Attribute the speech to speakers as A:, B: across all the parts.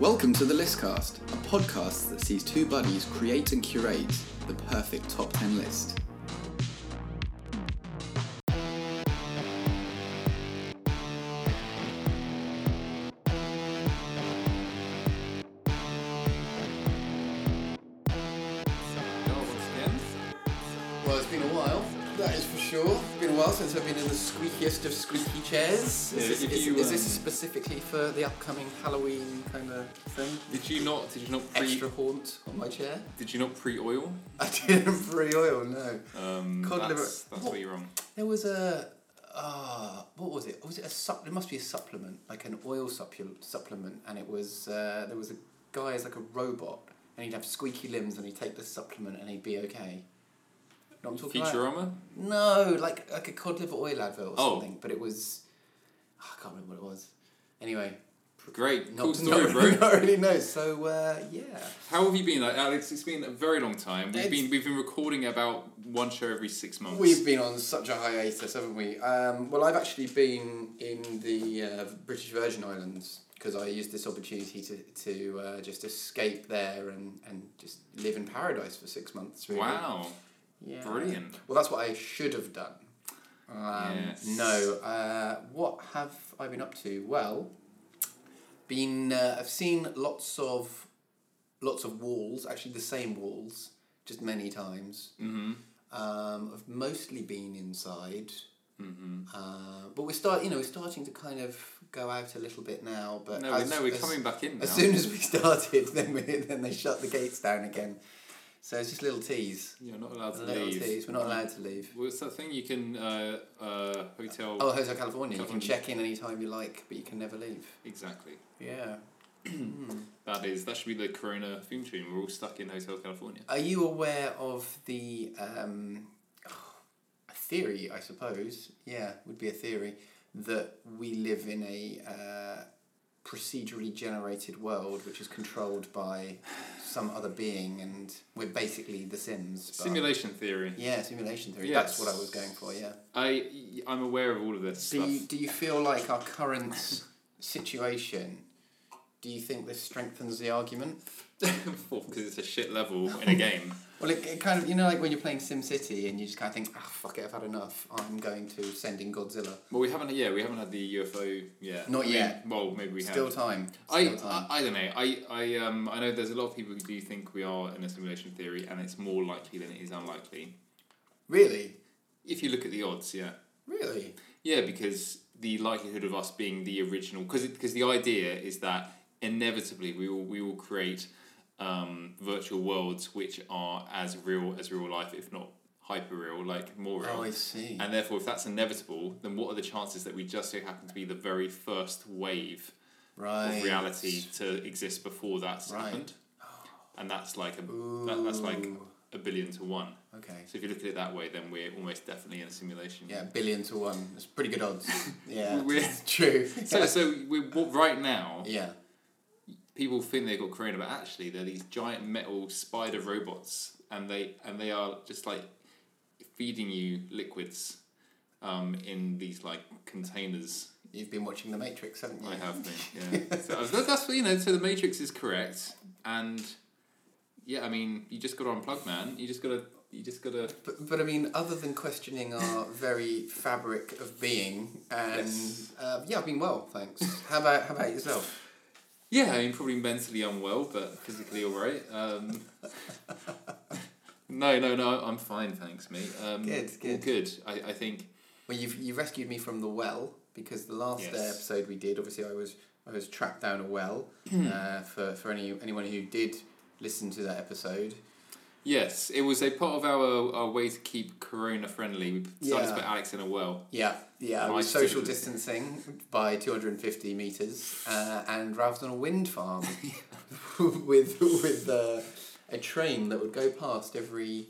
A: Welcome to The Listcast, a podcast that sees two buddies create and curate the perfect top 10 list. Well, it's been a while, that is for sure. It's been a while since I've been in the squeakiest of squeaky chairs. Is,
B: Yeah,
A: this,
B: if
A: is-
B: you,
A: is this
B: um,
A: specifically for the upcoming Halloween kind of thing?
B: Did you not? Did you not pre?
A: Extra haunt on my chair?
B: Did you not pre-oil?
A: I didn't free oil, no.
B: Um,
A: Cod
B: that's
A: liver.
B: that's
A: What?
B: where you're wrong.
A: There was a uh, what was it? Was it a supp- It must be a supplement, like an oil supple- supplement, and it was uh, there was a guy as like a robot, and he'd have squeaky limbs, and he'd take this supplement, and he'd be okay. Know what I'm talking about?
B: Futurama.
A: No, like like a cod liver oil advert or
B: Oh.
A: something, but it was ah, I can't remember what it was. Anyway,
B: Great,
A: not,
B: cool story,
A: not,
B: bro.
A: not really know. So uh, yeah,
B: How have you been, like, Alex? It's been a very long time. We've
A: It's-
B: been we've been recording about one show every six months.
A: We've been on such a hiatus, haven't we? Um, well, I've actually been in the uh, British Virgin Islands because I used this opportunity to, to uh, just escape there and, and just live in paradise for six months. Really.
B: wow,
A: Yeah.
B: brilliant.
A: Well, that's what I should have done. Um,
B: Yes.
A: No. Uh, what have I been up to? Well, been uh, I've seen lots of lots of walls, actually the same walls, just many times.
B: Mm-hmm.
A: Um, I've mostly been inside,
B: Mm-hmm.
A: uh, but we're start. You know, we're starting to kind of go out a little bit now. But
B: No,
A: as,
B: no, we're
A: as-
B: coming back in now.
A: As soon as we started, then we then they shut the gates down again. So it's just little teas.
B: you're not allowed to
A: Little
B: leave.
A: teas. We're not allowed to leave.
B: What's that thing you can uh, uh, hotel?
A: Oh, Hotel California. You can
B: California.
A: check in anytime you like, but you can never leave.
B: Exactly.
A: Yeah.
B: That is that should be the Corona theme tune. We're all stuck in Hotel California.
A: Are you aware of the um, a theory? I suppose, yeah, would be a theory that we live in a uh, procedurally generated world which is controlled by some other being, and we're basically the Sims. but-
B: Simulation theory.
A: Yeah, simulation theory. That's what I was going for. Yeah.
B: I I'm aware of all of this
A: Do
B: stuff.
A: you, do you feel like our current situation? Do you think this strengthens the argument?
B: because it's a shit level in a game.
A: Well, it, it kind of you know like when you're playing SimCity and you just kind of think, ah, fuck it, I've had enough. I'm going to send in Godzilla.
B: Well, we haven't. Yeah, we haven't had the UFO. Yeah,
A: Not
B: I mean,
A: yet.
B: well, maybe we
A: Still
B: have.
A: time.
B: I,
A: Still time.
B: I I don't know. I I um I know there's a lot of people who do think we are in a simulation theory, and it's more likely than it is unlikely.
A: really,
B: If you look at the odds, yeah,
A: really.
B: yeah, because the likelihood of us being the original, because because the idea is that inevitably we will we will create um, virtual worlds which are as real as real life, if not hyper real, like more real.
A: Oh, I see.
B: And therefore, if that's inevitable, then what are the chances that we just so happen to be the very first wave
A: right.
B: of reality to exist before that's
A: Right.
B: happened? And that's like a that, that's like
A: Ooh.
B: a billion to one.
A: Okay.
B: So if you look at it that way, then we're almost definitely in a simulation.
A: Yeah, billion to one. That's pretty good odds. Yeah.
B: We're-
A: it's true.
B: So so we what- right now
A: yeah.
B: people think they've got corona, but actually they're these giant metal spider robots, and they and they are just like feeding you liquids, um, in these like containers.
A: You've been watching The Matrix, haven't you?
B: I have been, yeah. so uh, that- that's what you know. So the Matrix is correct, and yeah, I mean, you just got to unplug, man. You just got to, you just got to.
A: But, but I mean, other than questioning our very fabric of being, and
B: Yes.
A: uh, yeah, I've been well, thanks. How about how about yourself?
B: Yeah, I mean, probably mentally unwell, but physically all right. Um, no, no, no. I'm fine, thanks, mate. Um,
A: Good,
B: all
A: good.
B: good. I, I think.
A: Well, you've you rescued me from the well because the last uh,
B: Yes.
A: episode we did, obviously, I was I was trapped down a well. uh, for for any anyone who did listen to that episode,
B: Yes, it was a part of our, our way to keep corona friendly. We decided
A: Yeah.
B: to put Alex in a well.
A: yeah, yeah, it was
B: Nice
A: social
B: to-
A: distancing by two hundred and fifty meters, uh, and Ralph's on a wind farm with with uh, a train that would go past every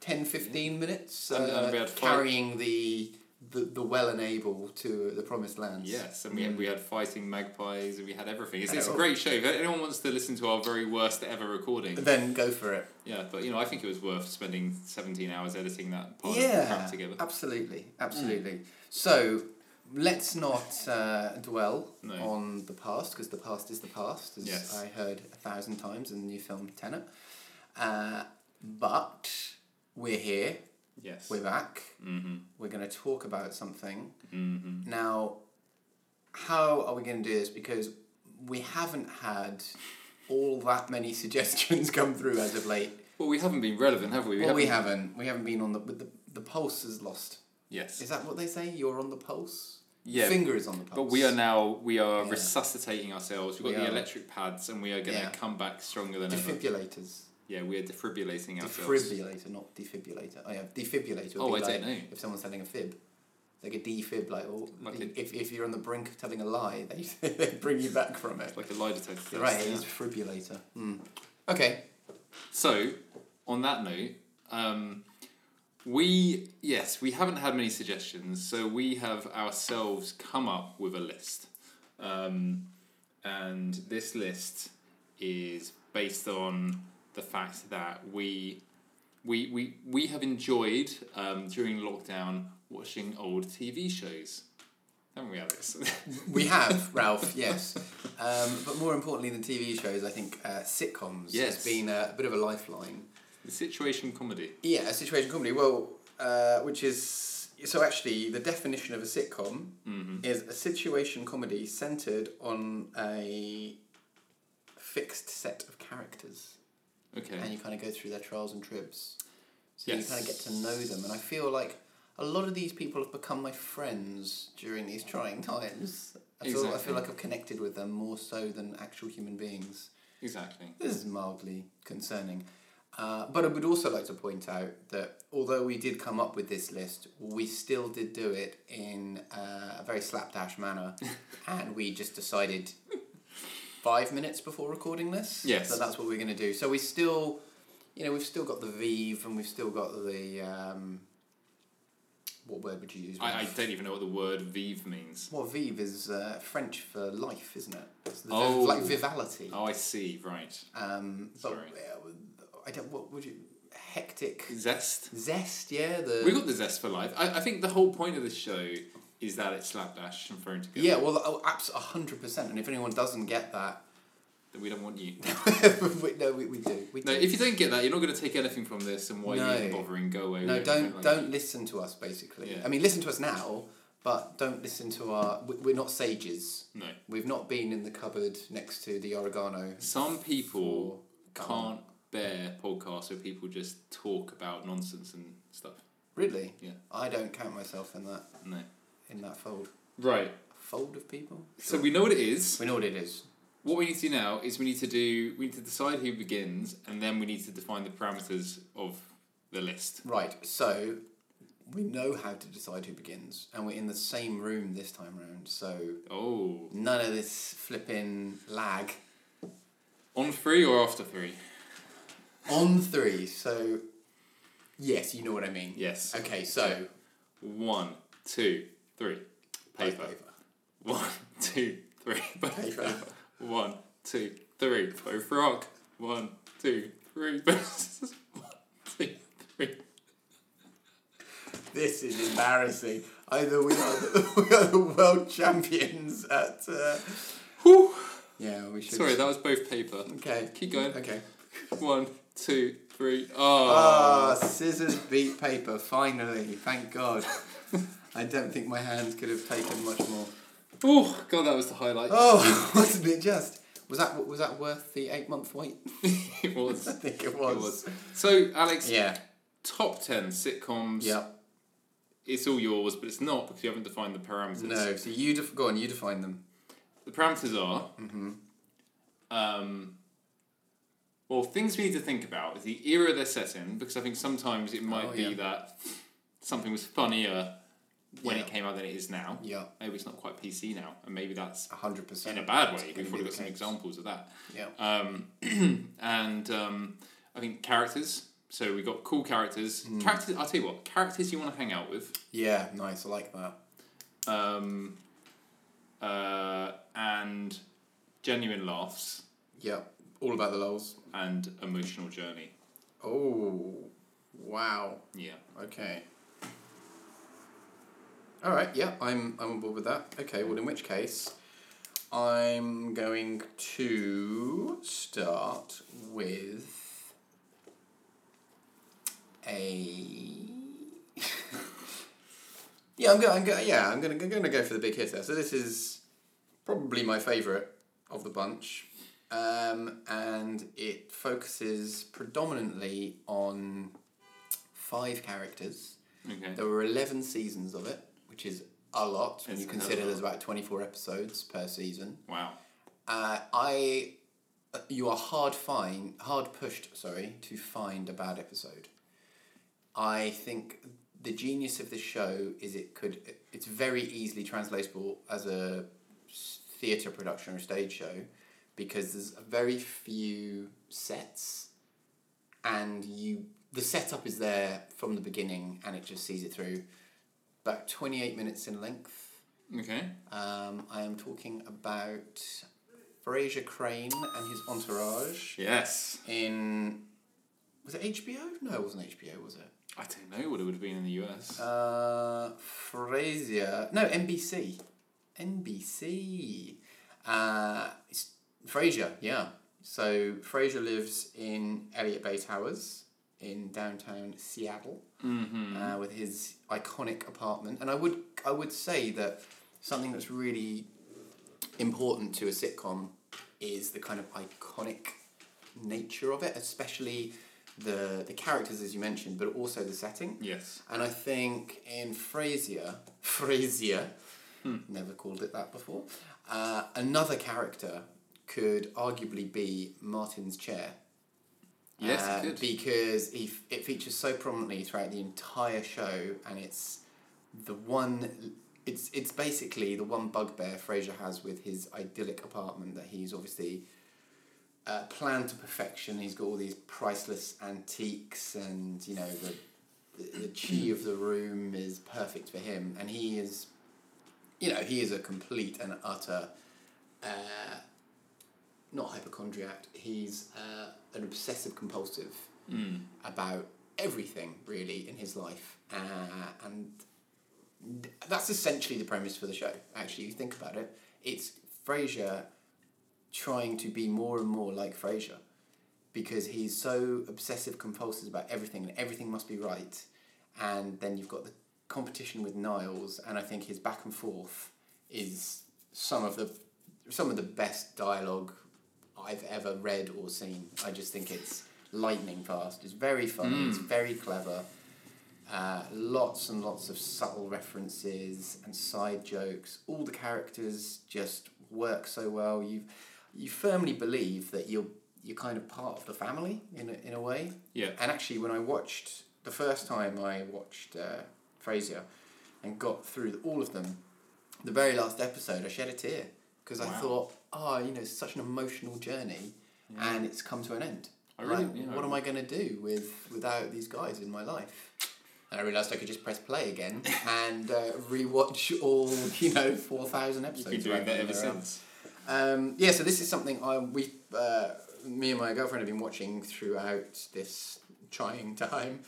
A: 10, 15 minutes,
B: Mm. And- and we
A: uh,
B: had five-
A: carrying the, the the well and able to the promised lands.
B: Yes, and we, we had fighting magpies and we had everything. It's,
A: Oh.
B: it's a great show. If anyone wants to listen to our very worst ever recording,
A: Then go for it.
B: Yeah, but you know, I think it was worth spending 17 hours editing that part of the crap
A: yeah,
B: together. Mm.
A: absolutely, absolutely. So let's not uh, dwell
B: No.
A: on the past because the past is the past, as
B: Yes.
A: I heard a thousand times in the new film Tenet. Uh, but we're here,
B: Yes.
A: we're back,
B: Mm-hmm.
A: we're going to talk about something.
B: Mm-hmm.
A: Now, how are we going to do this? Because we haven't had all that many suggestions come through as of late.
B: Well, we haven't been relevant, have we?
A: well, we
B: haven't-
A: haven't. We haven't been on the. But the, the pulse is lost.
B: Yes.
A: Is that what they say? You're on the pulse?
B: Yeah,
A: Finger is on the pulse.
B: But we are now we are
A: Yeah.
B: resuscitating ourselves. We've got
A: We
B: the
A: are.
B: electric pads, and we are going to
A: Yeah.
B: come back stronger than ever.
A: Defibrillators.
B: Yeah, we are defibrillating ourselves.
A: Defibrillator, not defibrillator. Oh, yeah, defibrillator would
B: Oh,
A: be like
B: I don't know.
A: if someone's telling a fib. It's like a defib, like, or
B: Like a-
A: if, if you're on the brink of telling a lie, they, they bring you back from it.
B: Like a lie detector. test.
A: You're right, it is defibrillator. Mm. Okay.
B: So, on that note, um, we yes we haven't had many suggestions, so we have ourselves come up with a list, um, and this list is based on the fact that we we we, we have enjoyed um, during lockdown watching old TV shows. Haven't we, Alex?
A: We have, Ralph, yes. Um, but more importantly than TV shows, I think uh, sitcoms
B: Yes.
A: has been a, a bit of a lifeline.
B: the situation comedy.
A: Yeah, a situation comedy. Well, uh, which is so actually the definition of a sitcom
B: Mm-hmm.
A: is a situation comedy centered on a fixed set of characters,
B: Okay.
A: and you kind of go through their trials and tribs. So
B: Yes.
A: you kind of get to know them, and I feel like a lot of these people have become my friends during these trying times. I feel, I
B: Exactly.
A: feel like I've connected with them more so than actual human beings.
B: Exactly.
A: This is mildly concerning. Uh, but I would also like to point out that although we did come up with this list, we still did do it in uh, a very slapdash manner. and we just decided five minutes before recording this.
B: Yes.
A: So that's what we're going to do. So we still, you know, we've still got the Vive and we've still got the. Um, what word would you use?
B: I, I don't even know what the word "vive" means.
A: well, Vive is uh, French for life, isn't it? It's the viv-
B: Oh.
A: like vivality.
B: Oh, I see. Right.
A: Um, but
B: Sorry.
A: uh, I don't. What would you? Hectic
B: Zest.
A: zest. Yeah. The
B: We got the zest for life. I, I think the whole point of the show is that it's slapdash and thrown together.
A: yeah. Well, oh, abs hundred percent. And if anyone doesn't get that,
B: That we don't want you.
A: we, no, we, we do. We
B: No,
A: do.
B: if you don't get that, you're not going to take anything from this, and why are you
A: No.
B: even bothering? Go away.
A: no,
B: we
A: don't
B: like
A: don't listen to us. Basically,
B: Yeah.
A: I mean, listen to us now, but don't listen to our. we- We're not sages.
B: you. No.
A: We've not been in the cupboard next to the oregano.
B: Some people
A: for-
B: can't bear podcasts where people just talk about nonsense and stuff.
A: Really,
B: Yeah.
A: I don't count myself in that
B: No.
A: in that fold.
B: Right.
A: Fold of people.
B: So we know what it is.
A: we know what it is.
B: What we need to do now is we need to do we need to decide who begins, and then we need to define the parameters of the list.
A: Right, so we know how to decide who begins, and we're in the same room this time round, so
B: Oh.
A: none of this flipping lag.
B: On three or after three?
A: On three, so yes, you know what I mean.
B: Yes.
A: Okay, so
B: One, two, three. Paper. One, two, three. Paper.
A: Paper.
B: One, two, three. Both rock. One, two, three. Both scissors. One, two, three.
A: This is embarrassing. Either we are the, we are the world champions at. Uh,
B: Whew.
A: yeah, we should.
B: Sorry, that was both paper.
A: Okay.
B: Keep going.
A: Okay.
B: One, two, three. Oh.
A: Ah, scissors beat paper, finally. Thank God. I don't think my hands could have taken much more.
B: oh, God, that was the highlight.
A: Oh, wasn't it just? Was that was that worth the eight month wait?
B: it was.
A: I
B: It
A: think it was.
B: was. So, Alex,
A: Yeah.
B: top 10 sitcoms.
A: Yeah.
B: It's all yours, but it's not because you haven't defined the parameters.
A: No. So you def- go on. You define them.
B: The parameters are.
A: Mm-hmm.
B: Um, well, things we need to think about is the era they're set in, because I think sometimes it might
A: Oh,
B: be
A: yeah.
B: that something was funnier when
A: Yeah.
B: it came out than it is now.
A: Yeah.
B: Maybe it's not quite PC now, and maybe that's
A: A hundred percent.
B: in a bad way.
A: gonna
B: We've probably
A: be
B: got
A: the
B: some
A: case.
B: examples of that.
A: Yeah.
B: Um, and um, I think characters. So we got cool characters.
A: Mm.
B: Characters. I'll tell you what. Characters you want to hang out with.
A: Yeah. Nice. I like that.
B: Um, uh, and genuine laughs.
A: Yeah. All about the lols.
B: and emotional journey.
A: Oh. Wow.
B: Yeah.
A: Okay. All right. Yeah, I'm I'm on board with that. Okay. Well, in which case, I'm going to start with a. yeah, I'm going. I'm going. Yeah, I'm going. I'm going to go for the big hitter. So this is probably my favorite of the bunch, um, and it focuses predominantly on five characters.
B: Okay.
A: There were 11 seasons of it, which is a lot when
B: It's
A: you consider
B: another
A: there's about 24 episodes per season.
B: Wow.
A: Uh, I, uh, you are hard find, hard pushed, sorry, to find a bad episode. I think the genius of this show is it could, it's very easily translatable as a s- theatre production or stage show because there's very few sets and you the setup is there from the beginning and it just sees it through about 28 minutes in length
B: Okay.
A: um, i am talking about fraser crane and his entourage
B: Yes.
A: in was it hbo no it wasn't hbo was it
B: I don't know what it would have been in the US.
A: uh, frasier no nbc nbc uh, it's frasier yeah so frasier lives in elliott bay towers in downtown seattle
B: mm-hmm.
A: uh, with his iconic apartment. And I would I would say that something that's really important to a sitcom is the kind of iconic nature of it, especially the the characters as you mentioned, but also the setting.
B: Yes.
A: And I think in Frasier, Frasier, never called it that before, uh, another character could arguably be Martin's chair.
B: Yes, it
A: Uh,
B: could.
A: Because he, f- it features so prominently throughout the entire show, and it's the one. It's it's basically the one bugbear Frasier has with his idyllic apartment that he's obviously uh, planned to perfection. He's got all these priceless antiques, and you know the the, the chi of the room is perfect for him, and he is, you know, he is a complete and utter. Uh, not hypochondriac. He's uh, an obsessive compulsive
B: Mm.
A: about everything really in his life, uh, and th- that's essentially the premise for the show. Actually, if you think about it, it's Frasier trying to be more and more like Frasier because he's so obsessive compulsive about everything and everything must be right. And then you've got the competition with Niles, and I think his back and forth is some of the some of the best dialogue I've ever read or seen. I just think it's lightning fast. It's very funny. It's very clever. Uh, lots and lots of subtle references and side jokes. All the characters just work so well. You you firmly believe that you're you're kind of part of the family in a, in a way.
B: Yeah.
A: And actually, when I watched the first time I watched uh, Frasier and got through all of them, the very last episode, I shed a tear because I
B: Wow.
A: thought, oh, you know, it's such an emotional journey, and it's come to an end.
B: I really-
A: Like,
B: yeah, I
A: what am I going to do with without these guys in my life? And I realised I could just press play again and uh, rewatch all you know four thousand
B: You've
A: episodes.
B: been doing
A: of
B: that
A: Advent
B: ever
A: Thereof.
B: since.
A: Um, yeah, so this is something I we uh, me and my girlfriend have been watching throughout this trying time,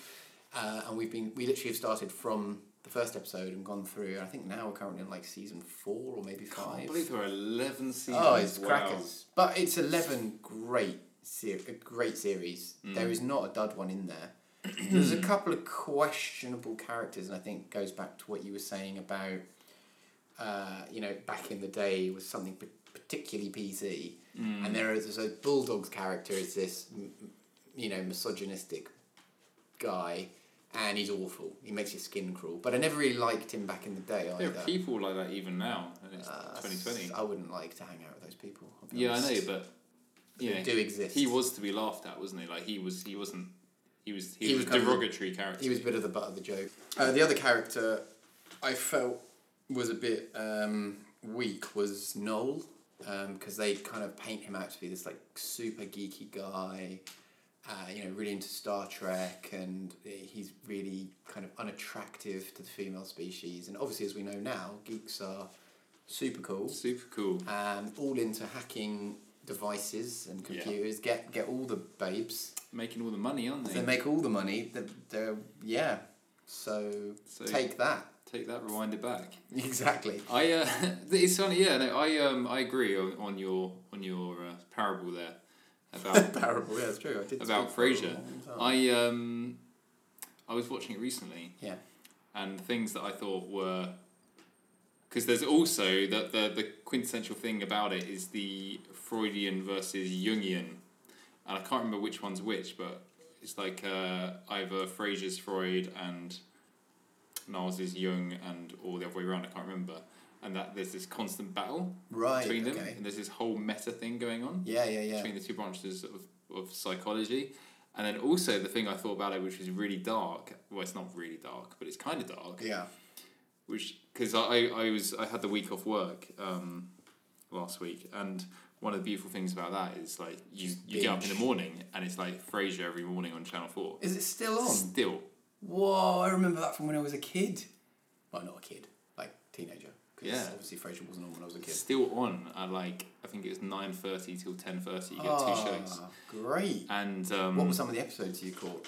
A: uh, and we've been we literally have started from the first episode and gone through. I think now we're currently in like season four or maybe
B: I
A: five.
B: believe there are 11 seasons.
A: Oh, it's
B: Wow.
A: crackers! But it's eleven great ser- a great series.
B: Mm.
A: There is not a dud one in there. There's a couple of questionable characters, and I think goes back to what you were saying about, uh, you know, back in the day was something pa- particularly PC,
B: Mm.
A: and there is there's a bulldogs character is this, m- m- you know, misogynistic guy. And he's awful. He makes your skin crawl. But I never really liked him back in the day either.
B: There are people like that even now, and it's
A: Uh,
B: 2020.
A: I wouldn't like to hang out with those people. I'll be
B: Yeah, I
A: honest.
B: know, but you
A: They
B: know,
A: do exist.
B: he was to be laughed at, wasn't he? Like he was, he wasn't, he was, he,
A: He was
B: was, a
A: kind of-
B: derogatory character.
A: He was a bit of the butt of the joke. Uh, the other character I felt was a bit um, weak was Noel, because they kind of paint him out to be this like super geeky guy, uh, you know, really into Star Trek, and he's really kind of unattractive to the female species. And obviously, as we know now, geeks are super cool.
B: super cool.
A: um, all into hacking devices and computers. Get get all the babes.
B: Making all the money, aren't
A: They
B: they?
A: make all the money. That they're yeah. So,
B: So-
A: take that,
B: Take that, rewind it back.
A: Exactly.
B: I uh, it's funny, yeah. No, I um, I agree on, on your on your uh, parable there about
A: Parable. Yeah, it's true. I did
B: about
A: speak for a
B: Frasier.
A: long time.
B: I um, I was watching it recently.
A: Yeah.
B: And things that I thought were, because there's also that the the quintessential thing about it is the Freudian versus Jungian, and I can't remember which one's which, but it's like uh, either Frasier's Freud and Niles' Jung and all the other way around. I can't remember. And that there's this constant battle
A: Right.
B: between them,
A: okay.
B: and there's this whole meta thing going on
A: Yeah, yeah, yeah.
B: between the two branches of, of psychology. And then also the thing I thought about it, which is really dark. Well, it's not really dark, but it's kind of dark.
A: Yeah.
B: Which because I, I was I had the week off work um, last week, and one of the beautiful things about that is like you, you get up in the
A: binge.
B: morning and it's like Frasier every morning on Channel Four.
A: Is it still on?
B: Still,
A: Whoa, I remember that from when I was a kid. Well, not a kid, like teenager. 'cause
B: Yeah.
A: Obviously, Frasier wasn't on when I was a kid.
B: still on at like I think it was nine thirty till ten thirty. You get
A: Oh,
B: two shows,
A: Great.
B: and um,
A: What were some of the episodes you caught?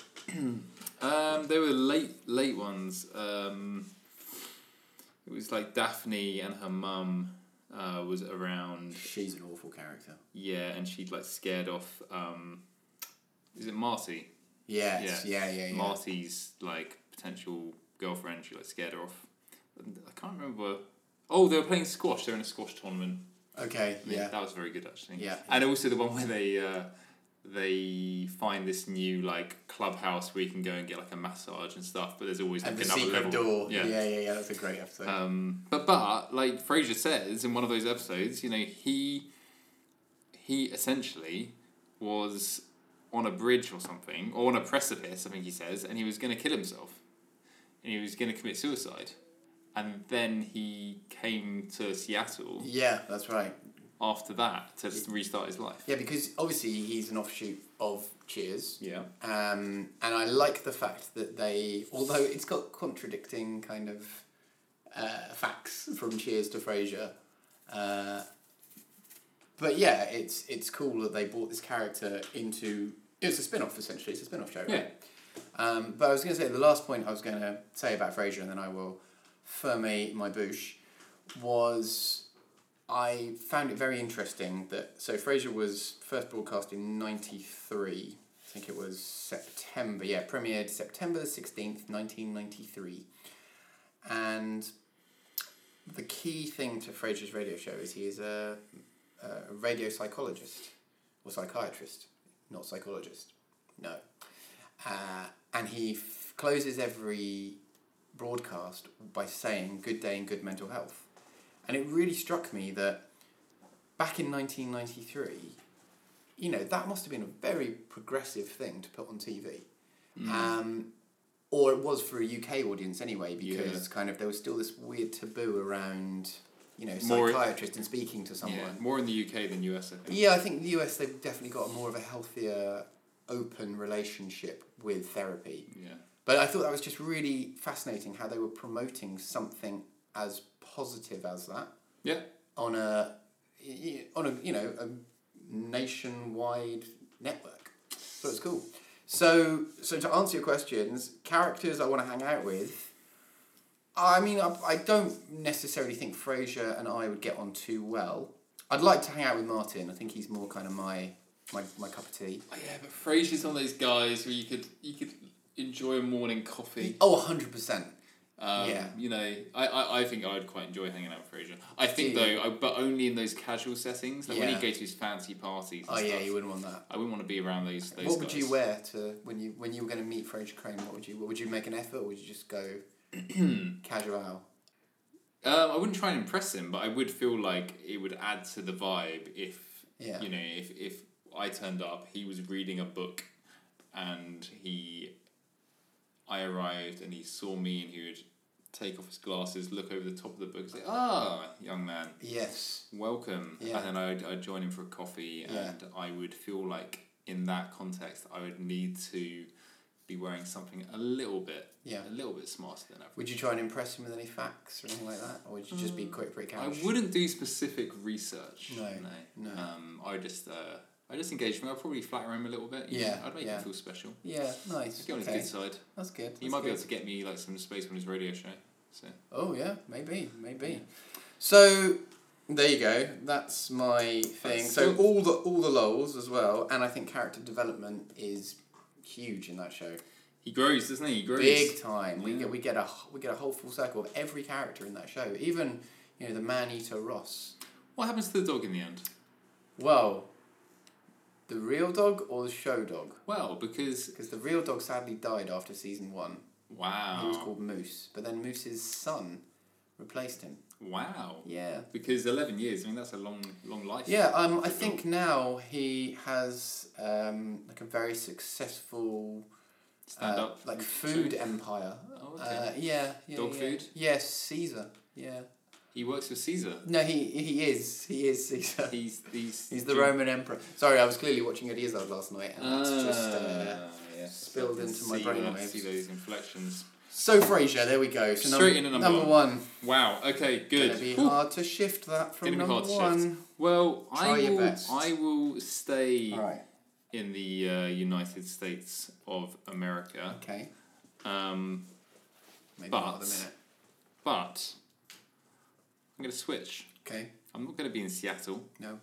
B: Um, they were late, late ones. Um, it was like Daphne and her mum uh, was around.
A: She's an awful character.
B: Yeah, and she'd like scared off. Um, is it Marty?
A: Yes. Yeah. Yeah. Yeah.
B: Marty's like potential girlfriend. She like scared her off. And I can't remember. Oh, they were playing squash. They're in a squash tournament.
A: Okay.
B: Yeah,
A: Yeah.
B: that was very good actually.
A: Yeah.
B: and also the one where they uh, they find this new like clubhouse where you can go and get like a massage and stuff. But there's always like,
A: And the
B: another
A: secret
B: level.
A: door.
B: Yeah.
A: Yeah. yeah. Yeah. That's a great episode.
B: Um, but but like Frasier says in one of those episodes, you know he he essentially was on a bridge or something or on a precipice. I think he says, and he was going to kill himself, and he was going to commit suicide. And then he came to Seattle
A: yeah. That's right.
B: after that to restart his life.
A: Yeah, because obviously he's an offshoot of Cheers.
B: Yeah.
A: Um, and I like the fact that they, although it's got contradicting kind of uh, facts from Cheers to Frasier, uh, but yeah, it's it's cool that they brought this character into. It's a spin off essentially. It's a spin off show. Right? Um, but I was going to say the last point I was going to say about Frasier, and then I will ferme my bouche, was I found it very interesting that so Frasier was first broadcast in '93. I think it was September. Yeah, premiered September the sixteenth, nineteen ninety-three, and the key thing to Frasier's radio show is he is a, a uh, radio psychologist or psychiatrist, not psychologist. No, uh, and he f- closes every broadcast by saying "Good day and good mental health." And it really struck me that back in 1993, you know, that must have been a very progressive thing to put on TV.
B: Mm.
A: Um, or it was for a UK audience anyway, because
B: Yeah.
A: kind of there was still this weird taboo around, you know,
B: More-
A: psychiatrist and speaking to someone.
B: Yeah, more in the UK than US, I think.
A: Yeah, I think the US they've definitely got more of a healthier, open relationship with therapy.
B: Yeah.
A: But I thought that was just really fascinating how they were promoting something as positive as that
B: Yeah.
A: on a y- on a you know a nationwide network. So it's cool. So so to answer your questions, characters I want to hang out with. I mean, I, I don't necessarily think Frasier and I would get on too well. I'd like to hang out with Martin. I think he's more kind of my my, my cup of tea.
B: Oh, yeah, but Frasier's one of those guys where you could you could enjoy a morning coffee.
A: Oh, 100%.
B: Um,
A: Yeah.
B: You know, I, I, I think I would quite enjoy hanging out with Frasier. I think,
A: Do you?
B: though, I, but only in those casual settings. Like when you
A: Yeah.
B: go to his fancy parties and
A: Oh, yeah,
B: stuff,
A: you wouldn't want that.
B: I wouldn't want to be around those, those
A: what
B: guys.
A: would you wear to when you when you were going to meet Frasier Crane? What would you what would you make an effort? Or would you just go casual?
B: Um, I wouldn't try and impress him, but I would feel like it would add to the vibe if
A: Yeah.
B: you know if if I turned up, he was reading a book, and he, I arrived and he saw me and he would take off his glasses, look over the top of the book, and say, "Ah, young man,
A: Yes.
B: welcome,"
A: Yeah.
B: and then I'd I'd join him for a coffee,
A: Yeah.
B: and I would feel like in that context, I would need to be wearing something a little bit,
A: Yeah.
B: a little bit smarter than average.
A: Would you try and impress him with any facts or anything like that, or would you just be quick for a
B: Mm, I
A: couch?
B: wouldn't do specific research.
A: No,
B: No.
A: no.
B: Um, I would just uh, I just engage him. I'd probably flatter him a little bit. you
A: Yeah,
B: know. I'd make
A: yeah.
B: him feel special.
A: Yeah, nice.
B: Just get on his
A: okay.
B: good side.
A: That's good.
B: He
A: that's
B: might be
A: good.
B: able to get me like some space on his radio show. So
A: Oh yeah, maybe, maybe. So there you go. That's my thing.
B: That's
A: so
B: good.
A: all the all the lols as well, and I think character development is huge in that show.
B: he grows, doesn't he? He grows.
A: Big time. We
B: Yeah.
A: get we get a we get a whole full circle of every character in that show. Even you know the man eater Ross.
B: What happens to the dog in the end?
A: Well, the real dog or the show dog?
B: Well, because
A: Because the real dog sadly died after season one.
B: wow,
A: He was called Moose, but then Moose's son replaced him.
B: wow,
A: Yeah.
B: because eleven years. I mean, that's a long, long life.
A: Yeah, um, I think now he has um, like a very successful
B: Stand
A: uh,
B: up.
A: like
B: So-
A: food empire.
B: Oh, okay.
A: Uh, yeah, yeah.
B: Dog
A: yeah.
B: food?
A: Yes, Caesar. Yeah.
B: He works with Caesar.
A: No, he he is he is Caesar.
B: He's he's
A: He's the Roman emperor. Sorry, I was clearly watching Odysseus last night, and that's just. Uh,
B: Ah, yes.
A: spilled
B: I can
A: into my
B: see
A: brain
B: that, I
A: waves.
B: see those inflections.
A: so Frasier, there we go. So
B: Straight
A: num-
B: into number
A: one.
B: Wow. Okay. Good.
A: Gonna be
B: Whew.
A: hard to shift that from
B: Gonna be
A: number
B: hard to shift.
A: one.
B: Well, I
A: Try your
B: will.
A: best.
B: I will stay
A: All right.
B: in the uh, United States of America.
A: Okay.
B: Um,
A: Maybe
B: But-
A: not at the minute.
B: but I'm going to switch.
A: Okay.
B: I'm not going to be in Seattle.
A: No.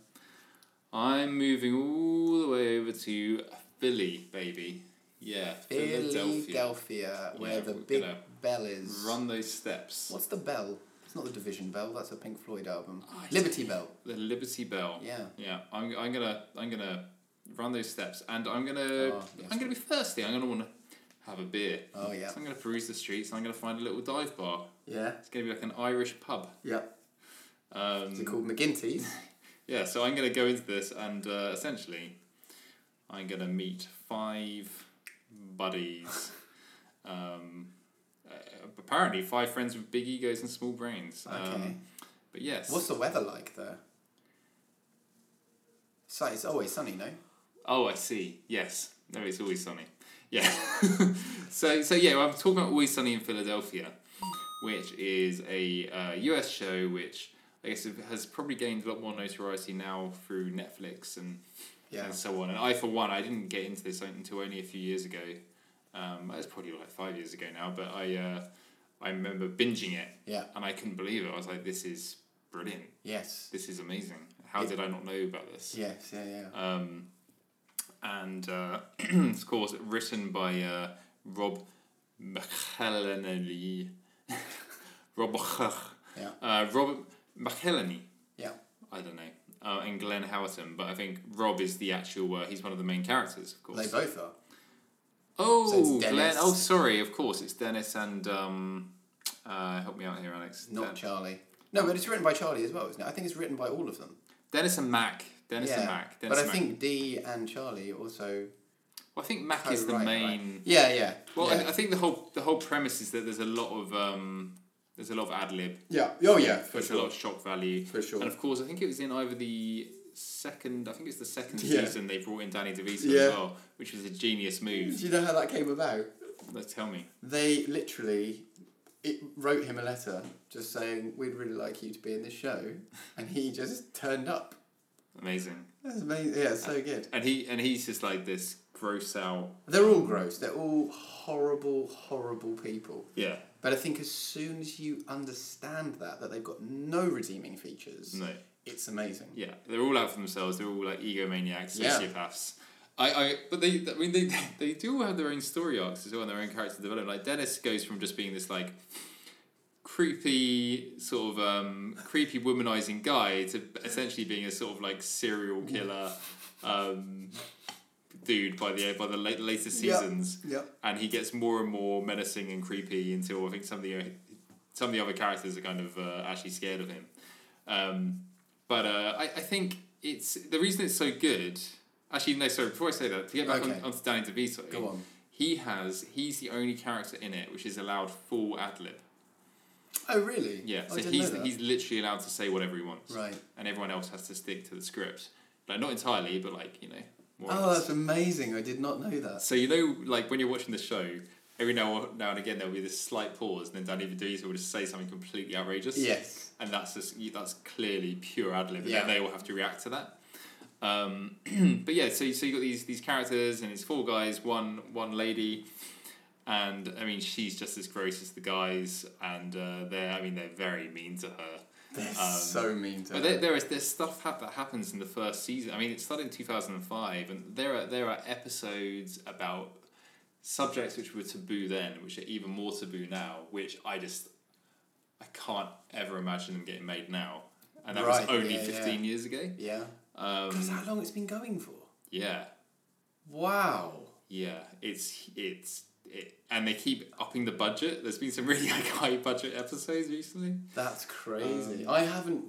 B: I'm moving all the way over to Philly, baby. Yeah, Philadelphia.
A: Philadelphia, where
B: Yeah,
A: the
B: we're
A: big
B: gonna
A: bell is.
B: Run those steps.
A: What's the bell? It's not the Division Bell. That's a Pink Floyd album.
B: I
A: Liberty Bell.
B: The Liberty Bell.
A: Yeah.
B: Yeah, I'm, I'm gonna I'm gonna run those steps, and I'm gonna
A: Oh, yes.
B: I'm gonna be thirsty. I'm gonna want to have a beer.
A: Oh yeah.
B: So I'm gonna peruse the streets, and I'm gonna find a little dive bar.
A: Yeah.
B: It's gonna be like an Irish pub.
A: Yeah. Is it
B: Um,
A: called McGinty's?
B: yeah, so I'm gonna go into this, and uh, essentially, I'm gonna meet five buddies. um, uh, apparently, five friends with big egos and small brains. Um,
A: Okay.
B: But yes.
A: What's the weather like there? So it's always sunny, no?
B: Oh, I see. Yes. No, it's always sunny. Yeah. so, so yeah, I'm talking about Always Sunny in Philadelphia, which is a uh, US show which I guess it has probably gained a lot more notoriety now through Netflix and,
A: Yeah.
B: and so on. And I, for one, I didn't get into this until only a few years ago. Um, it was probably like five years ago now, but I, uh, I remember binging it
A: Yeah.
B: and I couldn't believe it. I was like, this is brilliant.
A: Yes.
B: This is amazing. How
A: Yeah.
B: did I not know about this?
A: Yes. Yeah. Yeah.
B: um, and uh, it's of course written by uh, Rob McElhenney. Rob McElh-
A: Yeah.
B: uh, Rob McElhenney.
A: Yeah.
B: I don't know. Uh, and Glenn Howerton, but I think Rob is the actual. Uh, he's one of the main characters, of course.
A: They both are. So
B: Oh,
A: it's
B: Glenn.
A: Dennis.
B: Oh, sorry. Of course, it's Dennis and um, uh, help me out here, Alex.
A: Not
B: Den-
A: Charlie. No, but it's written by Charlie as well, isn't it? I think it's written by all of them.
B: Dennis and Mac. Dennis
A: yeah.
B: and Mac. Dennis
A: but I
B: and Mac.
A: think Dee and Charlie also.
B: Well, I think Mac is the
A: co-write, Oh, right?
B: main.
A: Yeah. Yeah.
B: Well, uh,
A: yeah.
B: I, I think the whole the whole premise is that there's a lot of um, there's a lot of ad lib,
A: yeah. Oh yeah. For
B: there's a lot of shock value,
A: For sure.
B: and of course I think it was in either the second I think it's the second
A: Yeah.
B: season they brought in Danny DeVito
A: Yeah.
B: as well, which was a genius
A: Do
B: move.
A: you know how that came about?
B: Let's tell me.
A: they literally it wrote him a letter just saying we'd really like you to be in this show and he just turned up
B: Amazing,
A: that's amazing yeah so good
B: and he and he's just like this gross out.
A: they're all gross they're all horrible horrible people
B: Yeah,
A: but i think as soon as you understand that that they've got no redeeming features
B: no,
A: it's amazing
B: yeah, they're all out for themselves. They're all like egomaniacs,
A: Yeah.
B: sociopaths. I, I, but they, I mean, they, they do all have their own story arcs as well and their own character development. Like Dennis goes from just being this like creepy sort of um, creepy womanizing guy to essentially being a sort of like serial killer um, dude by the by the late, later
A: Yeah.
B: seasons,
A: yep
B: and he gets more and more menacing and creepy until I think some of the some of the other characters are kind of uh, actually scared of him. Um, but uh, I, I think it's the reason it's so good. Actually, no, sorry. Before I say that, to get back
A: Okay.
B: on, onto Danny DeVito,
A: go on
B: he has he's the only character in it which is allowed full ad lib.
A: oh really
B: Yeah,
A: I
B: so
A: didn't
B: he's
A: know that.
B: he's literally allowed to say whatever he wants,
A: right
B: and everyone else has to stick to the script. Like not entirely, but like you know. More or
A: oh
B: less.
A: that's amazing i did not know that
B: So you know, like when you're watching the show, every now now and again there'll be this slight pause, and then Danny DeVito will just say something completely outrageous.
A: yes
B: And that's just you- that's clearly pure ad lib, and
A: Yeah.
B: then they will have to react to that. Um, but yeah, so so you got these these characters, and it's four guys, one one lady, and I mean she's just as gross as the guys, and uh, they're I mean they're very mean to her.
A: They're
B: Um,
A: so mean to
B: But
A: her.
B: there, there is there's stuff hap- that happens in the first season. I mean, it started in two thousand and five, and there are there are episodes about subjects which were taboo then, which are even more taboo now. Which I just I can't ever imagine them getting made now, and that
A: Right,
B: was only
A: yeah, yeah.
B: fifteen years ago.
A: yeah. Because
B: Um,
A: how long it's been going for?
B: yeah,
A: Wow.
B: yeah, it's it's. It, and they keep upping the budget. There's been some really like, high budget episodes recently.
A: That's
B: Um,
A: crazy. I haven't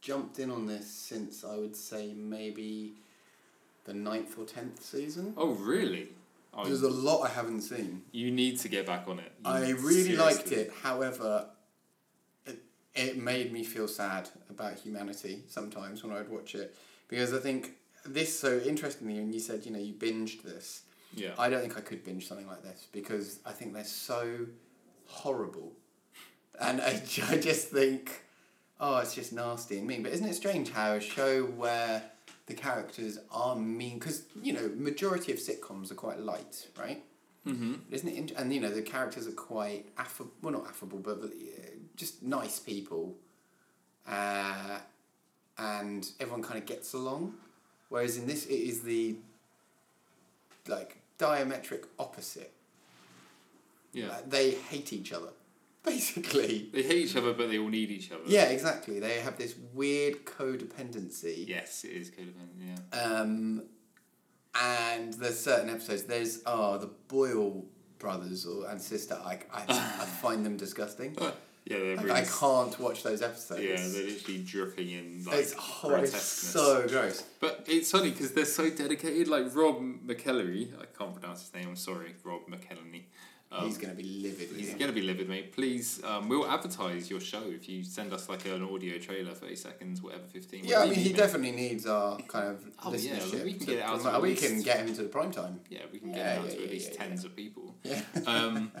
A: jumped in on this since I would say maybe the ninth or tenth season.
B: Oh really? Oh,
A: There's a lot I haven't seen.
B: you need to get back on it. You
A: I really liked
B: seriously-
A: it. However, it, it made me feel sad about humanity sometimes when I would watch it because I think this so interestingly. And you said you know you binged this.
B: Yeah.
A: I don't think I could binge something like this because I think they're so horrible, and I, ju- I just think, oh, it's just nasty and mean. But isn't it strange how a show where the characters are mean because you know majority of sitcoms are quite light, right?
B: Mm-hmm.
A: Isn't it? int- And you know the characters are quite affable. Well, not affable, but, but uh, just nice people, uh, and everyone kind of gets along. Whereas in this, it is the like diametric opposite.
B: Yeah.
A: Like, they hate each other, basically.
B: They hate each other, but they all need each other.
A: Yeah, exactly. They have this weird codependency.
B: Yes, it is codependent. Yeah.
A: Um, and there's certain episodes. There's oh the Boyle brothers or and sister. I I, I find them disgusting.
B: Yeah, they're
A: Like,
B: Oh, really.
A: I can't watch those episodes.
B: yeah, they're literally dripping in like
A: it's hor- it's
B: grotesqueness.
A: so gross.
B: But it's funny because they're so dedicated. Like Rob McKellery, I can't pronounce his name. I'm sorry, Rob McKellery. Um,
A: he's gonna be livid. With
B: he's
A: you.
B: gonna be livid, mate. Please, um, we'll advertise your show if you send us like an audio trailer, thirty seconds, whatever, fifteen.
A: yeah, I
B: whatever
A: mean,
B: you
A: he
B: need, mate.
A: definitely needs our kind of
B: Oh, yeah,
A: listenership.
B: we can
A: to
B: get it out
A: promote-
B: at
A: we
B: least-
A: can get him to the prime time.
B: Yeah, we can get
A: Yeah,
B: it out
A: yeah,
B: to
A: yeah,
B: at least
A: yeah,
B: tens of people.
A: Yeah.
B: um,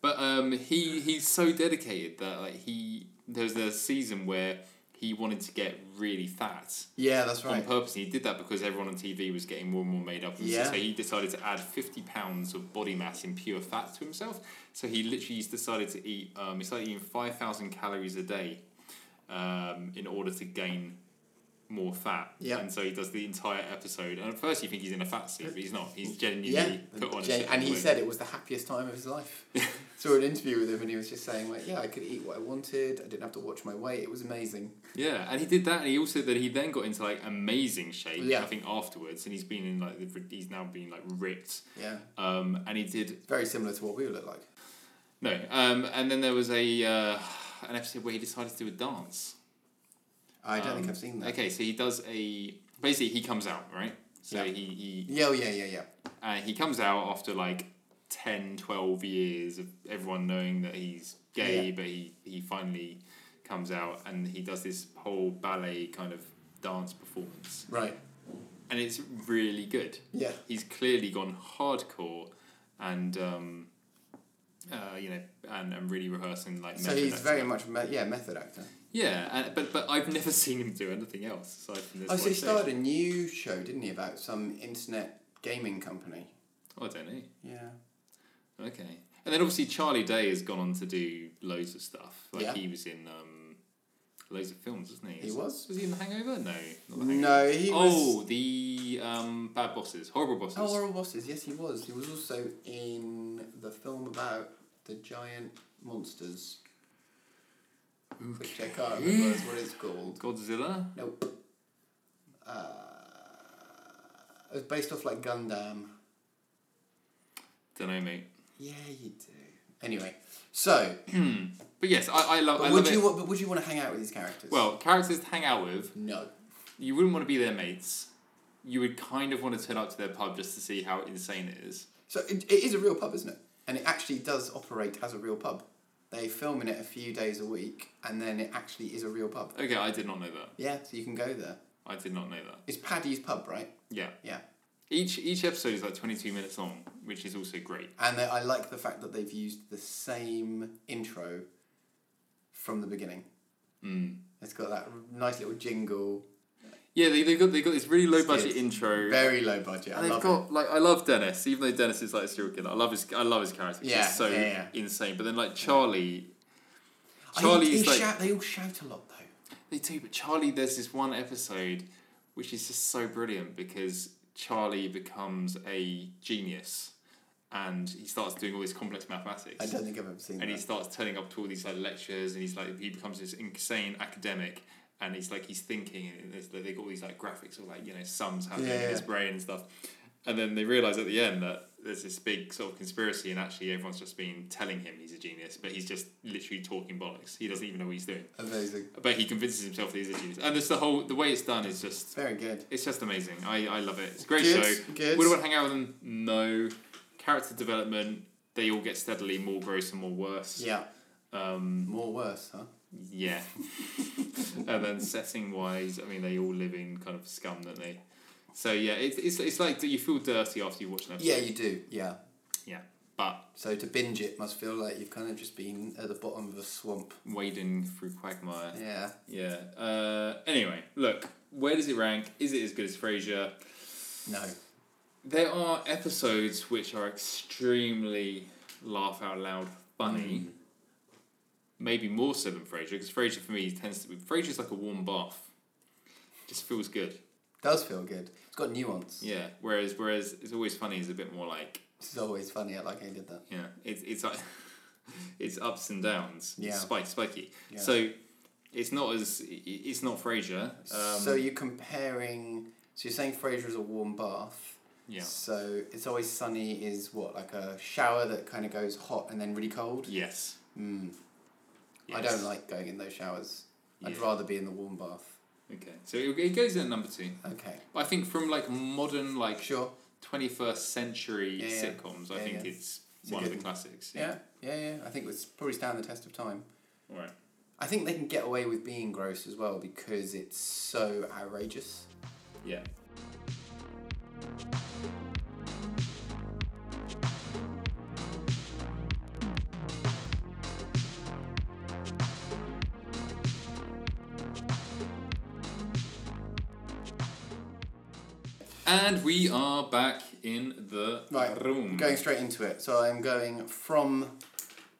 B: but um, he he's so dedicated that like he there was a season where he wanted to get really fat
A: Yeah, that's
B: on
A: right.
B: purpose. And he did that because everyone on TV was getting more and more made up. And
A: Yeah.
B: So he decided to add fifty pounds of body mass in pure fat to himself. So he literally just decided to eat. Um, he started eating five thousand calories a day, um, in order to gain. More fat,
A: Yeah.
B: and so he does the entire episode. And at first, you think he's in a fat suit, but he's not. He's genuinely
A: Yeah,
B: put on. a
A: Jane-
B: suit
A: and he
B: with-
A: said it was the happiest time of his life. Saw an interview with him, and he was just saying like, "Yeah, I could eat what I wanted. I didn't have to watch my weight. It was amazing."
B: Yeah, and he did that, and he also that he then got into like amazing shape.
A: Yeah.
B: I think afterwards, and he's been in like the- he's now been like ripped.
A: Yeah,
B: Um, and he did
A: very similar to what we look like.
B: no. Um, and then there was a uh, an episode where he decided to do a dance.
A: I don't think
B: Um,
A: I've seen that.
B: Okay, so he does a basically he comes out right. So
A: Yeah.
B: he he
A: Yeah, oh, yeah, yeah, yeah.
B: uh, he comes out after like 10 12 years of everyone knowing that he's gay
A: Yeah.
B: but he, he finally comes out and he does this whole ballet kind of dance performance
A: Right.
B: and it's really good
A: Yeah.
B: he's clearly gone hardcore and um, uh, you know and, and really rehearsing like
A: So
B: method
A: he's
B: acting.
A: very much me- yeah method actor.
B: yeah and, but but I've never seen him do anything else aside from this
A: Oh, so he
B: one show.
A: started a new show, didn't he, about some internet gaming company?
B: Oh, I don't know
A: Yeah.
B: Okay. And then obviously Charlie Day has gone on to do loads of stuff. Like
A: Yeah.
B: he was in um, loads of films, wasn't he?
A: He was.
B: Was he in The Hangover? No. Not the Hangover.
A: No, he
B: oh,
A: was.
B: the um, Bad Bosses, Horrible Bosses.
A: Oh, Oral Bosses. Yes, he was. He was also in the film about the giant monsters. Which I can't remember is what it's called.
B: Godzilla.
A: Nope. Uh, it was based off like Gundam.
B: Don't know, mate.
A: Yeah, you do. Anyway, so
B: But yes, I, I love.
A: but
B: I
A: would
B: love
A: you
B: it.
A: want? But would you want to hang out with these characters?
B: Well, characters to hang out with,
A: no.
B: you wouldn't want to be their mates. You would kind of want to turn up to their pub just to see how insane it is.
A: So it, it is a real pub, isn't it? And it actually does operate as a real pub. They film in it a few days a week, and then it actually is a real pub.
B: Okay, I did not know that.
A: Yeah, so you can go there.
B: I did not know that.
A: It's Paddy's pub, right?
B: Yeah.
A: Yeah.
B: Each each episode is like twenty two minutes long, which is also great.
A: And they, I like the fact that they've used the same intro from the beginning.
B: Mm.
A: It's got that nice little jingle.
B: yeah, they they got they got this really low budget
A: Skits.
B: intro.
A: Very low budget. I
B: and they've
A: love
B: got like I love Dennis, even though Dennis is like a serial killer. I love his I love his character. Yeah,
A: Yeah,
B: so
A: yeah, yeah.
B: insane. But then like Charlie,
A: it. I think
B: Charlie's
A: they
B: like
A: shout, they all shout a lot though.
B: they do. But Charlie, there's this one episode which is just so brilliant because Charlie becomes a genius, and he starts doing all this complex mathematics.
A: I don't think I've ever seen
B: and he
A: that.
B: starts turning up to all these like lectures and he's like he becomes this insane academic and he's like he's thinking and there's, they got all these like graphics of like you know sums happening
A: Yeah,
B: in his
A: yeah.
B: brain and stuff and then they realize at the end that there's this big sort of conspiracy and actually everyone's just been telling him he's a genius but he's just literally talking bollocks he doesn't even know what he's doing
A: Amazing.
B: but he convinces himself that he's a genius and it's the whole the way it's done is just
A: Very good.
B: it's just amazing. I, I love it. It's a great
A: Good,
B: show.
A: good.
B: Would I want to hang out with them? No. Character development, they all get steadily more gross and more worse.
A: Yeah.
B: Um,
A: More worse, huh?
B: yeah. and then setting wise, I mean, they all live in kind of scum, don't they? So yeah, it's, it's, it's like you feel dirty after you watch an episode.
A: Yeah, you do. Yeah.
B: Yeah. But
A: So to binge it must feel like you've kind of just been at the bottom of a swamp.
B: wading through quagmire.
A: Yeah.
B: Yeah. Uh, anyway, look, where does it rank? Is it as good as Frasier?
A: No.
B: There are episodes which are extremely laugh out loud funny.
A: Hmm.
B: Maybe more so than Frasier, because Frasier for me tends to be Frasier's like a warm bath. Just feels good.
A: Does feel good. It's got nuance.
B: Yeah. Whereas whereas it's always funny is a bit more like
A: This is always funny. I like how you did that.
B: yeah, it's it's like it's ups and downs.
A: Yeah.
B: Spike spiky.
A: Yeah.
B: So it's not as i- i- it's not Frasier. Um,
A: so you're comparing. So you're saying Frasier is a warm bath.
B: yeah.
A: So it's always sunny is what like a shower that kind of goes hot and then really cold.
B: Yes.
A: Mm. I
B: Yes.
A: don't like going in those showers. I'd
B: Yeah.
A: rather be in the warm bath.
B: Okay. So it, it goes in at number two.
A: Okay.
B: I think from like modern like
A: Sure.
B: 21st century
A: Yeah, yeah.
B: sitcoms. I
A: Yeah,
B: think
A: yeah.
B: it's,
A: It's a
B: one of
A: good one.
B: the classics.
A: Yeah. Yeah. Yeah. I think it's probably stand the test of time.
B: All right.
A: I think they can get away with being gross as well because it's so outrageous.
B: Yeah. And we are back in the
A: Right.
B: room.
A: Going straight into it. So I'm going from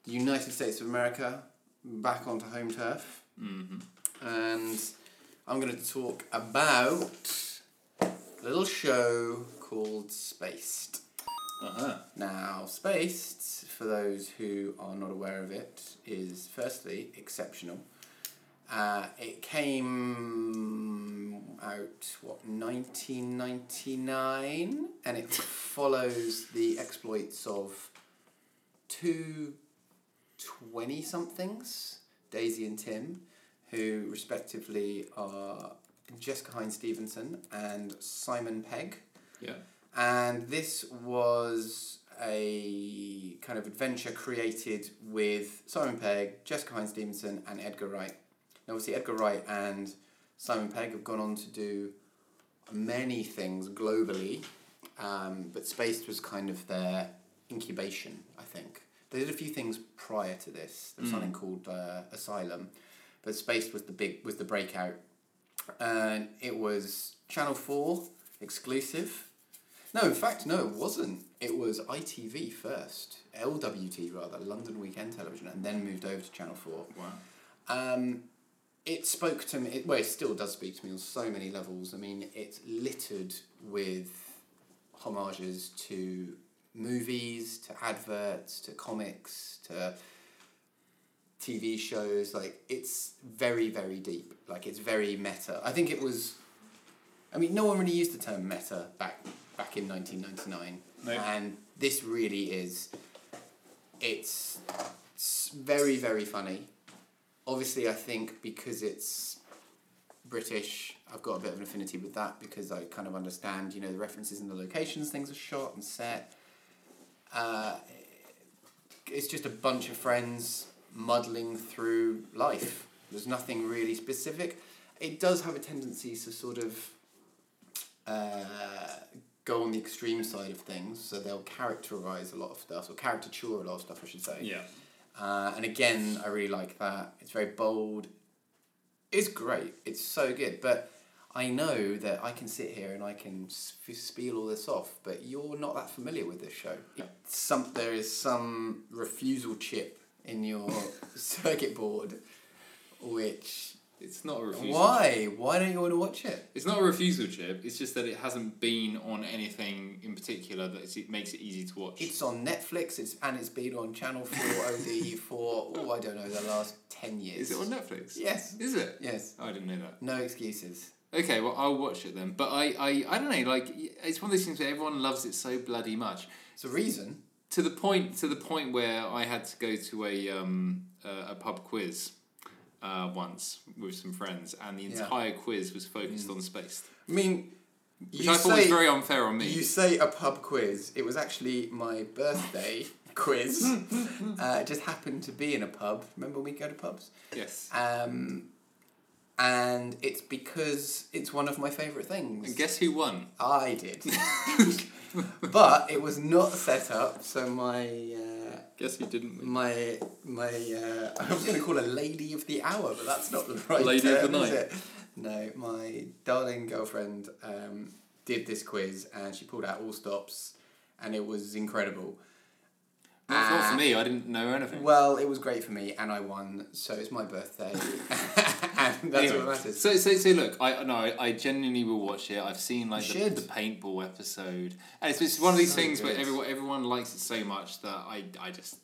A: the United States of America back onto home turf. Mm-hmm. And I'm going to talk about a little show called Spaced.
B: Uh-huh.
A: Now, Spaced, for those who are not aware of it, is firstly exceptional. Uh, it came out, what, 1999? And it follows the exploits of two 20 somethings, Daisy and Tim, who respectively are Jessica Hines Stevenson and Simon Pegg.
B: Yeah.
A: And this was a kind of adventure created with Simon Pegg, Jessica Hines Stevenson, and Edgar Wright. Now, obviously, Edgar Wright and Simon Pegg have gone on to do many things globally, um, but Spaced was kind of their incubation, I think. They did a few things prior to this. There was something called uh, Asylum, but Spaced was the big was the breakout, and it was Channel Four exclusive. No, in fact, no, it wasn't. It was ITV first, LWT rather, London Weekend Television, and then moved over to Channel Four.
B: Wow.
A: Um, it spoke to me. It, well, it still does speak to me on so many levels. I mean, it's littered with homages to movies, to adverts, to comics, to TV shows. Like, it's very, very deep. Like, it's very meta. I think it was. I mean, no one really used the term meta back back in nineteen ninety nine,
B: No.
A: and this really is. It's it's very very funny. Obviously, I think because it's British, I've got a bit of an affinity with that because I kind of understand, you know, the references and the locations things are shot and set. Uh, it's just a bunch of friends muddling through life. There's nothing really specific. It does have a tendency to sort of uh, go on the extreme side of things, so they'll characterize a lot of stuff or caricature a lot of stuff, I should say.
B: Yeah.
A: Uh, and again, I really like that. It's very bold. It's great. It's so good. But I know that I can sit here and I can sp- spiel all this off, but you're not that familiar with this show. Some there is some refusal chip in your circuit board, which
B: It's not a refusal.
A: why why don't you want to watch it?
B: It's not a refusal chip. It's just that it hasn't been on anything in particular that it's- it makes it easy to watch.
A: It's on Netflix. It's and it's been on Channel Four OD for oh I don't know the last ten years.
B: Is it on Netflix?
A: Yes.
B: Is it?
A: Yes.
B: Oh, I didn't know that.
A: No excuses.
B: Okay, well, I'll watch it then. But I, I, I don't know. Like, it's one of those things where everyone loves it so bloody much.
A: It's a reason.
B: to the point to the point where I had to go to a um, uh, a pub quiz uh, once with some friends, and the
A: Yeah.
B: entire quiz was focused on space,
A: I mean,
B: which
A: you
B: I thought was
A: say-
B: very unfair on me.
A: You say a pub quiz. It was actually my birthday quiz. Uh, it just happened to be in a pub. Remember when we go to pubs?
B: yes,
A: Um, and it's because it's one of my favourite
B: and
A: things.
B: guess who won?
A: I did. but it was not set up, so my. Uh,
B: Guess who didn't win?
A: my my uh, I was going to call her lady of the hour, but that's not the right
B: Lady of the
A: term, is
B: night.
A: it? No, my darling girlfriend um, did this quiz and she pulled out all stops, and it was incredible.
B: Well, it's not for
A: Uh,
B: me. I didn't know anything.
A: Well, it was great for me, and I won, so it's my birthday, and that's
B: Anyway,
A: what matters.
B: So, so, so look, I no, I, I genuinely will watch it. I've seen like
A: You
B: the,
A: should.
B: the paintball episode, and it's, it's one of these
A: So
B: things where
A: good.
B: everyone everyone likes it so much that I, I just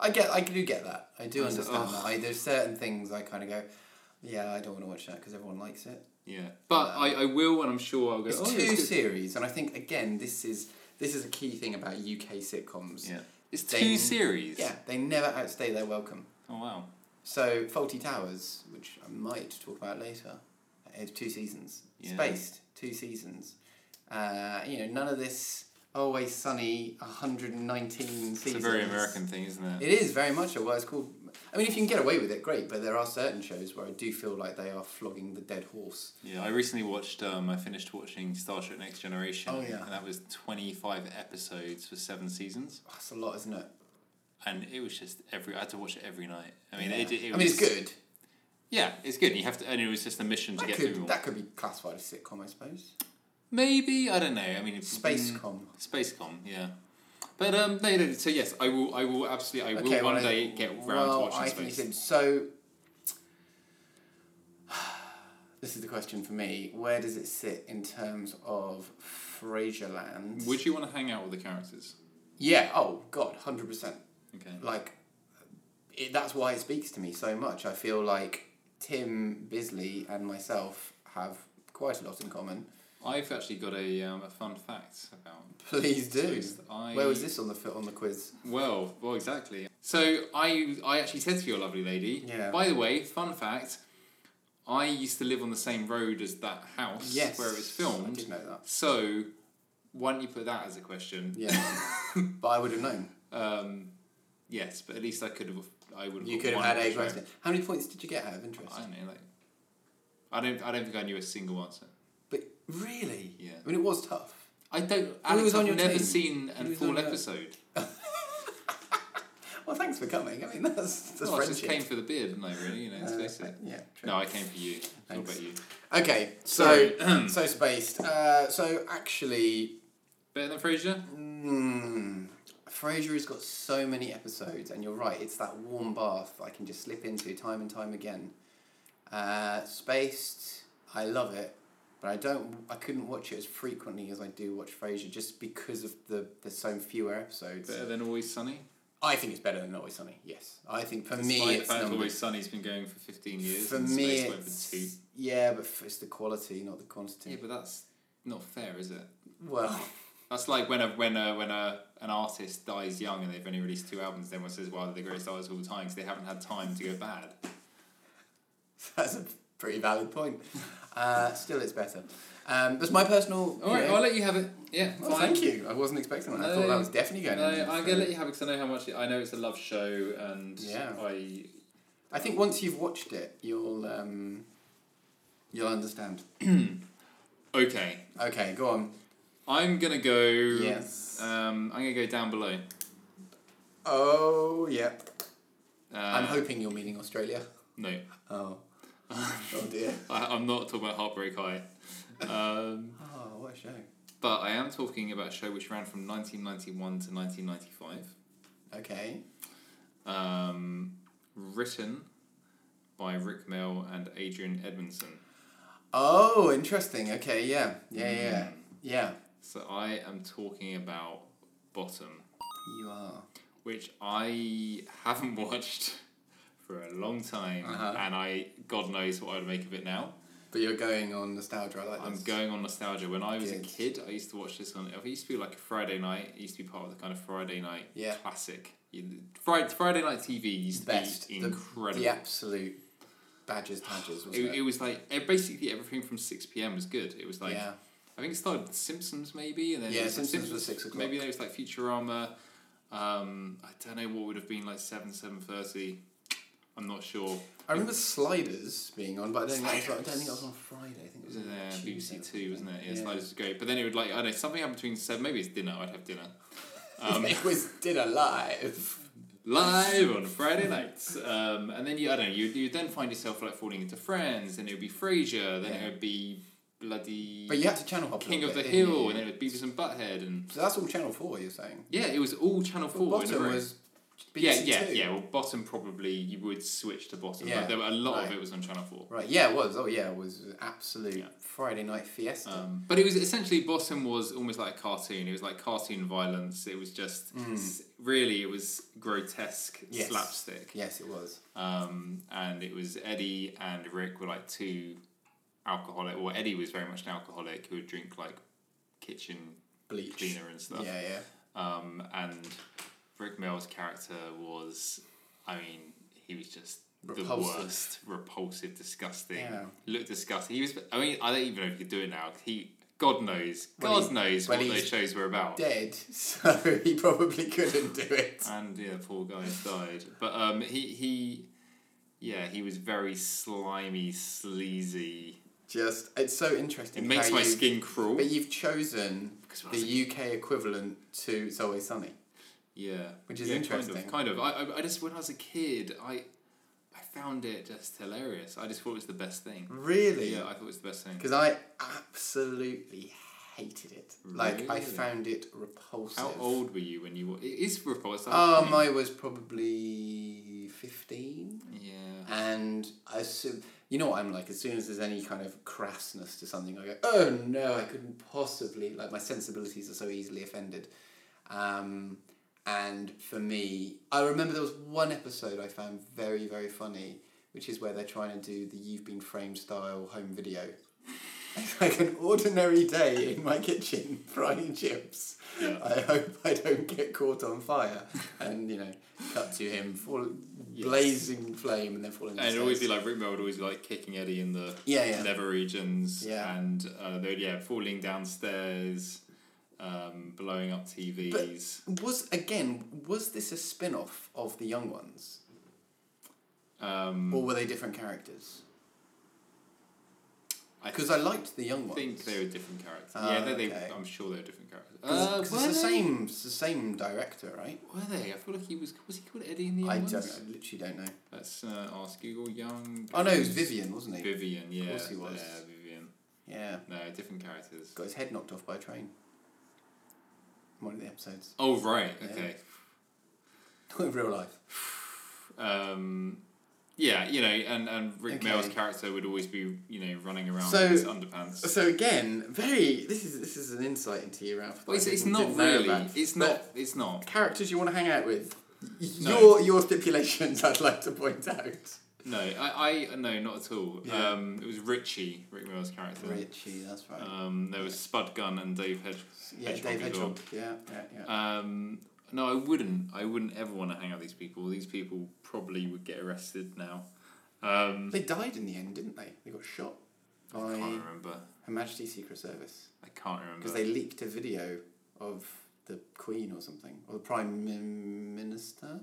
A: I get, I do get that. I do
B: I was like,
A: understand
B: "Ugh."
A: that. I, there's certain things I kind of go, yeah, I don't want to watch that because everyone likes it.
B: yeah. But I, I will, and I'm sure I'll go.
A: It's
B: "Oh,
A: two
B: yeah, it's good."
A: series, and I think again this is this is a key thing about UK sitcoms.
B: Yeah, it's
A: They-
B: two series.
A: Yeah, they never outstay their welcome.
B: Oh wow.
A: So Faulty Towers, which I might talk about later, is two seasons.
B: Yeah.
A: Spaced, two seasons. Uh, you know, none of this always sunny 119 seasons.
B: It's a very American thing, isn't it?
A: It is very much a well. It's called. I mean, if you can get away with it, great. But there are certain shows where I do feel like they are flogging the dead horse.
B: Yeah, I recently watched. Um, I finished watching Star Trek: Next Generation.
A: Oh, yeah.
B: and that was twenty five episodes for seven seasons,
A: That's a lot, isn't it?
B: and it was just every. I had to watch it every night. I mean,
A: Yeah.
B: it, it, it
A: I mean, it's
B: was-
A: good.
B: Yeah, it's good. You have to, and it was just a mission to
A: That
B: get
A: could,
B: through. All.
A: that could be classified as sitcom, I suppose.
B: Maybe I don't know. I mean, it's
A: Space
B: Mm,
A: com.
B: Spacecom, yeah. But um, no, no, so yes, I will. I will absolutely. I will one
A: well,
B: day get round
A: well,
B: to watching
A: I think
B: Space.
A: it's- so. This is the question for me. Where does it sit in terms of Fraserland?
B: Would you want to hang out with the characters?
A: yeah. Oh God, hundred percent.
B: Okay.
A: Like, it, that's why it speaks to me so much. I feel like Tim Bisley and myself have quite a lot in common.
B: I've actually got a, um, a fun fact about.
A: Please do.
B: Space. I-
A: Where was this on the fi- on the quiz?
B: Well, well, exactly. So I, I actually said to your lovely lady.
A: Yeah.
B: By the way, fun fact, I used to live on the same road as that house
A: Yes.
B: where it was
A: I
B: filmed.
A: did know that.
B: So, why don't you put that as a question?
A: Yeah, but I would have known.
B: Um, yes, but at least I could have. I would.
A: You
B: got
A: could have
B: one
A: had a
B: question.
A: question. How many points did you get out of interest?
B: I don't know. Like, I don't. I don't think I knew a single answer.
A: But really,
B: Yeah.
A: I mean, it was tough.
B: I don't. Alex,
A: was on
B: I've
A: your
B: never
A: team?
B: seen
A: Who
B: a
A: was on
B: full
A: your-
B: episode.
A: Well, thanks for coming. I mean, that's that's
B: Well, I just
A: friendship.
B: came for the beard, didn't I? Really, you know. Let's
A: Uh,
B: face it.
A: yeah. True.
B: No, I came for you. What
A: Thanks.
B: about you?
A: Okay, so so spaced. Uh, so actually,
B: Better than Frasier?
A: mm, Frasier has got so many episodes, and you're right. It's that warm bath I can just slip into time and time again. Uh, spaced, I love it, but I don't. I couldn't watch it as frequently as I do watch Frasier, just because of the there's so fewer episodes.
B: Better than Always Sunny?
A: I think it's better than Always Sunny. Yes, I think for
B: Despite
A: me
B: the
A: it's
B: fact
A: number
B: Always Sunny's been going for 15 years
A: For
B: and
A: me,
B: Space went
A: it's-
B: for two.
A: yeah, but f- it's the quality, not the quantity.
B: Yeah, but that's not fair, is it?
A: Well,
B: That's like when a when a when a an artist dies young and they've only released two albums. Then everyone says, "Wow, they're the greatest artists of all time," because they haven't had time to go bad.
A: that's a pretty valid point. Uh, still, it's better. Um, that's my personal.
B: All right,
A: you know-
B: I'll let you have it. Yeah,
A: Well, thank you. I wasn't expecting that. I thought
B: No,
A: that was definitely going.
B: Uh, No,
A: in there,
B: I'm gonna
A: so-
B: let you have it because I know how much I know it's a love show, and
A: Yeah.
B: I
A: I think once you've watched it, you'll um, you'll understand.
B: okay.
A: Okay, go on.
B: I'm gonna go.
A: Yes.
B: Um, I'm gonna go down below.
A: Oh, yeah.
B: Uh,
A: I'm hoping you're meaning Australia.
B: No,
A: Oh. oh dear.
B: I, I'm not talking about Heartbreak High. Um,
A: Oh, what a show.
B: but I am talking about a show which ran from 1991 to 1995.
A: Okay.
B: Um, written by Rick Mail and Adrian Edmondson.
A: Oh, interesting. Okay, yeah. Yeah, yeah, yeah.
B: Mm.
A: Yeah,
B: So I am talking about Bottom,
A: you are.
B: which I haven't watched for a long time,
A: Uh-huh.
B: and I God knows what I'd make of it now.
A: But you're going on nostalgia. I like
B: I'm
A: this.
B: going on nostalgia. When I was a
A: Good.
B: kid, I used to watch this on. It used to be like a Friday night. It used to be part of the kind of Friday night
A: Yeah.
B: classic. You- Friday Friday night TV used to
A: Best.
B: be
A: The-
B: incredible.
A: The absolute badges, badges, wasn't
B: It,
A: it?
B: it was like e- basically everything from six pm was good. It was like
A: yeah.
B: I think it started with Simpsons maybe, and then it
A: Yeah,
B: was like
A: Simpsons was six o'clock.
B: Maybe there was like Futurama. Um, I don't know what would have been like seven seven thirty. I'm not sure.
A: I remember Sliders being on, but I don't, think that was, I don't
B: Sliders.
A: think that was on Friday. I think it
B: It
A: was
B: was
A: on
B: uh,
A: Tuesday or
B: BBC Two, wasn't it?
A: something.
B: Yeah, Sliders was great. But then it would like I don't know something happened between seven. Maybe it's dinner. I'd have dinner. Um,
A: it was Dinner Live.
B: live on Friday nights. Um, and then you, I don't know, you you then find yourself like falling into Friends, then it would be Frasier, then
A: Yeah.
B: it would be bloody
A: But you had to channel hop. a
B: King
A: little
B: of the
A: bit, didn't
B: Hill,
A: you?
B: and then it would be Beavis and Butthead, and
A: So that's all Channel 4, you're saying?
B: yeah, it was all Channel
A: But
B: Four. in a
A: Bottom
B: row.
A: was BBC
B: yeah, yeah,
A: Two.
B: yeah. Well, bottom probably you would switch to bottom.
A: Yeah,
B: but there were a lot of
A: right.
B: it was on Channel Four.
A: Right, yeah, it was. Oh, yeah, it was absolute
B: Yeah.
A: Friday night fiesta.
B: Um, but it was essentially Bottom was almost like a cartoon. It was like cartoon violence. It was just s- really it was grotesque
A: Hmm. Yes.
B: slapstick.
A: yes, it was.
B: Um, and it was Eddie and Rick were like two alcoholic. Well, Eddie was very much an alcoholic who would drink like kitchen
A: Bleach.
B: cleaner and stuff.
A: Yeah, yeah.
B: Um, and Rick Mail's character was, I mean, he was just
A: Repulsive.
B: the worst, repulsive, disgusting.
A: Yeah.
B: Looked disgusting. He was. I mean, I don't even know if he could do it now. He, God knows,
A: Well,
B: God
A: he-
B: knows
A: well,
B: what
A: he's
B: those shows were about.
A: Dead, so he probably couldn't do it.
B: And yeah, poor guys died. But um, he he, yeah, he was very slimy, sleazy.
A: Just, it's so
B: It
A: interesting.
B: makes
A: how
B: my
A: you-
B: skin crawl.
A: But you've chosen
B: Because when I was
A: the UK equivalent to It's Always Sunny.
B: Yeah,
A: Which is
B: Yeah,
A: interesting.
B: Kind of, kind of. I, I, I just when I was a kid, I, I found it just hilarious. I just thought it was the best thing.
A: Really?
B: Yeah, I thought it was the best thing.
A: Because I absolutely hated it. Like, I
B: Really?
A: found it repulsive.
B: How old were you when you? wa- It is repulsive.
A: Oh, my was probably 15.
B: Yeah.
A: And as soon, you know what I'm like, as soon as there's any kind of crassness to something, I go, oh no, I couldn't possibly, like my sensibilities are so easily offended. Um, and for me, I remember there was one episode I found very, very funny, which is where they're trying to do the You've Been Framed style home video. It's like an ordinary day in my kitchen frying chips.
B: Yeah.
A: I hope I don't get caught on fire. And, you know, cut to him fall,
B: Yes.
A: blazing flame and then falling
B: And it'd always be like Rick Mel would always be like kicking Eddie in the
A: Yeah, yeah.
B: nether regions.
A: Yeah.
B: And uh, they would yeah falling downstairs, um, blowing up TVs.
A: Was, again, was this a spin off of The Young Ones?
B: um,
A: Or were they different characters?
B: I
A: Because I liked The Young Ones.
B: think they were different characters.
A: Ah,
B: yeah, they,
A: okay.
B: they, I'm sure they were different characters. Uh,
A: Because
B: were
A: it's, the
B: they?
A: same, it's the same director, right?
B: Were they? I feel like he was. Was he called Eddie in the
A: I
B: end?
A: don't, I literally don't know.
B: Let's uh, ask Google. Young.
A: Oh no, it was Vivian, wasn't he?
B: Vivian, yeah.
A: course he was.
B: Yeah, Vivian.
A: Yeah.
B: No, different characters.
A: Got his head knocked off by a train. In One of the episodes.
B: Oh, right,
A: Yeah.
B: okay.
A: Not in real life.
B: Um, yeah, you know, and, and Rick
A: Okay.
B: Mail's character would always be, you know, running around
A: So-
B: in his underpants.
A: So again, very this is this is an insight into you, Ralph. that
B: Well, it's,
A: I
B: it's
A: didn't-
B: not
A: didn't know
B: really.
A: about.
B: It's
A: But
B: not. It's not.
A: characters you want to hang out with.
B: No.
A: Your your stipulations I'd like to point out.
B: No, I, I no, not at all.
A: Yeah.
B: Um, it was Richie, Rick Mail's character.
A: Richie, that's right.
B: Um, there was Spud Gunn and Dave Hedge.
A: yeah,
B: Hedgehog
A: Dave
B: as well.
A: Hedgehog. Yeah, yeah, yeah.
B: Um, no, I wouldn't. I wouldn't ever want to hang out with these people. These people probably would get arrested now. Um,
A: they died in the end, didn't they? They got shot by
B: I can't
A: Her
B: remember.
A: Majesty's Secret Service
B: I can't remember.
A: because they leaked a video of the Queen or something or the Prime Min- Minister.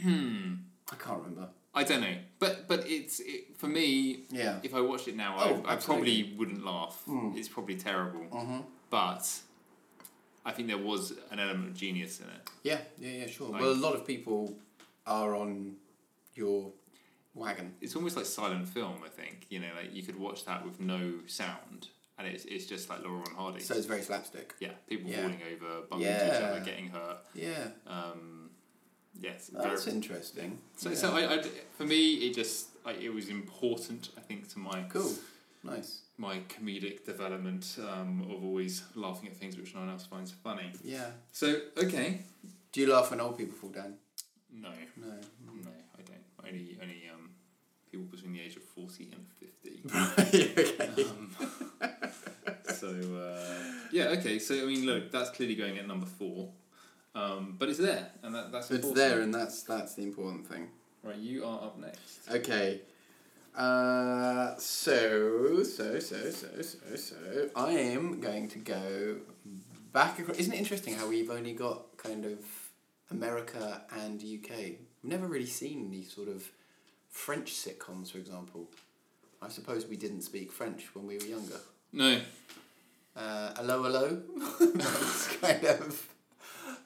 B: Hmm.
A: I can't remember.
B: I don't know. But but it's it, for me.
A: Yeah.
B: If I watched it now,
A: Oh,
B: I, I
A: absolutely. Hmm.
B: probably wouldn't laugh. It's probably terrible.
A: Mhm.
B: But I think there was an element of genius in it.
A: Yeah, yeah, yeah, sure.
B: Like-
A: well, a lot of people are on your wagon.
B: It's almost like silent film. I think you know, like you could watch that with no sound, and it's, it's just like Laurel and Hardy.
A: So it's very slapstick.
B: yeah, people
A: Yeah.
B: falling over, bumping into each other,
A: Yeah.
B: getting hurt.
A: Yeah,
B: Um, yes, very-
A: that's interesting.
B: so
A: yeah.
B: so I, I for me it just I, it was important I think to my
A: cool, nice.
B: my comedic development um, of always laughing at things which no one else finds funny.
A: Yeah.
B: So okay,
A: Do you laugh when old people fall down?
B: no,
A: No.
B: no, I don't. Only only um, people between the age of forty and fifty.
A: okay.
B: Um, so uh, yeah, okay. So I mean, look, that's clearly going at number four, um, but it's there, and that, that's
A: So it's
B: important.
A: there, and that's that's the important thing.
B: Right, you are up next.
A: Okay. Uh, so so so so so so I am going to go back across. Isn't it interesting how we've only got kind of America and UK? We've never really seen these sort of French sitcoms, for example. I suppose we didn't speak French when we were younger.
B: No,
A: Uh, hello, hello. That's kind of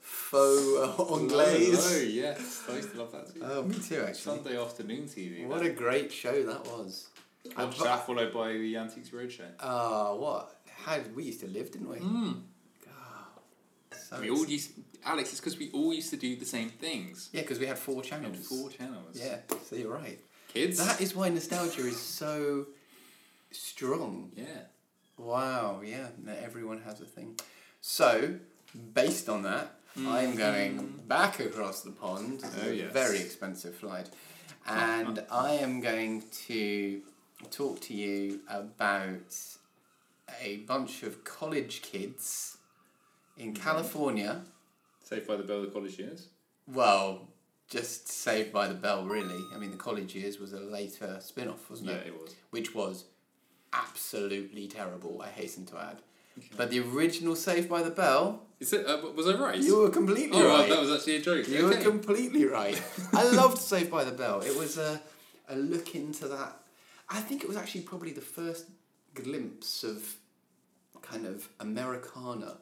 A: faux
B: Oh,
A: anglais.
B: yes, I used to love that too.
A: Oh, me too, actually.
B: Sunday afternoon TV.
A: What a great show that was.
B: that. Watched that followed by the Antiques Roadshow.
A: Oh, what? How did we used to live, didn't we? God. So
B: Mm. We all
A: ex-
B: used, Alex. It's because we all used to do the same things.
A: yeah, because we had four
B: We had
A: channels.
B: four channels.
A: Yeah, so you're right.
B: Kids.
A: That is why nostalgia is so strong.
B: yeah.
A: Wow, yeah, no, everyone has a thing. So, based on that, I'm going back across the pond.
B: Mm-hmm. Oh, yes.
A: Very expensive flight. And I am going to talk to you about a bunch of college kids in
B: Mm-hmm.
A: California.
B: Saved by the Bell, the college years.
A: Well, just Saved by the Bell, really. I mean, the college years was a later spin off, wasn't
B: Yeah,
A: it?
B: it was.
A: which was absolutely terrible, I hasten to add. But the original Saved by the Bell,
B: Is it? Uh, was I right?
A: you were completely
B: oh,
A: right.
B: that was actually a joke.
A: you
B: okay.
A: were completely right. I loved Saved by the Bell. It was a, a look into that. I think it was actually probably the first glimpse of kind of Americana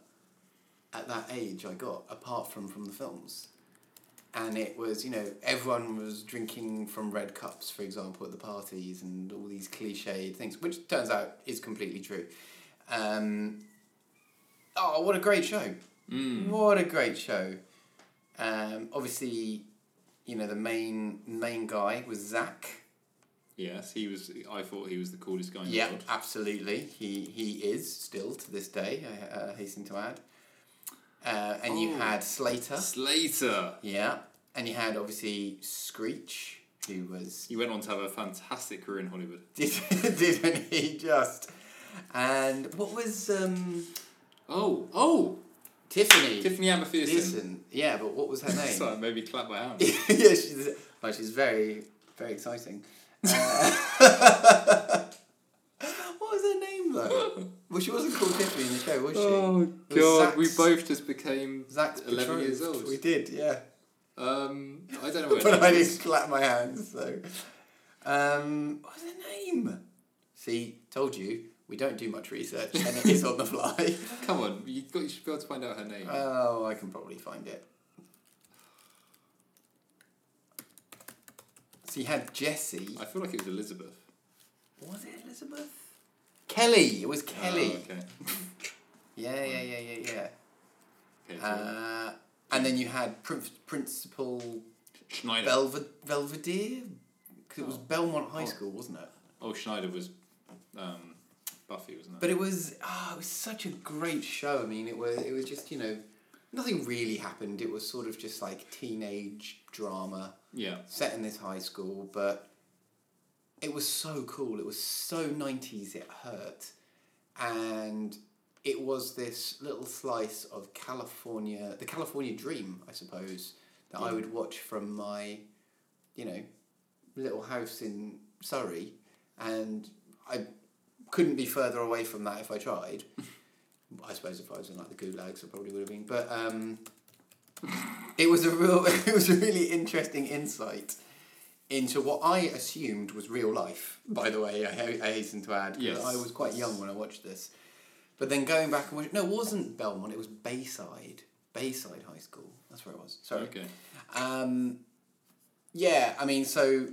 A: at that age I got, apart from from the films. And it was, you know, everyone was drinking from red cups, for example, at the parties and all these cliched things, which turns out is completely true. Um, oh, what a great show! What a great show! Um, obviously, you know, the main main guy was Zach.
B: Yes, he was. I thought he was the coolest guy in
A: Yeah,
B: the world.
A: absolutely. He he is still to this day. I uh, hasten to add. Uh, and you
B: Oh.
A: had Slater.
B: Slater.
A: Yeah, and you had obviously Screech, who was
B: He went on to have a fantastic career in Hollywood.
A: did didn't he just? And what was um,
B: Oh, oh,
A: Tiffany?
B: Tiffany Amber Thiessen.
A: Thiessen. Yeah, but what was her name?
B: Sorry, maybe clap my hand.
A: yeah, she's well, she's very very exciting. Uh, what was her name though? Well, she wasn't called Tiffany in the show, was she? It was
B: God, we
A: Zach's-
B: both just became
A: Zach's
B: Oh. eleven
A: betrothed.
B: years old.
A: We did, yeah.
B: Um, I don't know. Where
A: but I
B: it
A: didn't
B: is.
A: clap my hands. So, um, what's her name? See, told you we don't do much research, and it is on the fly.
B: Come on, you got you should be able to find out her name.
A: Oh, I can probably find it. So you had Jessie.
B: I feel like it was Elizabeth.
A: Was it Elizabeth? Kelly. It was Kelly.
B: Oh, okay.
A: Yeah, yeah, yeah, yeah, yeah.
B: okay so
A: Uh, and then you had Prin- Principal
B: Schneider.
A: Belved- Belvedere? Because it was
B: Oh.
A: Belmont High
B: Oh.
A: School, wasn't it?
B: oh, Schneider was um, Buffy, wasn't it?
A: But it was ah, it was such a great show. I mean, it was it was just you know, nothing really happened. It was sort of just like teenage drama
B: yeah.
A: set in this high school, but it was so cool. It was so nineties. It hurt, and it was this little slice of California, the California dream, I suppose, that I
B: Yeah.
A: would watch from my, you know, little house in Surrey, and I couldn't be further away from that if I tried. I suppose if I was in like the gulags, I probably would have been. But um, it was a real, it was a really interesting insight into what I assumed was real life. By the way, I, ha- I hasten to add, 'cause
B: Yes.
A: I was quite young when I watched this. But then going back and watching, no, it wasn't Belmont. It was Bayside, Bayside High School. That's where it was. Sorry.
B: Okay.
A: Um, yeah, I mean, so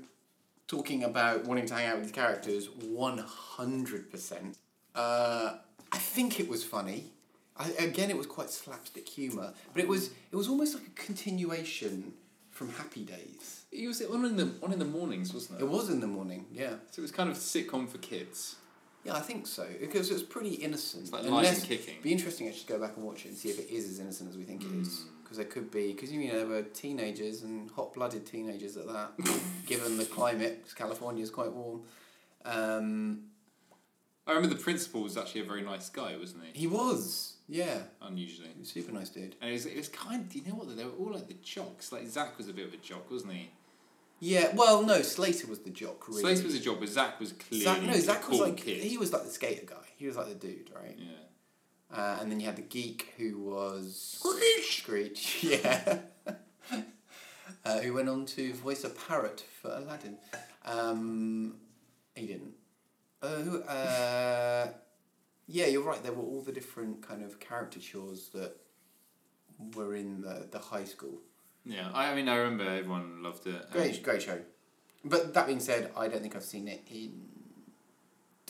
A: talking about wanting to hang out with these characters, one hundred percent. Uh, I think it was funny. I, again, it was quite slapstick humor, but it was it was almost like a continuation from Happy Days.
B: It was on in the on in the mornings, wasn't
A: It
B: it?
A: was in the morning, yeah,
B: So it was kind of sitcom for kids.
A: yeah, I think so because it was pretty innocent.
B: It's like lies
A: Unless,
B: and kicking.
A: It'd be interesting actually to go back and watch it and see if it is as innocent as we think it is.
B: Hmm.
A: Because there could be, because you know, there were teenagers and hot blooded teenagers at that, given the climate, 'cause California's quite warm. Um,
B: I remember the principal was actually a very nice guy, wasn't he?
A: he was, yeah.
B: Unusually.
A: He was a super nice dude.
B: And it was, it was kind do you know what, though? they were all like the jocks. Like, Zach was a bit of a jock, wasn't he?
A: Yeah, well, no, Slater was the jock, really.
B: Slater was a jock, but Zach was clearly
A: Zach, no,
B: the
A: Zach was
B: cool
A: like,
B: kid.
A: he was like the skater guy. He was like the dude, right?
B: Yeah.
A: Uh, and then you had the geek who was Screech, yeah. uh, who went on to voice a parrot for Aladdin. Um, he didn't. Uh, who, uh, yeah, you're right. There were all the different kind of caricatures that were in the, the high school.
B: Yeah, I, I mean, I remember everyone loved it. and-
A: Great, great show. But that being said, I don't think I've seen it in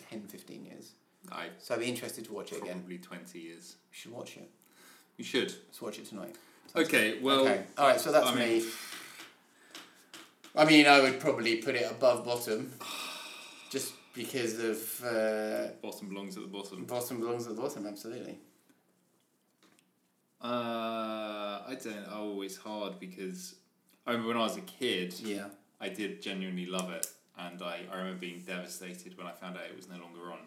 A: 10, 15 years.
B: I
A: So I'd be interested to watch it again.
B: probably 20 years.
A: We should watch it.
B: You should.
A: Let's watch it tonight. Sounds
B: Okay, well.
A: okay. All right. So that's
B: I mean-
A: me. I mean, I would probably put it above bottom, just because of uh,
B: Bottom belongs at the bottom.
A: bottom belongs at the bottom. Absolutely.
B: Uh, I don't. Oh, it's hard because I remember when I was a kid,
A: Yeah.
B: I did genuinely love it, and I, I remember being devastated when I found out it was no longer on.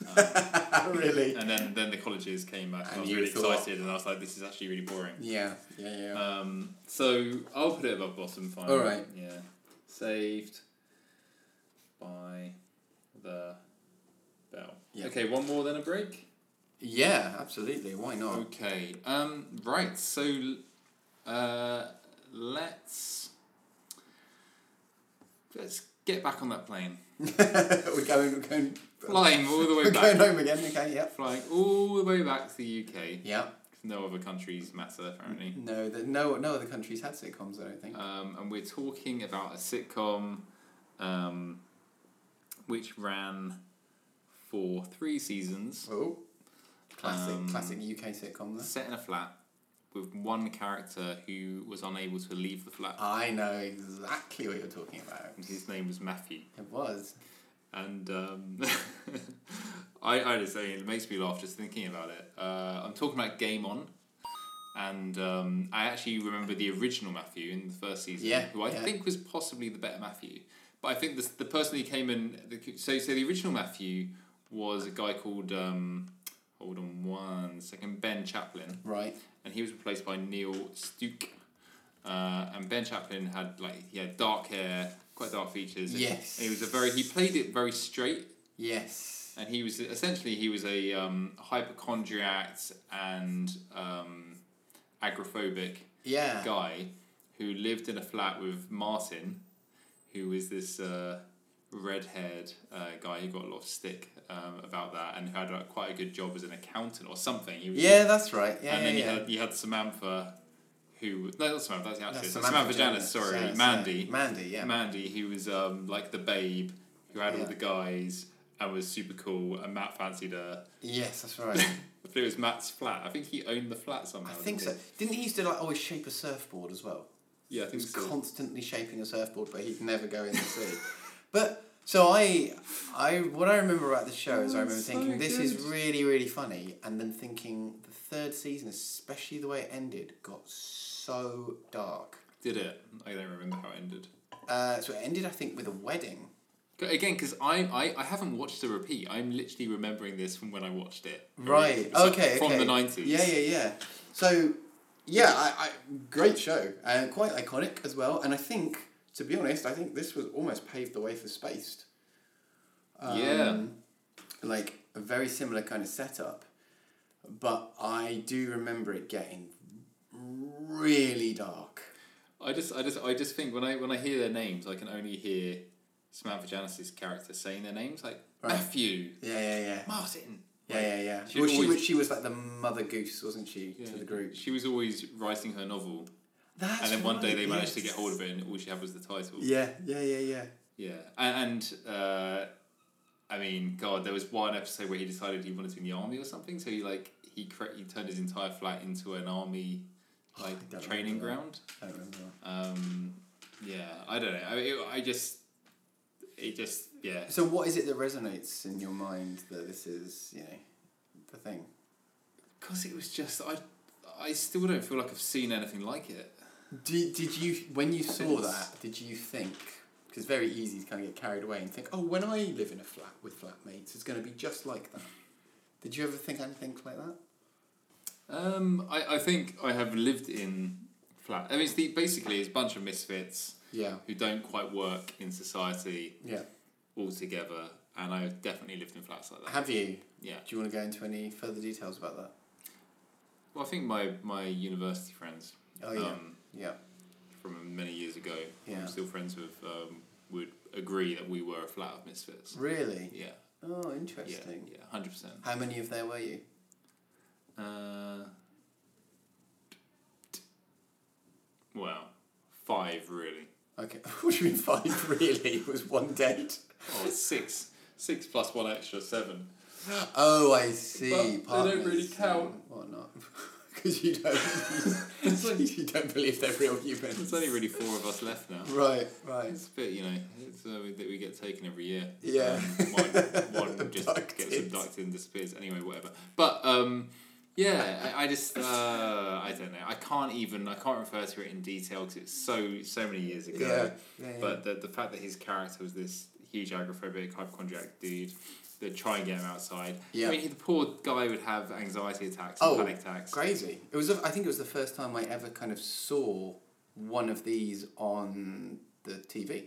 A: really.
B: And then then the colleges came back, and,
A: And
B: I was
A: you
B: really
A: thought-
B: excited, and I was like, this is actually really boring.
A: Yeah. Yeah. Yeah.
B: Um, so I'll put it above bottom. Finally.
A: All right.
B: Yeah. Saved by the bell.
A: Yeah.
B: Okay, one more then a break.
A: yeah. Absolutely. Why not?
B: Okay. Um. Right. So, uh, let's let's get back on that plane.
A: we're going. We're going.
B: Flying all the way
A: We're going
B: back.
A: home again. Okay. Yep.
B: Flying all the way back to the UK.
A: Yeah.
B: No other countries matter apparently.
A: No. The, no. No other countries had sitcoms. I don't think.
B: Um, and we're talking about a sitcom, um, which ran for three seasons,
A: Oh. Classic.
B: Um,
A: classic UK sitcom. There.
B: set in a flat with one character who was unable to leave the flat.
A: I know exactly what you're talking about.
B: and His name was Matthew.
A: It was.
B: and um, I, I just say it makes me laugh just thinking about it. Uh, I'm talking about Game On, and um, I actually remember the original Matthew in the first season,
A: Yeah,
B: who I
A: yeah.
B: think was possibly the better Matthew. But I think the the person who came in, the, so so the original Matthew was a guy called um, hold on one second, Ben Chaplin
A: Right.
B: and he was replaced by Neil Stuke. Uh, and Ben Chaplin had like he had dark hair, quite dark features. and-
A: Yes.
B: and he was a very he played it very straight,
A: Yes.
B: and he was essentially he was a um, hypochondriac and um, agoraphobic
A: Yeah.
B: guy who lived in a flat with Martin, who was this uh, red-haired uh, guy who got a lot of stick um, about that and who had like, quite a good job as an accountant or something. He was
A: Yeah, that's right. Yeah,
B: and then
A: yeah,
B: you
A: yeah.
B: had you had Samantha, who no, not Samantha, that's the actress.
A: That's
B: Samantha, Janice, sorry,
A: Janice,
B: Mandy,
A: yeah. Mandy, yeah.
B: Mandy, who was um like the babe, who had all
A: Yeah.
B: the guys and was super cool, and Matt fancied her.
A: yes, that's right.
B: But it was Matt's flat. I think he owned the flat somehow.
A: I think so.
B: didn't
A: Didn't he used to like always shape a surfboard as well?
B: he? Yeah, I
A: He
B: think
A: was
B: so.
A: constantly shaping a surfboard, but he'd never go in the sea. But so I, I what I remember about the show is I
B: Oh,
A: remember
B: it's so
A: thinking this is
B: good."
A: really really funny, and then thinking the third season, especially the way it ended, got so dark.
B: Did it? I don't remember how it ended.
A: Uh, so it ended, I think, with a wedding.
B: Go- Again, because I, I, I haven't watched the repeat. I'm literally remembering this from when I watched it.
A: Right.
B: So,
A: okay.
B: From
A: okay.
B: the nineties.
A: Yeah, yeah, yeah. So, yeah, I, I great show and quite iconic as well. And I think, to be honest, I think this was almost paved the way for Spaced.
B: Yeah.
A: Um, Like a very similar kind of setup, but I do remember it getting really dark.
B: I just, I just, I just think when I when I hear their names, I can only hear Samantha Janice's character saying their names, like
A: Right.
B: Matthew,
A: Yeah, yeah, yeah.
B: Martin.
A: Yeah, yeah, yeah.
B: She'd
A: well, she,
B: always-
A: was, she was like the mother goose, wasn't she, to the group?
B: She was always writing her novel,
A: That's
B: and then one day
A: right,
B: they managed to
A: yes.
B: get hold of it, and all she had was the title.
A: Yeah, yeah, yeah, yeah.
B: Yeah, A- and, uh, I mean, God, there was one episode where he decided he wanted to be in the army or something. So he like he cre- he turned his entire flat into an army
A: I
B: like
A: don't
B: training
A: remember
B: ground.
A: I don't remember.
B: Um, yeah, I don't know. I, it, I just it just yeah.
A: So what is it that resonates in your mind that this is, you know, the thing?
B: Because it was just I I still don't feel like I've seen anything like it.
A: Did, did you when you saw
B: It's-
A: that? Did you think? Because it's very easy to kind of get carried away and think, oh, when I live in a flat with flatmates, it's going to be just like that. Did you ever think anything like that?
B: Um, I, I think I have lived in flat. I mean, it's the, basically it's a bunch of misfits
A: Yeah,
B: who don't quite work in society
A: yeah.
B: altogether, and I've definitely lived in flats like that.
A: Have you?
B: Yeah.
A: Do you want to go into any further details about that?
B: Well, I think my my university friends.
A: Oh yeah,
B: Um,
A: yeah,
B: from many years ago.
A: Yeah.
B: I'm still friends with. Um, would agree that we were a flat of misfits.
A: really.
B: Yeah.
A: Oh,
B: Yeah.
A: Mm. interesting.
B: Yeah. Hundred percent.
A: How many of there were you?
B: Uh, well, five really.
A: Okay, what do you mean five? Really, it was one date.
B: Oh, it's six. Six plus one extra, seven.
A: Oh, I see.
B: But they don't
A: Partners
B: really
A: and
B: count.
A: whatnot. Because you don't, you don't believe they're real humans.
B: There's only really four of us left now.
A: Right, right.
B: It's a bit, you know, it's uh, that we get taken every year.
A: Yeah.
B: Um, one, one just gets
A: Abducted.
B: abducted and disappears. Anyway, whatever. But um, yeah, I, I just uh, I don't know. I can't even I can't refer to it in detail because it's so so many years ago.
A: Yeah, yeah, yeah.
B: But the the fact that his character was this huge agoraphobic hypochondriac dude. That try and get him outside.
A: Yeah.
B: I mean, the poor guy would have anxiety attacks, and
A: Oh,
B: panic attacks.
A: Crazy. It was. the- I think it was the first time I ever kind of saw one of these on the TV.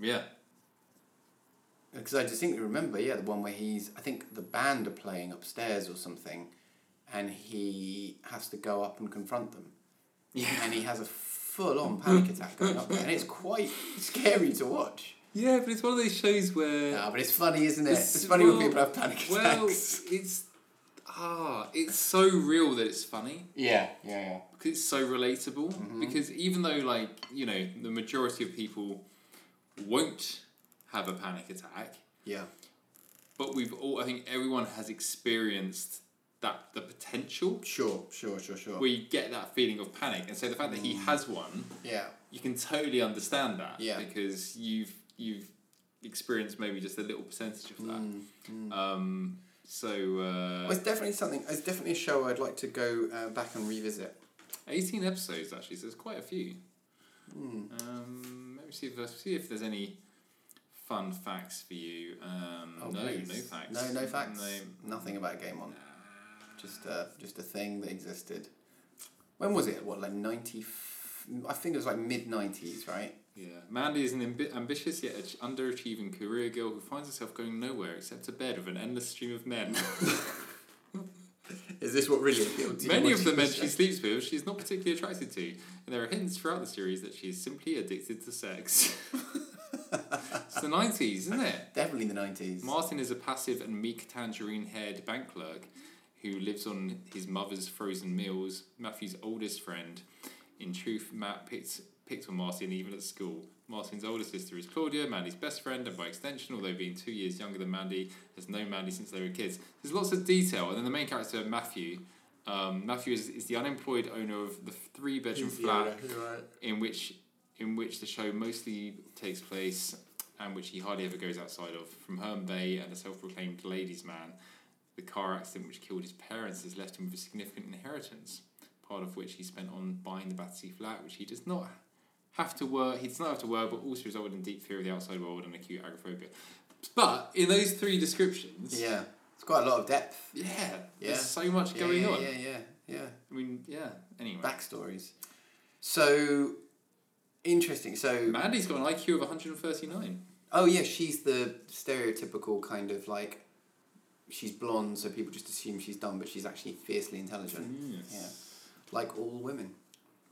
B: Yeah,
A: Because I distinctly remember, yeah, the one where he's. I think the band are playing upstairs or something, and he has to go up and confront them.
B: yeah,
A: And he has a full-on panic attack going up there, and it's quite scary to watch.
B: yeah. But it's one of those shows where
A: No, but it's funny, isn't it? It's,
B: It's-
A: funny when
B: well-
A: people have panic attacks.
B: Well, it's ah, it's so real that it's funny
A: yeah, yeah, yeah.
B: because it's so relatable.
A: Mm-hmm.
B: Because even though, like you know, the majority of people won't have a panic attack,
A: Yeah.
B: but we've all, I think, everyone has experienced that the potential
A: Sure, sure, sure, sure.
B: where you get that feeling of panic, and so the fact that
A: Mm.
B: he has one,
A: yeah.
B: you can totally understand that.
A: Yeah.
B: because you've you've experienced maybe just a little percentage of that. Um, so uh,
A: Mm, Well, it's definitely something. It's definitely a show I'd like to go uh, back and revisit.
B: 18 episodes actually, so there's quite a few.
A: Hmm.
B: Um, let me see if, there's- see if there's any fun facts for you. Um,
A: Oh,
B: no,
A: please.
B: no facts.
A: No, no facts.
B: No.
A: Nothing about Game On. Just a just a thing that existed. When was it? What like ninety? F- I think it was like mid nineties, right?
B: Yeah. Mandy is an ambi- ambitious yet ach- underachieving career girl who finds herself going nowhere except to bed with an endless stream of men.
A: Is this what really appealed to you?
B: Many
A: What
B: of
A: did
B: the men
A: you
B: she
A: say?
B: sleeps with she's not particularly attracted to, and there are hints throughout the series that she is simply addicted to sex. it's the 90s, isn't it?
A: Definitely the nineties.
B: Martin is a passive and meek tangerine haired bank clerk who lives on his mother's frozen meals, Matthew's oldest friend. In truth, Matt picks, picks on Martin even at school. Martin's older sister is Claudia, Mandy's best friend, and by extension, although being two years younger than Mandy, has known Mandy since they were kids. There's lots of detail, and then the main character, Matthew. Um, Matthew is, is the unemployed owner of the three bedroom flat in which in which the show mostly takes place and which he hardly ever goes outside of. From Herne Bay and a self-proclaimed ladies' man, the car accident which killed his parents has left him with a significant inheritance, part of which he spent on buying the Battersea flat, which he does not have to work. He does not have to work, but also resulted in deep fear of the outside world and acute agoraphobia. But in those three descriptions,
A: Yeah, it's quite a lot of depth.
B: yeah,
A: Yeah.
B: there's so much
A: Yeah,
B: going
A: yeah,
B: on.
A: Yeah, yeah, yeah.
B: I mean, yeah. Anyway,
A: Backstories. So interesting. So
B: Mandy's got an IQ of 139.
A: Oh yeah, she's the stereotypical kind of like she's blonde, so people just assume she's dumb, but she's actually fiercely intelligent. Yeah. Like all women.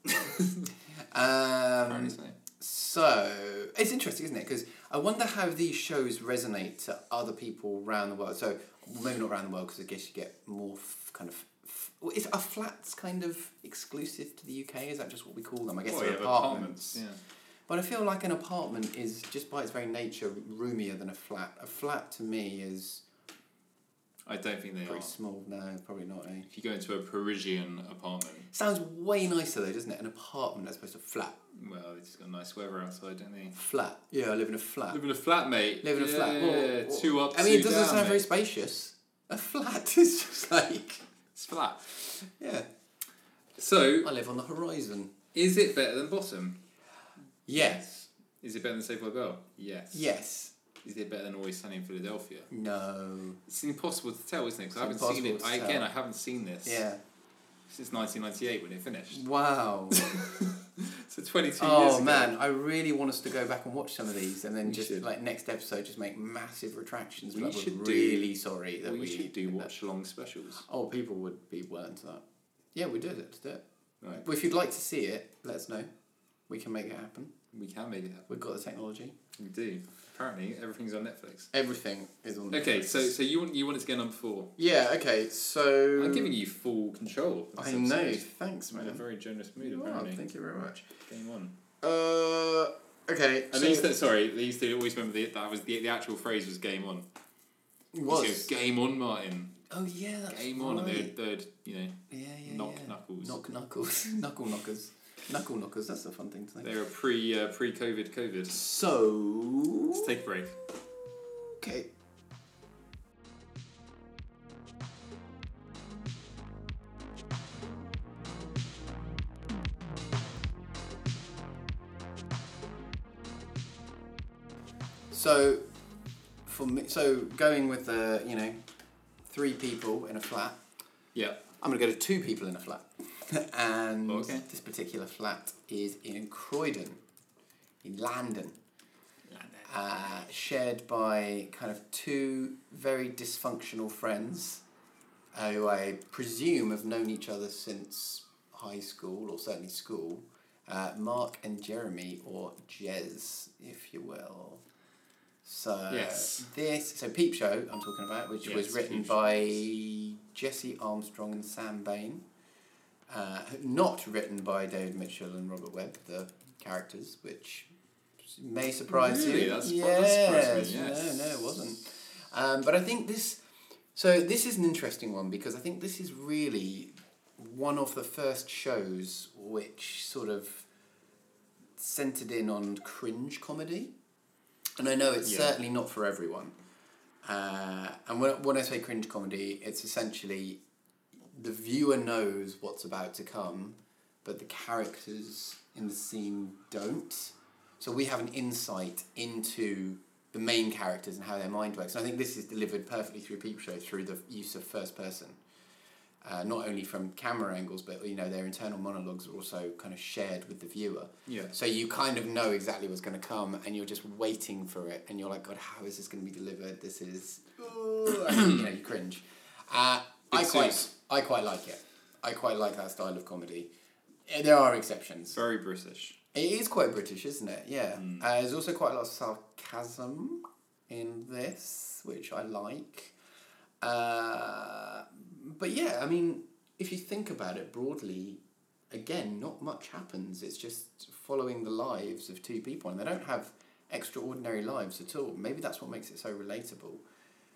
A: um,
B: Apparently so.
A: so it's interesting, isn't it? Because I wonder how these shows resonate to other people around the world. So well, maybe not around the world, because I guess you get more f- kind of. F- well, is are flats kind of exclusive to the UK? Is that just what we call them? I guess
B: Well,
A: they're
B: yeah, but
A: apartments.
B: Yeah.
A: But I feel like an apartment is just by its very nature roomier than a flat. A flat to me is
B: I don't think they are.
A: pretty small. No, probably not. Eh?
B: If you go into a Parisian apartment,
A: Sounds way nicer though, doesn't it? An apartment as opposed to a flat.
B: well, it's got nice weather outside, don't they?
A: Flat. Yeah, I live in a flat.
B: Live in a flat, mate.
A: Live in a flat. Well,
B: Yeah,
A: well,
B: two up.
A: I mean, it
B: two
A: doesn't
B: down,
A: sound very
B: mate.
A: spacious. A flat is just like
B: It's flat.
A: yeah.
B: So,
A: I live on the horizon.
B: is it better than bottom?
A: Yes.
B: Is it better than Saved by the Bell? Yes.
A: Yes.
B: Is it better than Always Sunny in Philadelphia?
A: No.
B: It's impossible to tell, isn't it? Because I haven't
A: It's
B: seen it.
A: impossible
B: I,
A: to
B: again,
A: tell.
B: I haven't seen this
A: Yeah.
B: since 1998 when it finished.
A: Wow.
B: So 22 years
A: oh
B: ago.
A: man, I really want us to go back and watch some of these, and then
B: We
A: just
B: should.
A: like next episode, just make massive retractions.
B: We
A: but we're
B: should do-
A: really sorry that
B: We,
A: we,
B: should do
A: did that.
B: watch along specials.
A: Oh, people would be well into that. Yeah, we did it. Let's do it.
B: Right.
A: Well, if you'd like to see it, let us know. We can make it happen.
B: We can make it happen.
A: We've got the technology.
B: We do. Apparently, everything's on Netflix.
A: Everything is on.
B: Okay,
A: Netflix.
B: so so you want you wanted to get number four.
A: yeah. Okay, so
B: I'm giving you full control. of
A: I
B: this
A: know.
B: episode.
A: Thanks,
B: I'm in a
A: man.
B: very generous mood,
A: You are,
B: apparently.
A: thank you very much.
B: Game on.
A: Uh, okay.
B: And they used to, sorry, they used to always remember the, that was the, the actual phrase was game on.
A: it
B: It was game on, Martin.
A: Oh yeah, that's
B: Game
A: right.
B: on, and they'd, they'd you know
A: Yeah, yeah,
B: knock
A: yeah.
B: knuckles.
A: Knock knuckles. Knuckle knockers. Knuckle knockers. That's a fun thing to think.
B: they were pre uh, pre COVID COVID.
A: So.
B: Let's take a break.
A: Okay. So, for me, so going with the you know, three people in a flat.
B: Yeah.
A: I'm gonna go to two people in a flat, and
B: Okay.
A: this particular flat is in Croydon, in London uh, shared by kind of two very dysfunctional friends uh, who I presume have known each other since high school or certainly school. Uh, Mark and Jeremy, or Jez, if you will. So
B: Yes.
A: this so Peep Show I'm talking about, which
B: Yes,
A: was written
B: Peep Show.
A: by Jesse Armstrong and Sam Bain. Uh, not written by David Mitchell and Robert Webb, the characters, which may surprise
B: Really?
A: you.
B: That's- that's
A: yes.
B: surprising, yes.
A: No, no, it wasn't. Um, but I think this. So this is an interesting one because I think this is really one of the first shows which sort of centered in on cringe comedy, and I know it's
B: Yeah.
A: certainly not for everyone. Uh, and when, when I say cringe comedy, it's essentially the viewer knows what's about to come, but the characters in the scene don't. So we have an insight into the main characters and how their mind works. And I think this is delivered perfectly through Peep Show through the use of first person. Uh, not only from camera angles, but you know their internal monologues are also kind of shared with the viewer.
B: Yeah.
A: So you kind of know exactly what's going to come, and you're just waiting for it, and you're like, God, how is this going to be delivered? This is, you know, you cringe. Uh, I
B: Big
A: quite,
B: Zeus.
A: I quite like it. I quite like that style of comedy. Eh, There are exceptions.
B: Very British.
A: It is quite British, isn't it? Yeah. Uh, there's also quite a lot of sarcasm in this, which I like. Uh, but yeah, I mean, if you think about it broadly, again, not much happens. It's just following the lives of two people, and they don't have extraordinary lives at all. Maybe that's what makes it so relatable.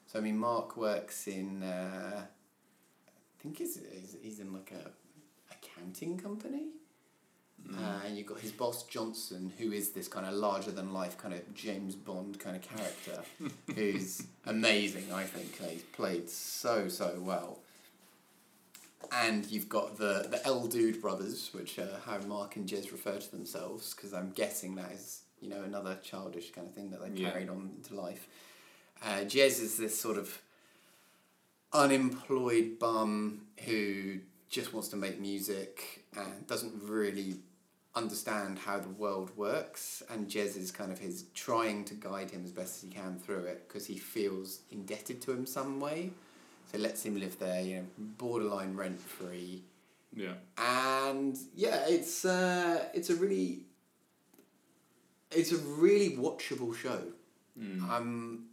A: So, I mean, Mark works in, uh, I think he's, he's- he's in like a accounting company. Uh, and you've got his boss Johnson, who is this kind of larger than life kind of James Bond kind of character, who's amazing. I think and he's played so so well. And you've got the the El Dude brothers, which are how Mark and Jez refer to themselves, because I'm guessing that is you know another childish kind of thing that they
B: Yeah.
A: carried on into life. Uh, Jez is this sort of unemployed bum who just wants to make music and doesn't really understand how the world works and Jez is kind of his trying to guide him as best as he can through it because he feels indebted to him some way so lets him live there you know borderline rent free
B: Yeah.
A: and yeah it's uh, it's a really it's a really watchable show um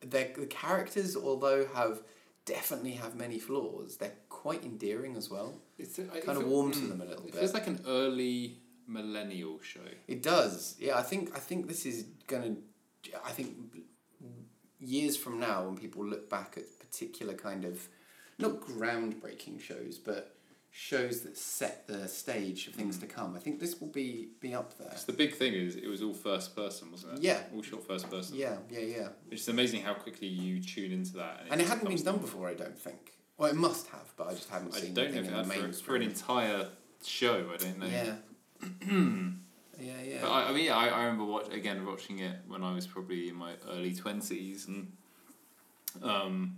A: their the characters although have definitely have many flaws they're quite endearing as well
B: It's, I,
A: kind of warm to them a little
B: It
A: bit
B: feels like an early millennial show.
A: It does. Yeah, I think I think this is gonna. I think years from now, when people look back at particular kind of not groundbreaking shows, but shows that set the stage of things to come, I think this will be be up there.
B: 'Cause the big thing is it was all first person, wasn't it?
A: Yeah.
B: All shot first person.
A: Yeah, yeah, yeah.
B: Which is amazing how quickly you tune into that.
A: And it
B: just
A: hadn't been
B: becomes-
A: done before, I don't think. Well, it must have, but I just haven't
B: I
A: seen
B: don't know
A: anything
B: if it
A: in the
B: had for, for an
A: mainstream.
B: entire show. I don't know.
A: Yeah. yeah, yeah.
B: But I, I mean, yeah, I, I remember watch again watching it when I was probably in my early twenties, and um,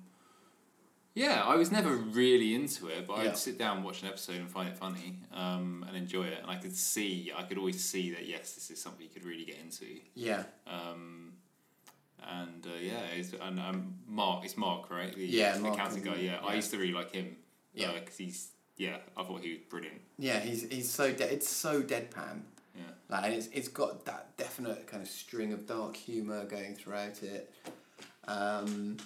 B: yeah, I was never really into it, but
A: Yeah.
B: I'd sit down and watch an episode and find it funny, um, and enjoy it, and I could see, I could always see that yes, this is something you could really get into,
A: yeah.
B: um, and uh, yeah, it's, and um, Mark, it's Mark, right? The
A: Yeah, Mark
B: accounting guy.
A: and-
B: Yeah, I
A: yeah.
B: used to really like him.
A: Yeah.
B: because he's yeah, I thought he was brilliant.
A: Yeah, he's he's so de- it's so deadpan.
B: Yeah.
A: Like and it's it's got that definite kind of string of dark humor going throughout it. Um,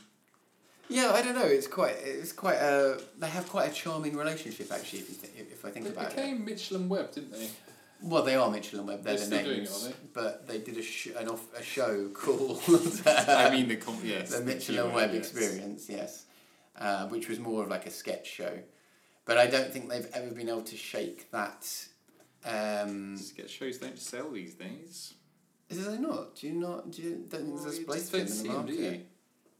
A: yeah, I don't know. It's quite it's quite a they have quite a charming relationship actually. If you th- if if I think about it,
B: Mitchell and Webb, didn't they?
A: well, they are Mitchell and Webb. They're
B: They're
A: the
B: still doing it,
A: names,
B: are they?
A: but they did a sh- an off a show called. uh,
B: I mean the com- yes,
A: the Mitchell
B: Hugh
A: and Webb
B: Evans.
A: experience, yes, uh, which was more of like a sketch show, but I don't think they've ever been able to shake that. Um,
B: Sketch shows don't sell these days.
A: is there not? Do you not? Do you don't think
B: Well,
A: there's
B: you
A: place
B: just
A: for
B: don't
A: them in
B: see
A: the
B: 'em, do
A: market?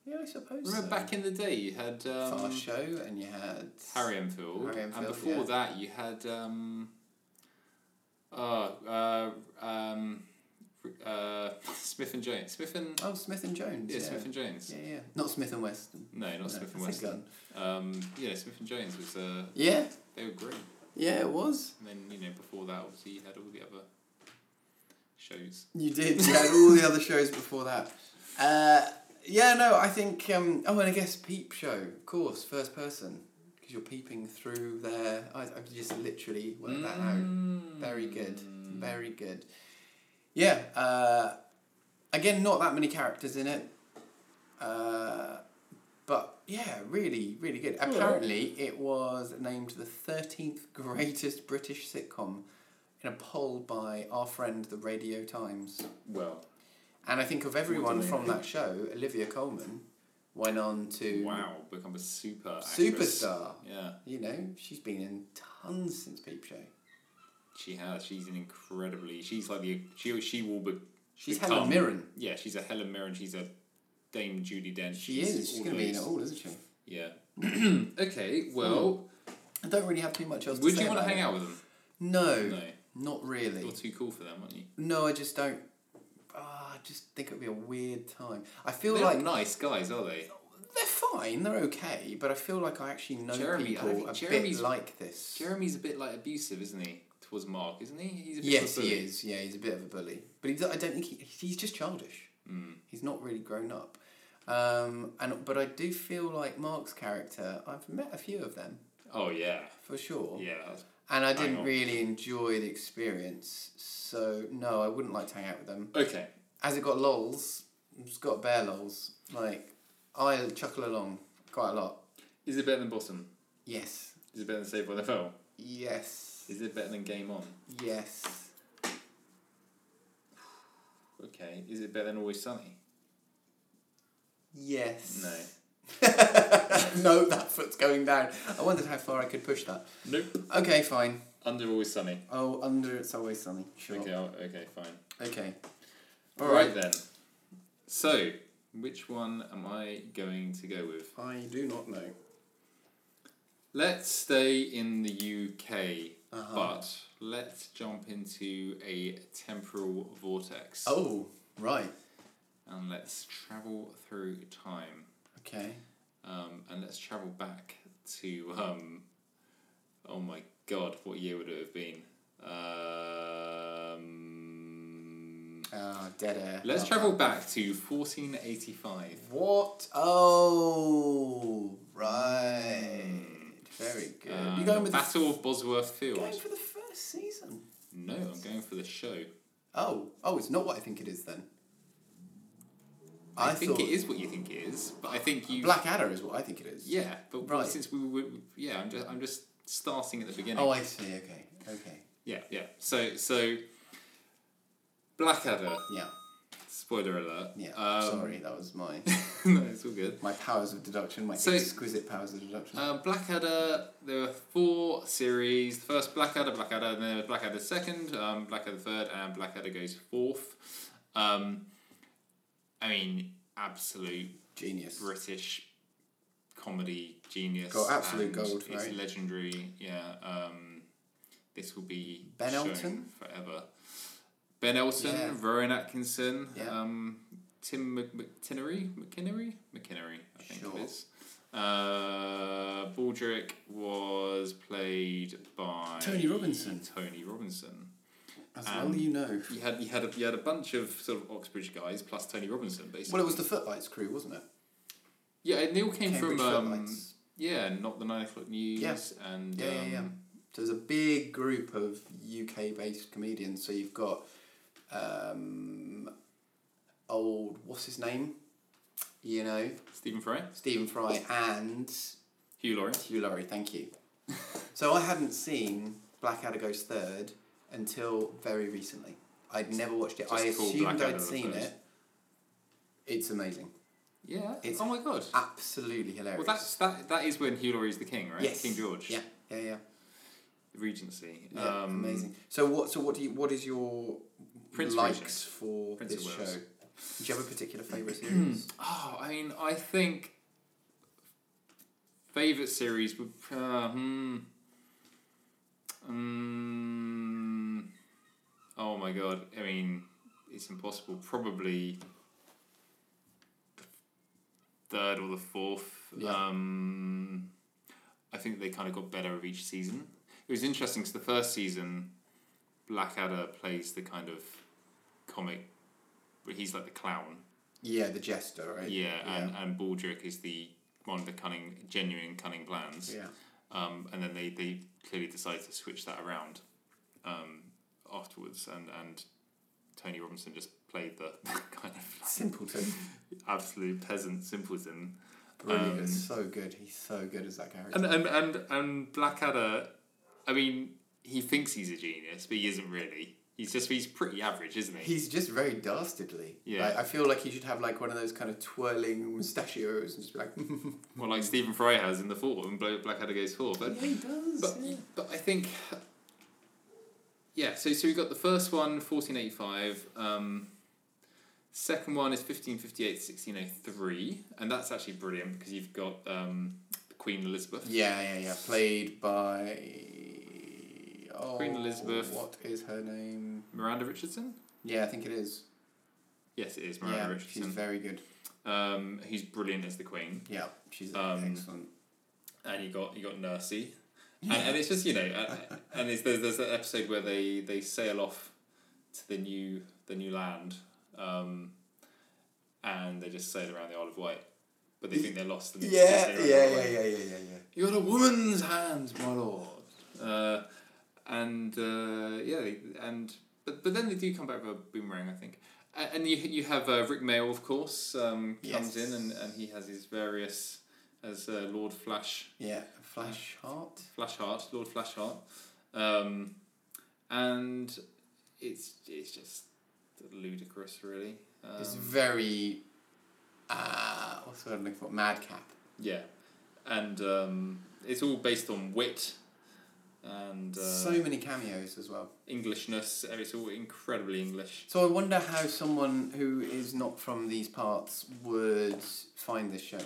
B: you?
A: Yeah, I suppose.
B: Remember
A: so.
B: back in the day, you had
A: Fast
B: um,
A: show, and you had
B: Harry Enfield,
A: Harry
B: and
A: Enfield,
B: before
A: yeah.
B: that, you had um, oh, uh, um, uh, Smith and Jones, Smith and
A: Oh, Smith and Jones.
B: yeah,
A: Yeah,
B: Smith and Jones.
A: yeah, yeah. Not Smith and Weston.
B: No, not
A: No,
B: Smith and
A: that's a
B: Wesson. Um, yeah, Smith and Jones was uh,
A: Yeah,
B: they were great.
A: yeah, it was.
B: And then you know before that, obviously, you had all the other shows.
A: You did. You had all the other shows before that. Uh, yeah, no, I think. Um, oh, and I guess Peep Show, of course, first person, because you're peeping through their eyes. I could just literally work that
B: Mm.
A: out. Very good. Very good. Yeah. Uh, again, not that many characters in it. Uh, but yeah, really, really good.
B: right.
A: Apparently, it was named the 13th greatest British sitcom in a poll by our friend, the Radio Times.
B: Well,
A: And I think of everyone
B: they
A: from
B: think?
A: that show, Olivia Coleman went on to
B: wow, become a super actress.
A: superstar.
B: Yeah,
A: You know, she's been in tons since Peep Show.
B: she has. She's an incredibly. She's like the she. She will be.
A: She's
B: become,
A: Helen Mirren.
B: Yeah, she's a Helen Mirren. She's a Dame Judy Dench.
A: She is. She's
B: all
A: going to be in it
B: those.
A: all, isn't she?
B: Yeah. okay. Well,
A: I don't really have too much else to
B: would
A: say
B: you want to
A: about
B: hang
A: it.
B: out with them?
A: No,
B: No,
A: not really.
B: you're too cool for them, aren't you?
A: No, I just don't. ah, I just think it would be a weird time. I feel
B: They're
A: like
B: nice guys, are they?
A: they're fine, they're okay, but I feel like I actually know
B: Jeremy- I think
A: people a
B: Jeremy's-
A: bit like this.
B: Jeremy's a bit like abusive, isn't he? Towards Mark, isn't he? He's a bit
A: Yes,
B: of a
A: he
B: bully.
A: is. Yeah, he's a bit of a bully, but he's, I don't think he, he's just childish.
B: Mm.
A: He's not really grown up, um, and but I do feel like Mark's character. I've met a few of them
B: Oh yeah,
A: for sure,
B: yeah. that's-
A: and I
B: Hang
A: didn't
B: on.
A: really enjoy the experience. So no, I wouldn't like to hang out with them.
B: Okay.
A: As it got lols, it's got bear lols. Like I chuckle along quite a lot.
B: Is it better than Bottom?
A: Yes,
B: Is it better than Save by the Bell?
A: yes,
B: Is it better than Game On?
A: yes.
B: Okay. Is it better than Always Sunny?
A: Yes.
B: No.
A: no, that foot's going down. I wondered how far I could push that.
B: Nope.
A: Okay, fine.
B: Under Always Sunny.
A: Oh, under it's always sunny. Sure.
B: Okay. I'll, okay. Fine.
A: Okay.
B: All right. then. So, which one am I going to go with?
A: I do not know.
B: Let's stay in the UK,
A: Uh-huh.
B: but let's jump into a temporal vortex.
A: Oh, right.
B: And let's travel through time.
A: Okay.
B: Um, and let's travel back to um, oh my god, what year would it have been? Um,
A: Oh, dead air.
B: let's
A: Love
B: travel back to fourteen eighty five.
A: that. What? Oh, right. Very good. You're going with
B: Um, Battle
A: the
B: of Bosworth
A: f- going
B: Field.
A: for the first season.
B: No, I'm going for the show.
A: Oh, oh, it's not what I think it is then.
B: I, think
A: thought
B: it is what you think it is, but I think you.
A: Blackadder is what I think it is.
B: Yeah, but
A: Right.
B: since we were, yeah, I'm just I'm just starting at the beginning.
A: Oh, I see. Okay. Okay.
B: yeah, yeah. So so Blackadder.
A: Yeah,
B: Spoiler alert.
A: yeah.
B: Um,
A: Sorry, that was my
B: no, it's all good.
A: my powers of deduction, my
B: So-
A: exquisite powers of deduction.
B: Uh, Blackadder, there were four series. The first Blackadder, Blackadder, and then Blackadder second, um, Blackadder third, and Blackadder goes fourth. Um, I mean, absolute
A: Genius.
B: British comedy genius.
A: Got absolute
B: and
A: gold,
B: It's
A: right?
B: legendary. Yeah. Um, this will be
A: Ben
B: shown
A: Elton?
B: forever. Ben Elton,
A: Yeah.
B: Rowan Atkinson,
A: Yeah.
B: um, Tim Mc- McTinnery, McKinnery, McKinnery, I think
A: Sure.
B: it is. Uh, Baldrick was played by
A: Tony Robinson.
B: Tony Robinson.
A: As
B: um,
A: well you know.
B: You had you had a, you had a bunch of sort of Oxbridge guys plus Tony Robinson basically.
A: Well, it was the Footlights crew, wasn't it?
B: yeah, and they all came
A: Cambridge
B: from um,
A: Footlights.
B: Yeah, not the nine o'clock news.
A: Yeah.
B: and
A: Yeah, yeah, yeah.
B: um,
A: So there's a big group of UK based comedians. So you've got um, old, what's his name? You know,
B: Stephen Fry,
A: Stephen Fry and
B: Hugh Laurie.
A: Hugh Laurie, thank you. so I hadn't seen Blackadder Goes Third until very recently. I'd never watched it. I
B: Just called
A: assumed
B: Blackadder
A: I'd
B: the
A: seen
B: First.
A: it. It's amazing.
B: Yeah.
A: It's-
B: oh my god.
A: Absolutely hilarious.
B: Well, that's that. That is when Hugh Laurie is the king, right?
A: Yes.
B: King George.
A: Yeah, yeah, yeah.
B: The Regency.
A: Yeah,
B: um,
A: amazing. So what? So what do you? What is your
B: Prince
A: likes
B: Regent.
A: for
B: Prince
A: this
B: of
A: show?
B: Wales.
A: Do you have a particular favorite series?
B: Oh, I mean, I think favorite series would. Uh, hmm. Um, oh my god! I mean, it's impossible. Probably the third or the fourth.
A: Yeah.
B: Um, I think they kind of got better of each season. It was interesting because the first season, Blackadder plays the kind of comic, but he's like the clown.
A: yeah, the Jester, right?
B: Yeah, and
A: yeah.
B: and Baldric is the one of the cunning, genuine cunning plans.
A: yeah.
B: Um, and then they, they clearly decide to switch that around um, afterwards, and and Tony Robinson just played the kind of
A: Simpleton,
B: Um, absolute peasant simpleton.
A: brilliant,
B: Um,
A: so good. He's so good as that character.
B: And and and and Blackadder, I mean, he thinks he's a genius, but he isn't really. He's just he's pretty average, isn't he?
A: He's just very dastardly.
B: Yeah.
A: Like, I feel like he should have like one of those kind of twirling mustachios and just be like.
B: Well, like Stephen Fry has in the fourth, and Bla- Blackadder goes four, but.
A: he does.
B: But, but I think, yeah, so, so we got the first one, 1485. Um, second one is 1558 1603. And that's actually brilliant because you've got um, Queen Elizabeth.
A: yeah, yeah, yeah. Played by. Oh,
B: Queen Elizabeth.
A: What is her name?
B: Miranda Richardson?
A: Yeah, I think it is.
B: Yes, it is Miranda
A: yeah, she's
B: Richardson.
A: very good.
B: um, who's brilliant as the Queen.
A: Yeah, she's
B: Um,
A: excellent.
B: And you got you got Nursey. And, and it's just, you know, and, and it's, there's, there's that episode where they, they sail off to the new the new land, um, and they just sail around the Isle of Wight, but they think they're lost. And they just
A: Yeah,
B: sail
A: yeah,
B: around the
A: yeah,
B: Isle of
A: yeah,
B: Wight.
A: yeah, yeah, yeah.
B: You got a woman's hand, my lord. Uh, and uh, yeah, they, and but, but then they do come back with a boomerang, I think. A- And you you have uh, Rick Mail, of course, um, comes
A: Yes.
B: in and, and he has his various as uh, Lord Flash.
A: Yeah, Flash Heart.
B: Flashheart, Lord Flashheart, um, and it's it's just ludicrous, really. Um,
A: it's very. Uh, what's the word I'm looking for? Madcap.
B: yeah, and um, it's all based on wit and uh,
A: so many cameos as well.
B: Englishness. and It's all incredibly English.
A: So I wonder how someone who is not from these parts would find this show.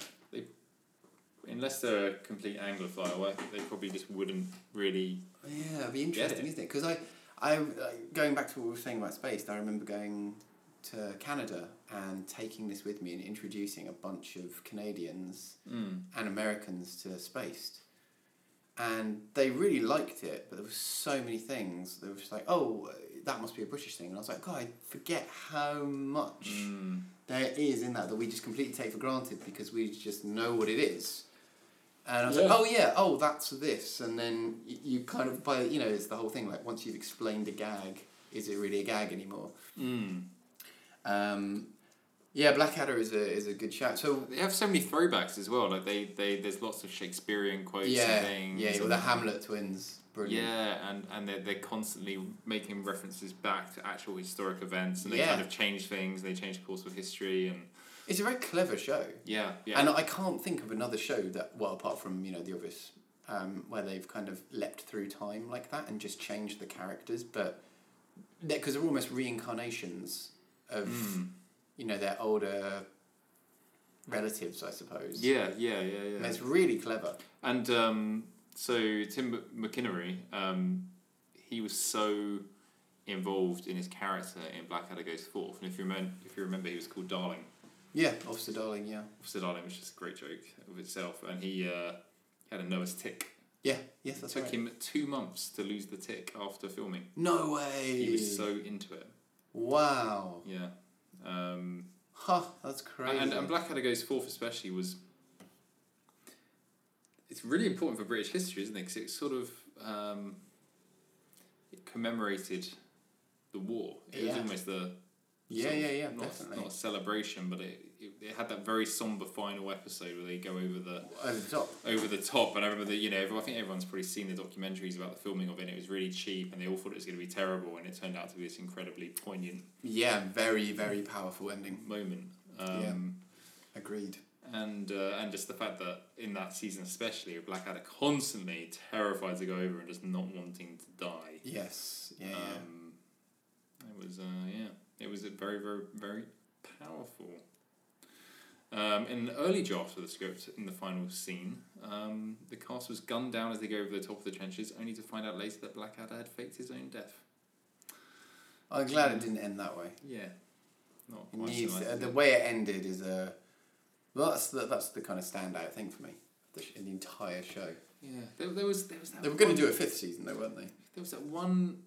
B: Unless they're a complete Anglophile, I think they probably just wouldn't really.
A: Yeah, it'd be interesting,
B: it.
A: isn't it? Because I, I, like, going back to what we were saying about space, I remember going to Canada and taking this with me and introducing a bunch of Canadians
B: Mm.
A: and Americans to Spaced. And they really liked it, but there were so many things. They were just like, oh, that must be a British thing. And I was like, God, I forget how much
B: Mm.
A: there is in that that we just completely take for granted because we just know what it is. And I was like,
B: Yeah.
A: oh, yeah, oh, that's this. And then y- you kind of, by, you know, it's the whole thing like, once you've
B: Hmm.
A: explained a gag, is it really a gag anymore?
B: Mm.
A: Um, Yeah, Blackadder is a is a good shout. So
B: They have so many throwbacks as well. Like they, they there's lots of Shakespearean quotes
A: yeah,
B: and things.
A: yeah, well,
B: and-
A: the Hamlet twins, brilliant.
B: Yeah, and, and they're, they're constantly making references back to actual historic events and they
A: Yeah.
B: kind of change things, they change the course of history and
A: It's a very clever show,
B: yeah, yeah.
A: and I can't think of another show that, well, apart from you know the obvious, um, where they've kind of leapt through time like that and just changed the characters, but because they're almost reincarnations of
B: Mm.
A: you know their older relatives, I suppose.
B: yeah, yeah, yeah,
A: And
B: yeah.
A: it's really clever.
B: And um, so Tim McInnery, um, he was so involved in his character in Blackadder Goes Forth, and if you remember, if you remember, he was called Darling.
A: Yeah, Officer Darling. Yeah.
B: Officer Darling was just a great joke of itself, and he uh, had a Noah's tick.
A: Yeah. Yes, that's
B: took
A: right.
B: him two months to lose the tick after filming.
A: No way.
B: He was so into it.
A: Wow.
B: Yeah. Um,
A: Huh. That's crazy.
B: And, and Blackadder Goes Forth, especially, was. It's really important for British history, isn't it? Because it sort of um, it commemorated the war. It was
A: Yeah.
B: almost the.
A: yeah,
B: sort of-
A: yeah, yeah.
B: Not,
A: Definitely.
B: not a celebration, but it, it, it had that very somber final episode where they go over the
A: Over the top.
B: over the top. And I remember that you know, everyone, I think everyone's probably seen the documentaries about the filming of it. and It was really cheap, and they all thought it was going to be terrible, and it turned out to be this incredibly poignant
A: Yeah. Very, very powerful ending.
B: moment. Um,
A: Yeah. Agreed.
B: and uh, and just the fact that in that season especially Blackadder constantly terrified to go over and just not wanting to die.
A: Yes. Yeah. yeah.
B: Um, it was uh, yeah, it was a very very very powerful. Um, in an early draft of the script, in the final scene, um, the cast was gunned down as they go over the top of the trenches, only to find out later that Blackadder had faked his own death.
A: I'm glad it didn't end that way.
B: Yeah, not
A: It
B: quite so
A: needs
B: nice,
A: uh,
B: is
A: the
B: it?
A: way it ended is a. Well, that's the that's the kind of standout thing for me. The, sh- in the entire show.
B: yeah. There, there was there was that
A: They were going
B: one-
A: to do a fifth season, though, weren't they?
B: There was that one,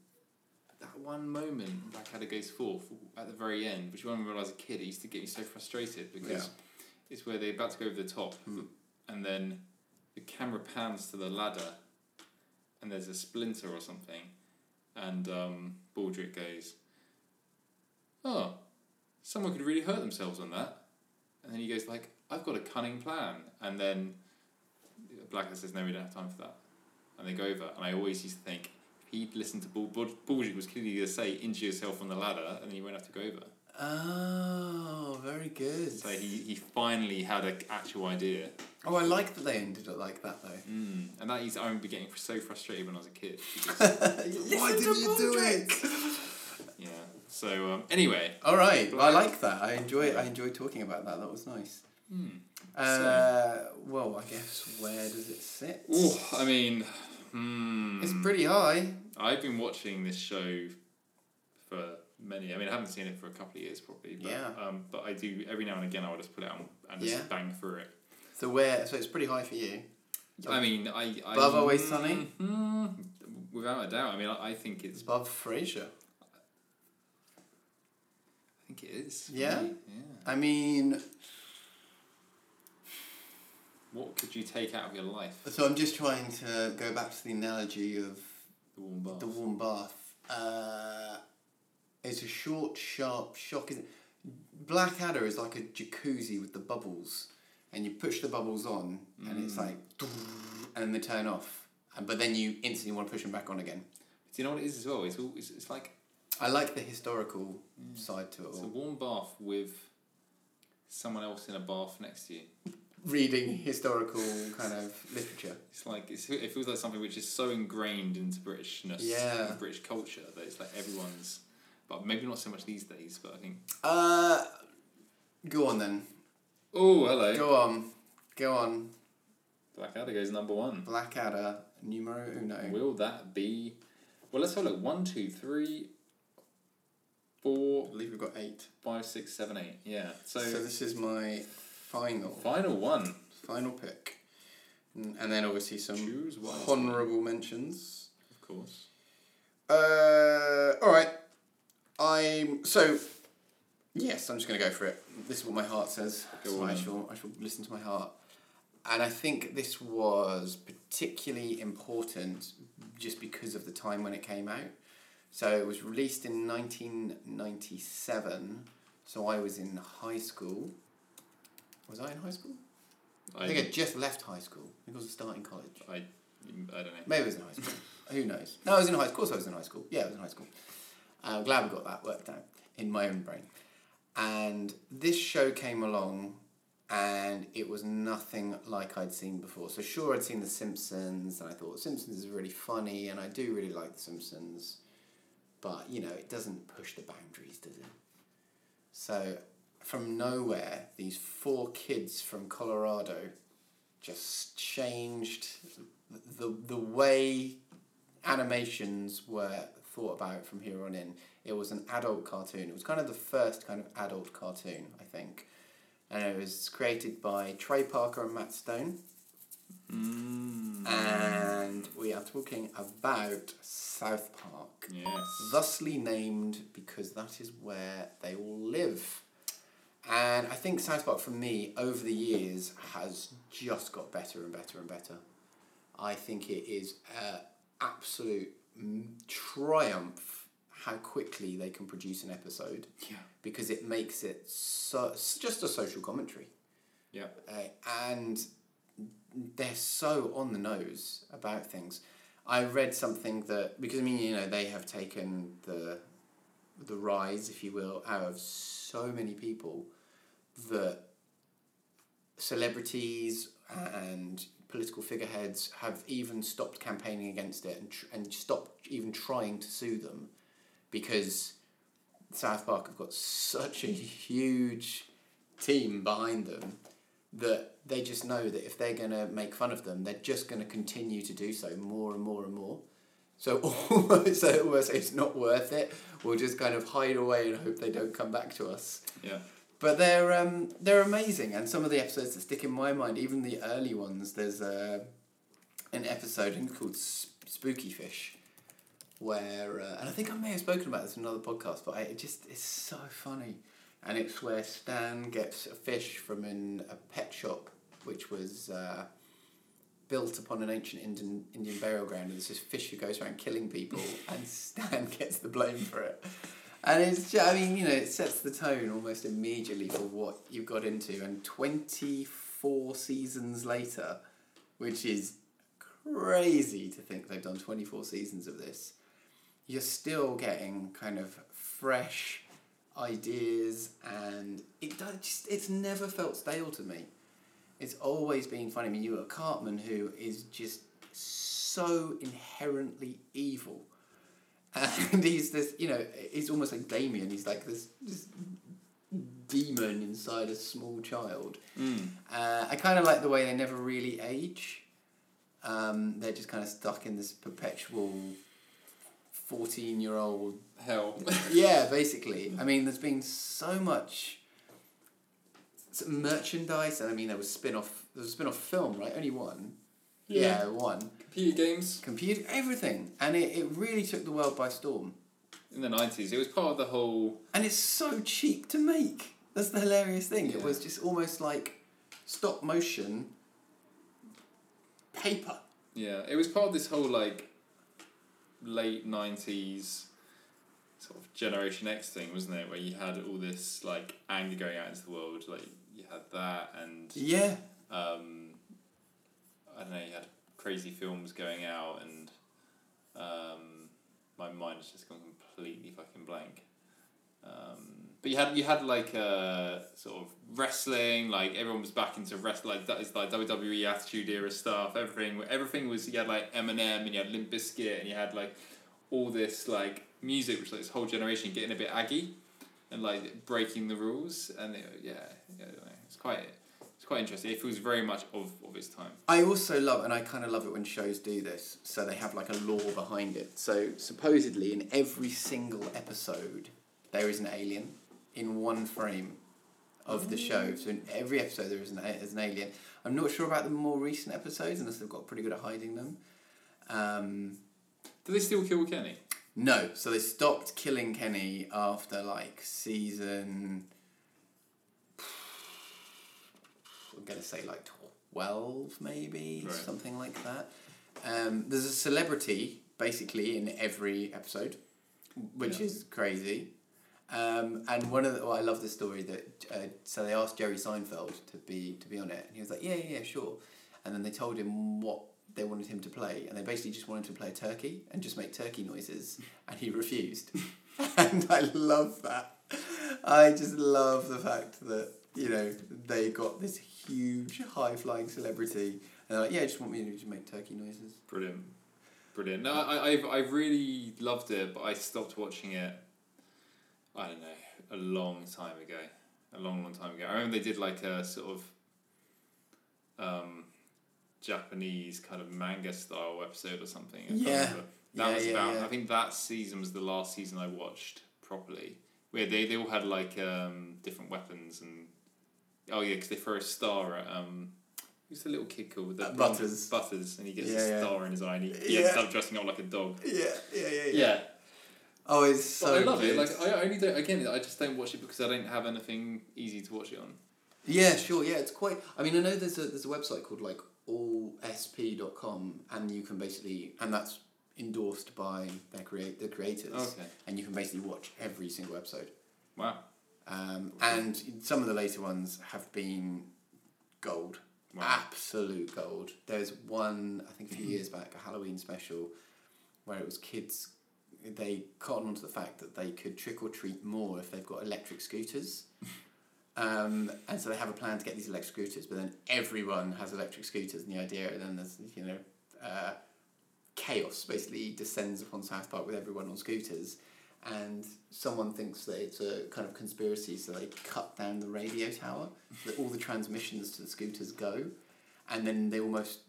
B: that one moment Blackadder goes forth at the very end, which when I was a kid, it used to get me so frustrated because it's where they're about to go over the top,
A: Hmm.
B: and then the camera pans to the ladder, and there's a splinter or something, and um, Baldric goes, "Oh, someone could really hurt themselves on that," and then he goes like, "I've got a cunning plan," and then Blackadder says, "No, we don't have time for that," and they go over, and I always used to think. if He'd listened to Bald- Bald- Baldric was clearly going to say, injure yourself on the ladder, and then you won't have to go over.
A: Oh, very good.
B: So he, he finally had an actual idea.
A: Oh, I like that they ended it like that though.
B: Mm. And that is, I remember getting so frustrated when I was a kid. Because,
A: Why did you do it?
B: yeah. So, um, anyway.
A: All right, I like that. I enjoy. I enjoy talking about that. That was nice.
B: Mm.
A: Uh, well, I guess where does it sit?
B: Oh, I mean, mm,
A: It's pretty high.
B: I've been watching this show for many. I mean, I haven't seen it for a couple of years probably. But,
A: Yeah.
B: Um, but I do, every now and again, I'll just put it on and just
A: Yeah.
B: bang through it.
A: So where? So it's pretty high for you.
B: I mean, I. I
A: Above Always Sunny?
B: Mm, without a doubt. I mean, I, I think
A: It's
B: it's.
A: above Frasier.
B: I think it is.
A: Yeah?
B: really, Yeah.
A: I mean,
B: What could you take out of your life?
A: so I'm just trying to go back to the analogy of
B: The warm bath.
A: the warm bath. Uh, it's a short, sharp shock. Isn't it? Blackadder is like a jacuzzi with the bubbles, and you push the bubbles on, and it's like, and they turn off. And, but then you instantly want to push them back on again.
B: Do you know what it is as well? It's all, it's, it's like
A: I like the historical side to it
B: it's a
A: all.
B: warm bath with someone else in a bath next to you.
A: Reading historical kind of literature.
B: It's like it's, it feels like something which is so ingrained into Britishness,
A: Yeah.
B: and British culture that it's like everyone's. But maybe not so much these days. But I think.
A: Uh, go on then.
B: Oh hello!
A: Go on. Go on.
B: Blackadder goes number one.
A: Blackadder, numero uno.
B: Will that be? Well, let's have a look. One, two, three,
A: I
B: four,
A: believe we've got eight.
B: five, six, seven, eight. Yeah. So,
A: So, this is my final,
B: final one.
A: final pick. N- And then obviously some
B: Choose wisely.
A: honourable mentions.
B: Of course.
A: Uh, all right. I'm so. Yes, I'm just gonna go for it. This is what my heart says.
B: Go
A: so
B: on
A: I
B: then.
A: shall. I shall listen to my heart. And I think this was particularly important just because of the time when it came out. So it was released in 1997. So I was in high school. Was I in high school? I think I just left high school. I think I was starting college.
B: I, I don't know.
A: Maybe it was in high school. Who knows? No, I was in high school. Of course, I was in high school. Yeah, I was in high school. I'm glad we got that worked out in my own brain. And this show came along, and it was nothing like I'd seen before. So sure, I'd seen The Simpsons, and I thought Simpsons is really funny, and I do really like The Simpsons, but you know, it doesn't push the boundaries, does it? So from nowhere, these four kids from Colorado just changed the the way animations were thought about from here on in. It was an adult cartoon. It was kind of the first kind of adult cartoon, I think. And it was created by Trey Parker and Matt Stone. Mm. And we are talking about South Park
B: Yes.
A: thusly named because that is where they all live. And I think South Park for me over the years has just got better and better and better. I think it is an absolute m- triumph how quickly they can produce an episode
B: Yeah.
A: because it makes it so, it's just a social commentary.
B: Yeah.
A: Uh, and they're so on the nose about things. I read something that because I mean you know they have taken the the rise, if you will, out of so many people that celebrities and political figureheads have even stopped campaigning against it and tr- and stopped even trying to sue them because South Park have got such a huge team behind them that they just know that if they're going to make fun of them, they're just going to continue to do so more and more and more. So almost, so almost it's not worth it. We'll just kind of hide away and hope they don't come back to us.
B: Yeah.
A: But they're um, they're amazing, and some of the episodes that stick in my mind, even the early ones. There's uh, an episode in called S- Spooky Fish, where uh, and I think I may have spoken about this in another podcast, but I, it just it's so funny, and it's where Stan gets a fish from an, a pet shop, which was. Uh, Built upon an ancient Indian Indian burial ground, and there's this fish who goes around killing people, and Stan gets the blame for it. And it's, ju- I mean, you know, it sets the tone almost immediately for what you've got into. And 24 seasons later, which is crazy to think they've done 24 seasons of this, you're still getting kind of fresh ideas and it does just, it's never felt stale to me. It's always been funny. I mean, you've got Cartman who is just so inherently evil and he's this you know he's almost like damien he's like this, this demon inside a small child uh, i kind of like the way they never really age um, they're just kind of stuck in this perpetual 14 year old
B: Hell.
A: yeah, basically. I mean, there's been so much s- merchandise, and I mean, there was spin off. There was a spin off film, right? Only one.
B: Yeah.
A: yeah one.
B: Computer games
A: Computer, everything, and it, it really took the world by storm.
B: in the nineties. It was part of the whole.
A: and it's so cheap to make. That's the hilarious thing. It
B: Yeah.
A: was just almost like stop motion paper.
B: Yeah. It was part of this whole like late nineties sort of Generation X thing, wasn't it? Where you had all this like anger going out into the world. Like you had that and
A: Yeah,
B: um, I don't know, you had crazy films going out, and um, my mind has just gone completely fucking blank. Um, but you had you had like uh, sort of wrestling, like everyone was back into wrestling, like that is like WWE Attitude Era stuff. Everything everything was you had like Eminem and you had Limp Bizkit and you had like all this like music, which like this whole generation getting a bit aggy and like breaking the rules, and it, yeah, yeah, I don't know. it's quite it's quite interesting. It feels very much of, of its time.
A: I also love, and I kind of love it when shows do this, so they have like a law behind it. So, supposedly, in every single episode, there is an alien in one frame of the show. So, in every episode, there is an, there's an alien. I'm not sure about the more recent episodes, unless they've got pretty good at hiding them. Um,
B: Do they still kill Kenny?
A: No, so they stopped killing Kenny after like season. I'm gonna say like twelve, maybe
B: Right.
A: something like that. Um, there's a celebrity basically in every episode, which
B: Yeah.
A: is crazy, Um, and one of the, well, I love the story that uh, so they asked Jerry Seinfeld to be to be on it, and he was like, yeah, yeah, sure. And then they told him what they wanted him to play, and they basically just wanted him to play a turkey and just make turkey noises, and he refused. and I love that. I just love the fact that you know they got this huge high flying celebrity, and they're like, yeah, I just want me to just make turkey noises.
B: Brilliant. Brilliant. No, I, I've, I've really loved it, but I stopped watching it, I don't know, a long time ago. A long, long time ago. I remember they did like a sort of um, Japanese kind of manga style episode or something. I can't
A: Yeah.
B: remember. That
A: Yeah,
B: was
A: yeah,
B: about,
A: yeah.
B: I think that season was the last season I watched properly. Where they, they all had like um, different weapons and. Oh, yeah, because they throw a star at. Um, Who's the little kid called? The
A: Uh, Butters.
B: Butters, and he gets
A: Yeah,
B: a
A: yeah.
B: star in his eye, and he, he
A: Yeah.
B: ends up dressing up like a dog.
A: Yeah, yeah, yeah,
B: Yeah,
A: Oh, it's so.
B: I love
A: good.
B: it. Like I only don't again. I just don't watch it because I don't have anything easy to watch it on.
A: Yeah, sure. Yeah, it's quite. I mean, I know there's a there's a website called like allsp.com, and you can basically and that's endorsed by their create the creators,
B: Okay.
A: and you can basically watch every single episode.
B: Wow.
A: Um, and some of the later ones have been gold,
B: Wow.
A: absolute gold. There's one I think a few years back, a Halloween special, where it was kids. They caught on to the fact that they could trick or treat more if they've got electric scooters. Um, and so they have a plan to get these electric scooters, but then everyone has electric scooters, and the idea then there's you know uh, chaos basically descends upon South Park with everyone on scooters, and someone thinks that it's a kind of conspiracy, so they cut down the radio tower so that all the transmissions to the scooters go, and then they almost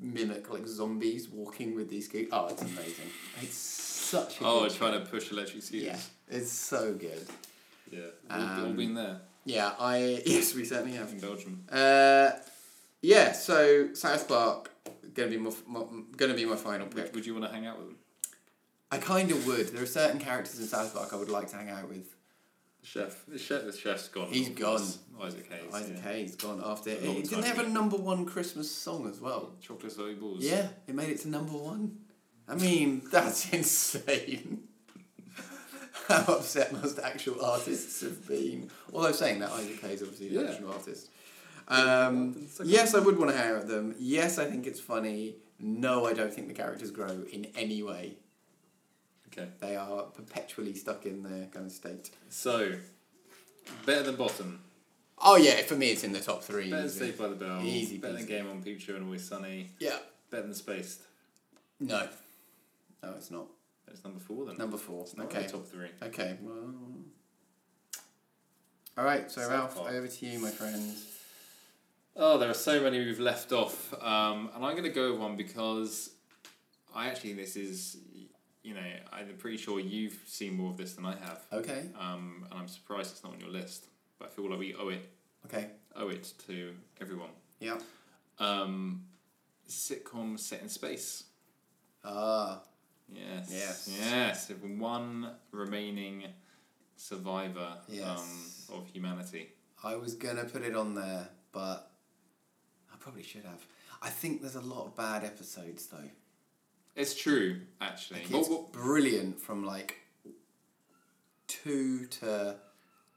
A: mimic like zombies walking with these scooters. Oh, it's amazing! It's such a
B: Oh,
A: good
B: trying to push electric scooters.
A: yeah, it's so good.
B: Yeah. We've all
A: Um,
B: been there
A: Yeah, I yes, we certainly have.
B: in Belgium.
A: Uh, yeah, so South Park gonna be my, f- my gonna be my final pick.
B: Would, would you want to hang out with them?
A: I kind of would. There are certain characters in South Park I would like to hang out with.
B: The chef. The chef. The chef's gone.
A: He's
B: of
A: gone.
B: course. Isaac Hayes.
A: Isaac
B: yeah.
A: Hayes gone after.
B: A
A: It,
B: long
A: it didn't
B: time
A: have a
B: ago.
A: number one Christmas song as well.
B: Chocolate soy balls.
A: Yeah, it made it to number one. I mean, that's insane. How upset must actual artists have been? Although saying that, Isaac Hayes obviously is an
B: Yeah.
A: actual artist. Um,
B: It's like-
A: yes, I would want to hang out with them. Yes, I think it's funny. No, I don't think the characters grow in any way.
B: Okay.
A: They are perpetually stuck in their kind of state.
B: So, better than bottom.
A: Oh yeah, for me it's in the top three.
B: Better than
A: easily.
B: Saved by the Bell.
A: Easy
B: Better than
A: peasy.
B: Game on Picture and Always Sunny.
A: Yeah.
B: Better than Spaced.
A: No. No, it's not.
B: That's number four then.
A: Number four.
B: It's not in
A: Okay.
B: the top three.
A: Okay. Well. All right. So
B: South
A: Ralph,
B: Park.
A: over to you, my friend.
B: Oh, there are so many we've left off, um, and I'm going to go with one because I actually this is, you know, I'm pretty sure you've seen more of this than I have,
A: Okay.
B: um, and I'm surprised it's not on your list. But I feel like we owe it,
A: Okay.
B: owe it to everyone.
A: Yeah.
B: Um, sitcom set in space.
A: Ah.
B: Yes.
A: Yes.
B: Yes. if One remaining survivor
A: Yes.
B: um, of humanity.
A: I was gonna put it on there, but I probably should have. I think there's a lot of bad episodes though.
B: It's true, actually.
A: Like,
B: What-
A: it's
B: what-
A: brilliant from like two to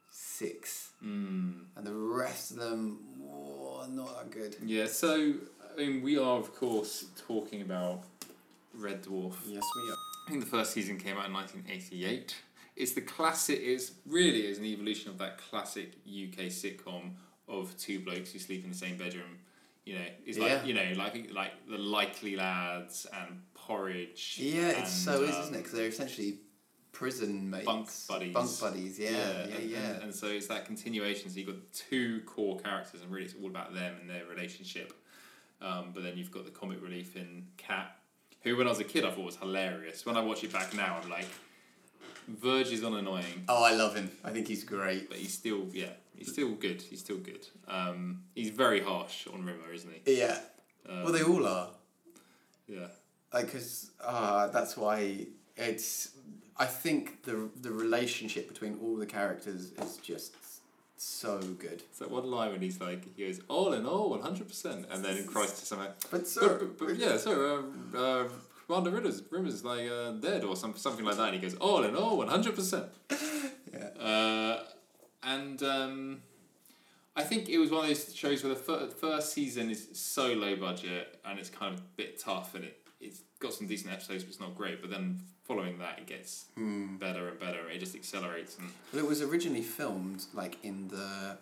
A: six,
B: mm.
A: and the rest of them, whoa, not that good.
B: Yeah, so I mean, we are of course talking about Red Dwarf.
A: Yes, we are.
B: I think the first season came out in nineteen eighty eight. It's the classic. It's really is an evolution of that classic UK sitcom of two blokes who sleep in the same bedroom. You know, it's like
A: Yeah.
B: you know, like like the Likely Lads and Porridge.
A: Yeah, it
B: and,
A: so is, isn't it?
B: um,
A: Because they're essentially prison mates.
B: bunk buddies.
A: Bunk buddies, yeah, yeah, yeah.
B: and, And, and so it's that continuation. So you've got two core characters, and really it's all about them and their relationship. Um, but then you've got the comic relief in Cat, who when I was a kid I thought was hilarious. When I watch it back now, I'm like, verges on annoying,
A: oh, I love him. I think he's great.
B: but he's still yeah, he's still good. He's still good. Um, he's very harsh on Rimmer, isn't he?
A: Yeah.
B: Um,
A: well, they all are.
B: yeah.
A: Like, because uh, that's why it's. I think the the relationship between all the characters is just so good.
B: It's that one line when he's like, he goes, all in all, 100%. And then Christ is somehow,
A: But
B: But,
A: so.
B: but- but yeah, so uh, uh, Commander Rimmer's, Rimmer's like uh, dead or some, something like that, and he goes, all in all, 100%.
A: Yeah.
B: Uh, and um, I think it was one of those shows where the fir- first season is so low budget and it's kind of a bit tough and it, it's got some decent episodes but it's not great. But then following that, it gets better and better and it just accelerates. And
A: Well, it was originally filmed like in the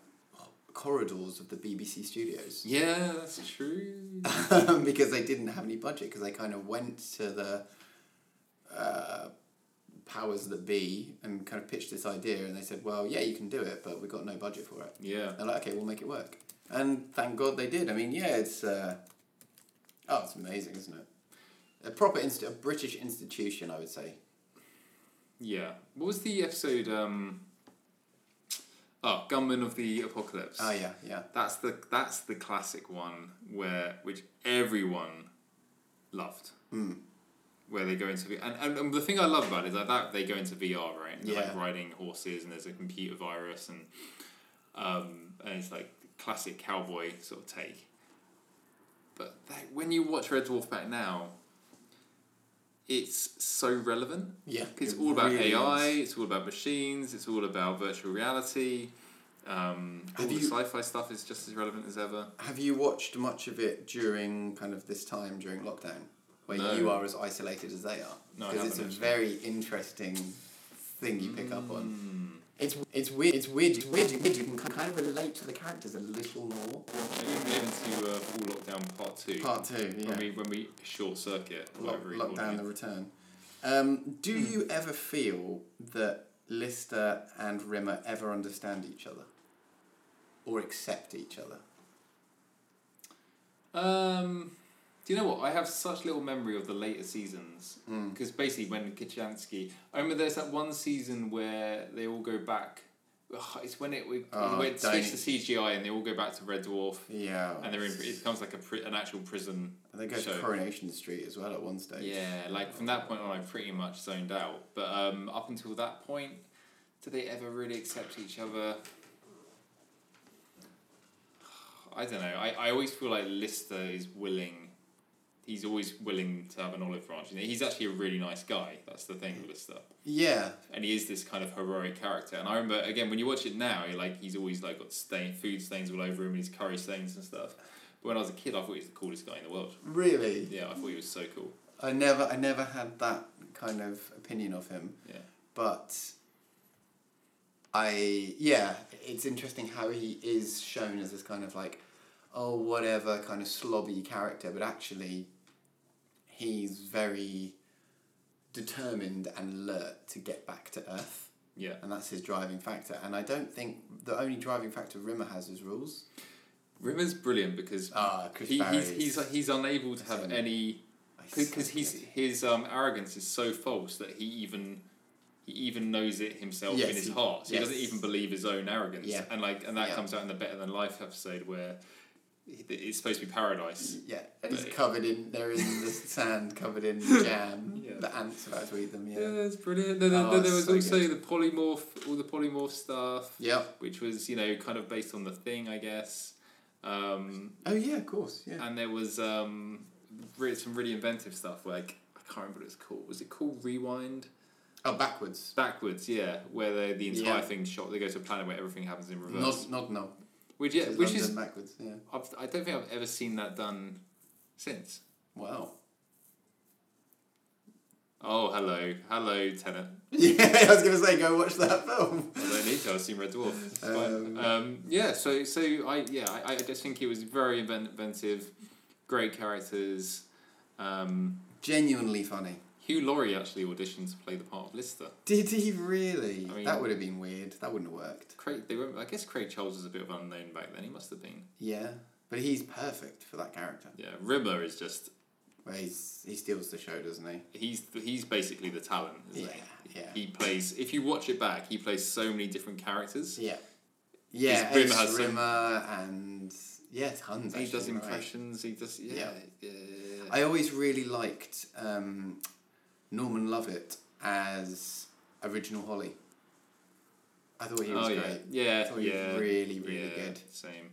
A: corridors of the BBC studios
B: yeah, that's true.
A: because they didn't have any budget because they kind of went to the uh, powers that be and kind of pitched this idea and they said, well, yeah, you can do it, but we've got no budget for it.
B: yeah.
A: They're like, okay, we'll make it work. And thank God they did. I mean, yeah, it's uh, oh, it's amazing, isn't it? A proper inst- a British institution, I would say.
B: Yeah. What was the episode? Um, oh, Gunman of the Apocalypse.
A: Oh yeah, yeah.
B: That's the that's the classic one where which everyone loved.
A: Hmm.
B: Where they go into V- and, and and the thing I love about it is like that they go into VR right? And they're like
A: Yeah.
B: riding horses and there's a computer virus and um, and it's like classic cowboy sort of take. But that, when you watch Red Dwarf back now, it's so relevant.
A: Yeah.
B: It's
A: it
B: all about
A: really
B: AI.
A: is.
B: It's all about machines. It's all about virtual reality. Um, all
A: Have
B: the
A: you-
B: sci-fi stuff is just as relevant as ever.
A: Have you watched much of it during kind of this time during lockdown, where
B: No.
A: you are as isolated as they are?
B: No, I
A: because it's a
B: haven't actually.
A: very interesting thing you pick up on.
B: Hmm.
A: It's it's weird. It's weird. It's weird. You can kind of relate to the characters a little more.
B: Maybe we get into uh, full lockdown part two.
A: Part two. Yeah.
B: When we when we short circuit.
A: lock,
B: whatever we
A: lock
B: call
A: down
B: it.
A: the return. Um, do
B: Hmm.
A: you ever feel that Lister and Rimmer ever understand each other or accept each other?
B: Um, do you know what? I have such little memory of the later seasons because basically when Kachansky, I remember there's that one season where they all go back. Ugh, It's when it we
A: Oh,
B: when it switched to
A: don't-
B: CGI and they all go back to Red Dwarf
A: Yeah.
B: and they're in, it becomes like a pri- an actual prison
A: And they go to
B: show.
A: Coronation Street as well at one stage.
B: Yeah, like from that point on, I pretty much zoned out. But um, up until that point, did they ever really accept each other? I don't know. I, I always feel like Lister is willing. He's always willing to have an olive branch. And he's actually a really nice guy. That's the thing with Lister.
A: Yeah.
B: And he is this kind of heroic character. And I remember again when you watch it now, you're like he's always like got stain, food stains all over him and his curry stains and stuff. But when I was a kid, I thought he was the coolest guy in the world.
A: Really?
B: Yeah, I thought he was so cool.
A: I never I never had that kind of opinion of him.
B: Yeah.
A: But I yeah, it's interesting how he is shown as this kind of like, oh whatever kind of slobby character, but actually he's very determined and alert to get back to earth.
B: Yeah.
A: And that's his driving factor. And I don't think the only driving factor Rimmer has is rules.
B: Rimmer's brilliant because
A: Ah, Chris
B: he, he's,
A: Barry's-
B: he's he's unable to have
A: Same.
B: any
A: I
B: because
A: so
B: he's
A: get it.
B: his um, arrogance is so false that he even he even knows it himself in
A: Yes,
B: his
A: he-
B: heart. So He doesn't
A: yes.
B: even believe his own arrogance.
A: Yeah.
B: And like and that
A: Yeah.
B: comes out in the Better Than Life episode where it- it's supposed to be paradise.
A: Yeah, and he's
B: But-
A: covered in. They're in the sand, covered in jam.
B: Yeah.
A: The ants are about to eat them.
B: Yeah,
A: Yeah.
B: it's brilliant. Then, then
A: Oh,
B: there
A: it's
B: was
A: so
B: also
A: good.
B: the polymorph, all the polymorph stuff,
A: Yep.
B: which was you know kind of based on the thing, I guess. Um,
A: Oh yeah, of course. Yeah.
B: and there was um, re- some really inventive stuff. Like I can't remember what it was called. Was it called Rewind?
A: Oh, backwards.
B: Backwards, yeah. Where they, the entire
A: Yeah.
B: thing's shot. They go to a planet where everything happens in reverse.
A: Not not no.
B: which yeah,
A: It's
B: which
A: London
B: is
A: backwards. Yeah.
B: I've, I don't think I've ever seen that done since.
A: Wow.
B: Oh hello, hello Tenet.
A: Yeah, I was gonna say go watch that film.
B: I don't need to. I've seen Red Dwarf. It's
A: Um,
B: fine. um, yeah. So so I yeah I, I just think it was very invent- inventive, great characters. Um,
A: Genuinely funny.
B: Hugh Laurie actually auditioned to play the part of Lister.
A: Did he really?
B: I mean-
A: that would have been weird. That wouldn't have worked.
B: Craig, they were, I guess Craig Charles was a bit of unknown back then. He must have been.
A: Yeah. But he's perfect for that character.
B: Yeah, Rimmer is just
A: Where he's he steals the show, doesn't he?
B: he's he's basically the talent. Isn't
A: Yeah,
B: he?
A: yeah.
B: He plays. If you watch it back, he plays so many different characters.
A: Yeah. Yeah.
B: Rimmer
A: Ace
B: has some-
A: Rimmer and yeah, tons.
B: He does
A: actually, right.
B: impressions. He does yeah. yeah.
A: I always really liked um, Norman Lovett as original Holly. I thought he was
B: oh
A: great.
B: yeah,
A: I
B: yeah,
A: thought he
B: yeah.
A: was really, really
B: yeah,
A: good.
B: Same.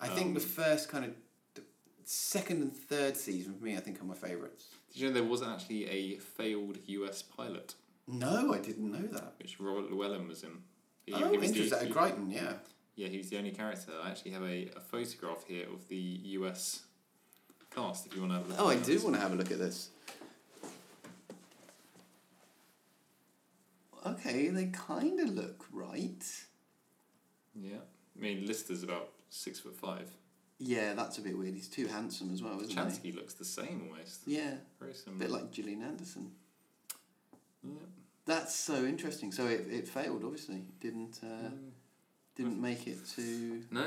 A: I
B: Um,
A: think the first kind of the second and third season for me, I think are my favourites.
B: Did you know there was actually a failed U.S. pilot
A: No, I didn't know that.
B: which Robert Llewellyn was in? He,
A: oh,
B: he was the-
A: interesting. At
B: he-
A: Crichton, yeah.
B: yeah, he was the only character. I actually have a, a photograph here of the US cast. If you want to have a look.
A: Oh, I
B: at
A: do
B: that.
A: want to have a look at this. Okay, they kind of look right.
B: Yeah, I mean Lister's about six foot five.
A: Yeah, that's a bit weird. He's too handsome as well, isn't
B: Chansky looks the same almost.
A: he? Yeah,
B: Very
A: a
B: similar.
A: bit like Gillian Anderson.
B: Yeah.
A: That's so interesting. So it, it failed, obviously. Didn't uh, didn't make it to
B: No,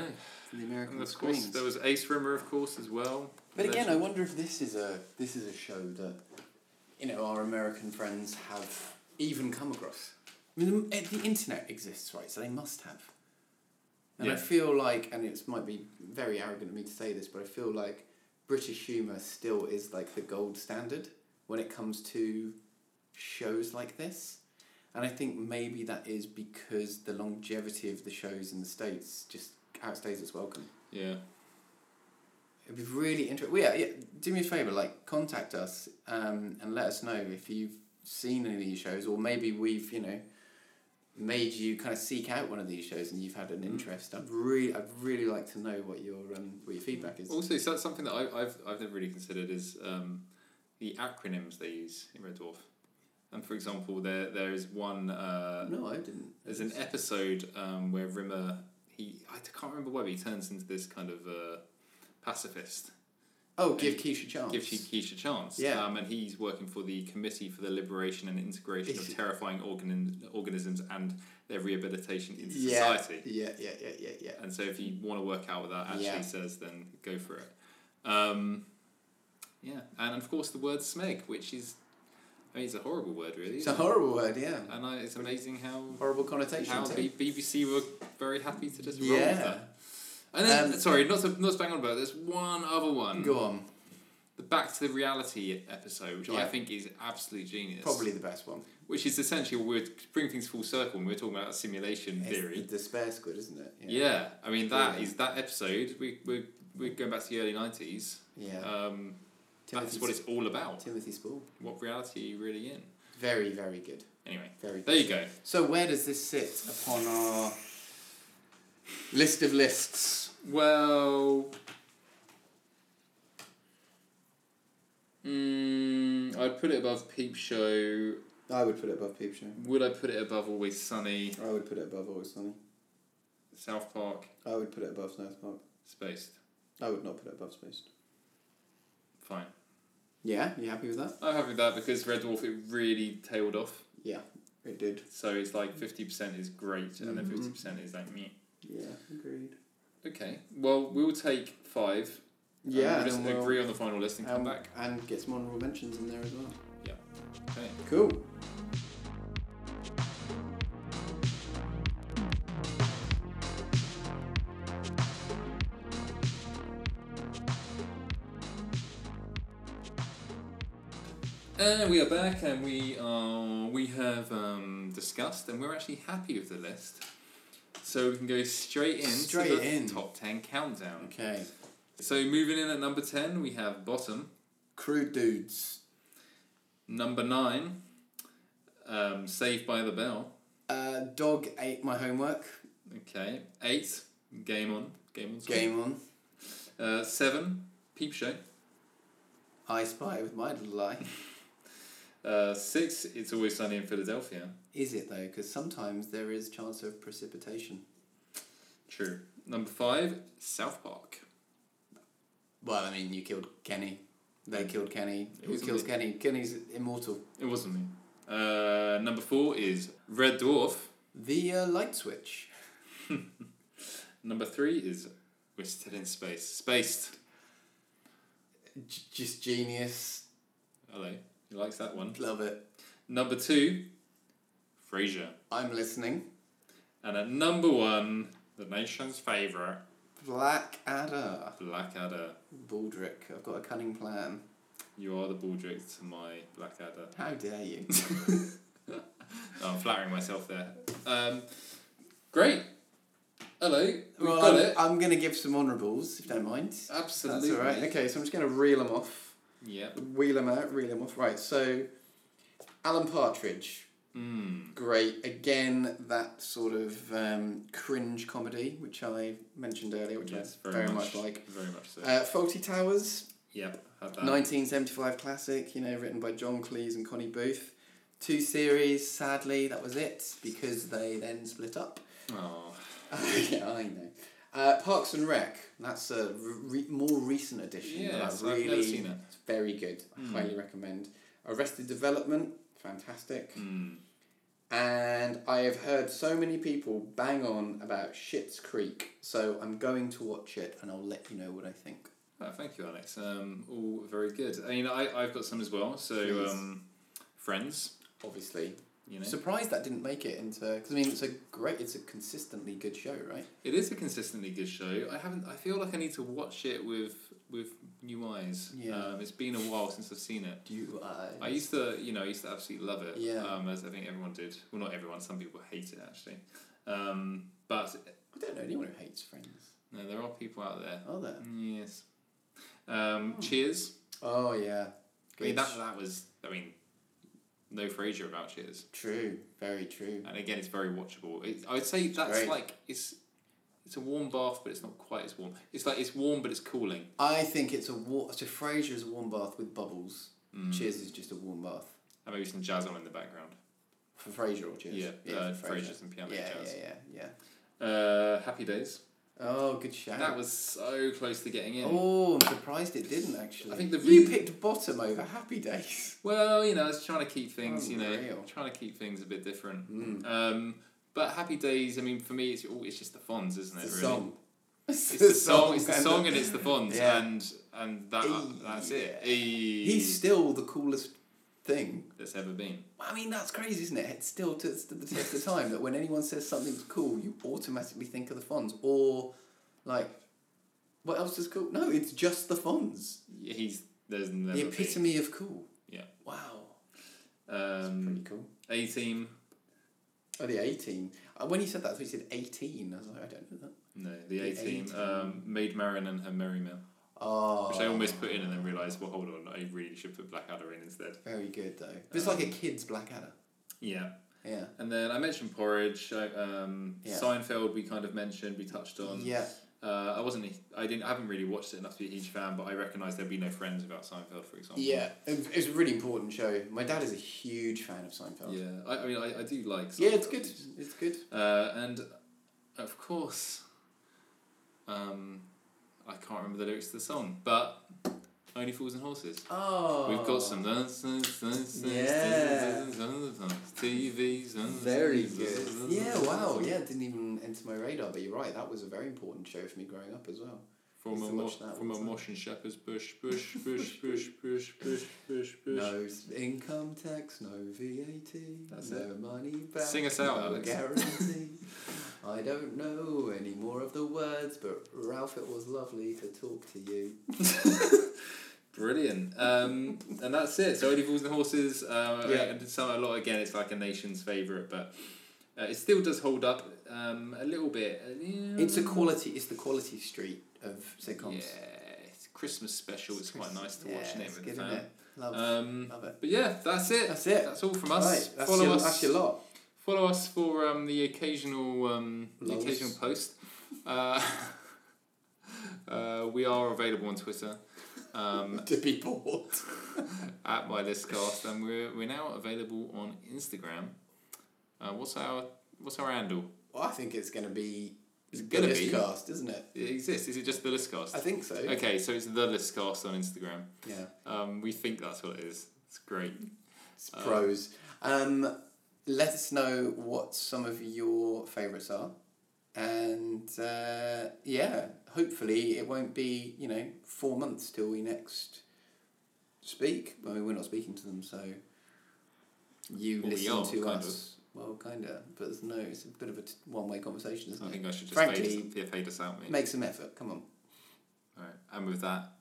A: the
B: and
A: American
B: of course
A: screens.
B: there was Ace Rimmer, of course, as well.
A: But again, I
B: Legend.
A: wonder if this is a this is a show that you know our American friends have even come across. I mean, the, eh, the internet exists, right? So they must have. And I
B: Yeah.
A: feel like, and it might be very arrogant of me to say this, but I feel like British humour still is like the gold standard when it comes to shows like this. And I think maybe that is because the longevity of the shows in the States just outstays its welcome.
B: yeah,
A: It'd be really interesting. Well, yeah, yeah, do me a favor, like contact us um, and let us know if you've seen any of these shows, or maybe we've you know made you kind of seek out one of these shows and you've had
B: Mm.
A: an interest. I'd really, I'd really like to know what your um, what your feedback is.
B: Also, so that's something that I, I've I've never really considered is um, the acronyms they use in Red Dwarf. And for example, there there is one. Uh,
A: No, I didn't.
B: There's an episode um, where Rimmer he I can't remember why, but he turns into this kind of uh, pacifist.
A: Oh, give Keisha a chance.
B: Gives she Keisha a chance.
A: Yeah.
B: Um, and he's working for the Committee for the Liberation and Integration
A: Is-
B: of Terrifying Organ- Organisms and Their Rehabilitation into
A: yeah,
B: Society.
A: yeah, yeah, yeah, yeah, yeah.
B: And so if you want to work out what that actually
A: Yeah.
B: says, then go for it. Um, yeah, and of course the word smeg, which is, I mean, it's a horrible word, really.
A: It's a
B: isn't it?
A: horrible word. Yeah,
B: and I, it's amazing how
A: horrible connotation.
B: Uh, how
A: too.
B: B- BBC were very happy to just roll with
A: yeah,
B: that. And then,
A: Um,
B: sorry, not to, not to bang on about. it, There's one other one,
A: go on.
B: the Back to the Reality episode, which I
A: Yeah.
B: think is absolute genius.
A: Probably the best one.
B: Which is essentially we are bring things full circle when we're talking about simulation
A: It's
B: theory.
A: the despair squid, isn't it?
B: Yeah. I mean that
A: Brilliant.
B: is that episode. We we we're going back to the early nineties.
A: Yeah.
B: Um, that's
A: Timothy-
B: what it's all about.
A: Timothy Spall.
B: What reality are you really in?
A: Very, very good.
B: Anyway,
A: Very good.
B: there you go.
A: So where does this sit upon our list of lists?
B: Well, mm, I'd put it above Peep Show.
A: I would put it above Peep Show.
B: Would I put it above Always Sunny?
A: I would put it above Always Sunny.
B: South Park,
A: I would put it above South Park.
B: Spaced.
A: I would not put it above Spaced.
B: Fine.
A: Yeah, you happy with that?
B: I'm happy with that because Red Dwarf it really tailed off.
A: Yeah, it did.
B: So it's like fifty percent is great, and then
A: Mhm.
B: fifty percent is like me.
A: Yeah, agreed.
B: Okay. Well, we'll take five. and
A: Yeah,
B: we'll just
A: and we'll-
B: agree on the final list and come
A: Um,
B: back.
A: and get some honourable mentions in there as well.
B: Okay.
A: Cool.
B: And we are back, and we are we have um, discussed, and we're actually happy with the list. So we can go straight in
A: Straight
B: to the
A: in.
B: top ten countdown.
A: Okay.
B: So moving in at number ten, we have bottom.
A: Crude dudes.
B: Number nine, um, Saved by the Bell.
A: Uh, dog ate my homework.
B: Okay, eight, Game On. Game On. sorry.
A: Game on.
B: Uh, seven, Peep Show.
A: I spy with my little eye.
B: Uh, six, It's Always Sunny in Philadelphia.
A: Is it though? Because sometimes there is chance of precipitation.
B: True. Number five, South Park.
A: Well, I mean, you killed Kenny. They killed Kenny.
B: Mm. It
A: Who
B: was
A: kills
B: me.
A: Kenny? Kenny's immortal.
B: It wasn't me. Uh, number four is Red Dwarf.
A: The uh, light switch.
B: Number three is We're Still in Space. Spaced.
A: J- just genius.
B: Hello. He likes that one.
A: Love it.
B: Number two, Frasier.
A: I'm listening.
B: And at number one, the nation's favourite,
A: Blackadder.
B: Blackadder.
A: Baldric, I've got a cunning plan.
B: You are the Baldric to my Blackadder.
A: How dare you?
B: Oh, I'm flattering myself there. Um, great. Hello. We've
A: well,
B: got
A: I'm,
B: it.
A: I'm going to give some honourables, if you don't mind.
B: Absolutely.
A: That's all right. Okay, so I'm just going to reel them off.
B: Yep.
A: Wheel them out, reel them off. Right, so Alan Partridge,
B: Mm.
A: Great. Again, that sort of um, cringe comedy, which I mentioned earlier, which
B: Yes,
A: I
B: very,
A: very
B: much,
A: much, like.
B: Very much so.
A: Uh, Faulty Towers,
B: yep, had that.
A: 1975 classic, you know, written by John Cleese and Connie Booth. Two series, sadly, that was it, because they then split up.
B: Oh,
A: yeah, I know. Uh, Parks and Rec, that's a re- more recent edition. that
B: yes,
A: I
B: I've never
A: really
B: seen it.
A: it's very good. I
B: Mm.
A: highly recommend. Arrested Development, fantastic.
B: Mm.
A: And I have heard so many people bang on about Shit's Creek, so I'm going to watch it and I'll let you know what I think.
B: Oh, thank you, Alex. Um, all very good. I mean, I, I've got some as well. So,
A: Please.
B: um, friends,
A: Obviously,
B: you know,
A: surprised that didn't make it into because I mean it's a great, it's a consistently good show, right?
B: it is a consistently good show. I haven't. I feel like I need to watch it with with new eyes.
A: Yeah.
B: Um, it's been a while since I've seen it.
A: Do you, uh,
B: I used to, you know, I used to absolutely love it.
A: Yeah.
B: Um, as I think everyone did. Well, not everyone. Some people hate it actually. Um, but
A: I don't know anyone who hates Friends.
B: no, there are people out there.
A: Are there?
B: Yes. Um, Cheers.
A: Oh yeah,
B: I mean,
A: Hmm. Good.
B: that that was. I mean, no Frasier about Cheers.
A: true, very true.
B: and again, it's very watchable. It, I would say that's
A: great.
B: like it's it's a warm bath, but it's not quite as warm. It's like it's warm, but it's cooling.
A: I think it's a war. So Frasier is a warm bath with bubbles.
B: Mm.
A: Cheers is just a warm bath
B: And maybe some jazz on in the background.
A: for Frasier or Cheers.
B: Yeah, uh,
A: for
B: Frasier's and piano
A: yeah,
B: jazz.
A: yeah, yeah, yeah.
B: Uh, Happy Days.
A: Oh, good shout.
B: That was so close to getting in.
A: Oh, I'm surprised it didn't actually.
B: I think the
A: you
B: re-
A: picked bottom over Happy Days.
B: Well, you know, I was trying to keep
A: Oh,
B: things, you know,
A: Unreal.
B: trying to keep things a bit different.
A: Hmm.
B: Um, but Happy Days. I mean, for me, it's all it's just the Fonz, isn't
A: It's
B: it?
A: the
B: really?
A: song.
B: It's the song. It's the
A: and uh,
B: song, and it's the Fonz,
A: Yeah.
B: and and that
A: Eee.
B: that's it.
A: He's
B: He's
A: still the coolest thing.
B: that's ever been.
A: I mean, that's crazy, isn't it? It's still to, to the test of time that when anyone says something's cool, you automatically think of the Fonz or like. What else is cool? No, it's just the Fonz.
B: He's there's never
A: The
B: been.
A: epitome of cool.
B: Yeah.
A: Wow.
B: Um,
A: cool.
B: A Team.
A: Oh, the 18. Uh, When you said that, I thought you said 18. I was like, I don't know that.
B: No, the
A: The
B: A Team.
A: A-Team.
B: Um, Maid Marian and her Merry Mill,
A: Oh.
B: which I almost put in and then realised, well, hold on, I really should put Blackadder in instead.
A: Very good, though. But it's like a kid's Blackadder.
B: Yeah,
A: Yeah.
B: and then I mentioned Porridge. I, um,
A: Yeah.
B: Seinfeld. We kind of mentioned. We touched on.
A: Yeah.
B: Uh, I wasn't. a- I didn't. I haven't really watched it enough to be a huge fan, but I recognise there'd be no friends without Seinfeld, for example.
A: Yeah. It- It's a really important show. My dad is a huge fan of Seinfeld. Yeah,
B: Yeah. I, I mean, I, I do like. Seinfeld.
A: it's good. It's good.
B: Uh, and of course, um, I can't remember the lyrics to the song, but only fools and horses.
A: Oh.
B: We've got some yeah.
A: Yeah.
B: TVs.
A: Very good. Yeah, wow. Yeah, it didn't even enter my radar, but you're right. That was a very important show for me growing up as well.
B: From
A: Used
B: a,
A: to
B: mo-
A: watch that
B: from
A: all
B: a
A: the time.
B: mosh and shepherd's bush, bush, bush, bush, bush, bush, bush, bush.
A: No s- income tax, no VAT,
B: That's
A: no money back.
B: Sing us out,
A: no
B: Alex.
A: guarantee. I don't know any more of the words, but Ralph, it was lovely to talk to you.
B: Brilliant. Um, and that's it. So only fools and horses. Uh,
A: Yeah.
B: And some a lot again. It's like a nation's favorite, but uh, it still does hold up um, a little bit. Uh, yeah.
A: It's a quality. It's the quality street of
B: Yeah,
A: sitcoms.
B: it's a Christmas special. It's, quite nice to
A: Yeah,
B: watch.
A: it's
B: Name
A: good, isn't it? Love,
B: Um,
A: love it.
B: But yeah, that's it.
A: That's it.
B: That's all from us.
A: Right, that's,
B: follow
A: your,
B: us.
A: that's your lot.
B: Follow us for um, the occasional um, the
A: Lulz.
B: occasional post. Uh, uh, we are available on Twitter um,
A: To be bought.
B: at my listcast, and we're we're now available on Instagram. Uh, what's our what's our handle?
A: Well, I think it's going to be.
B: It's gonna
A: the
B: be.
A: cast, isn't it?
B: It exists. Is it just the listcast?
A: I think so.
B: Okay, so it's the listcast on Instagram.
A: Yeah.
B: Um, we think that's what it is. It's great.
A: It's
B: Uh,
A: pros. Um, let us know what some of your favourites are. And uh, yeah, hopefully it won't be, you know, four months till we next speak. I mean, we're not speaking to them, so you
B: Well, we
A: listen
B: are,
A: to
B: kind
A: us. Well, kind of. But there's no, it's a bit of a t- one way conversation, isn't
B: I
A: it?
B: think I should just
A: Frankly-
B: fade, us, fade us out, mate.
A: Make some effort, come on.
B: All right, and with that,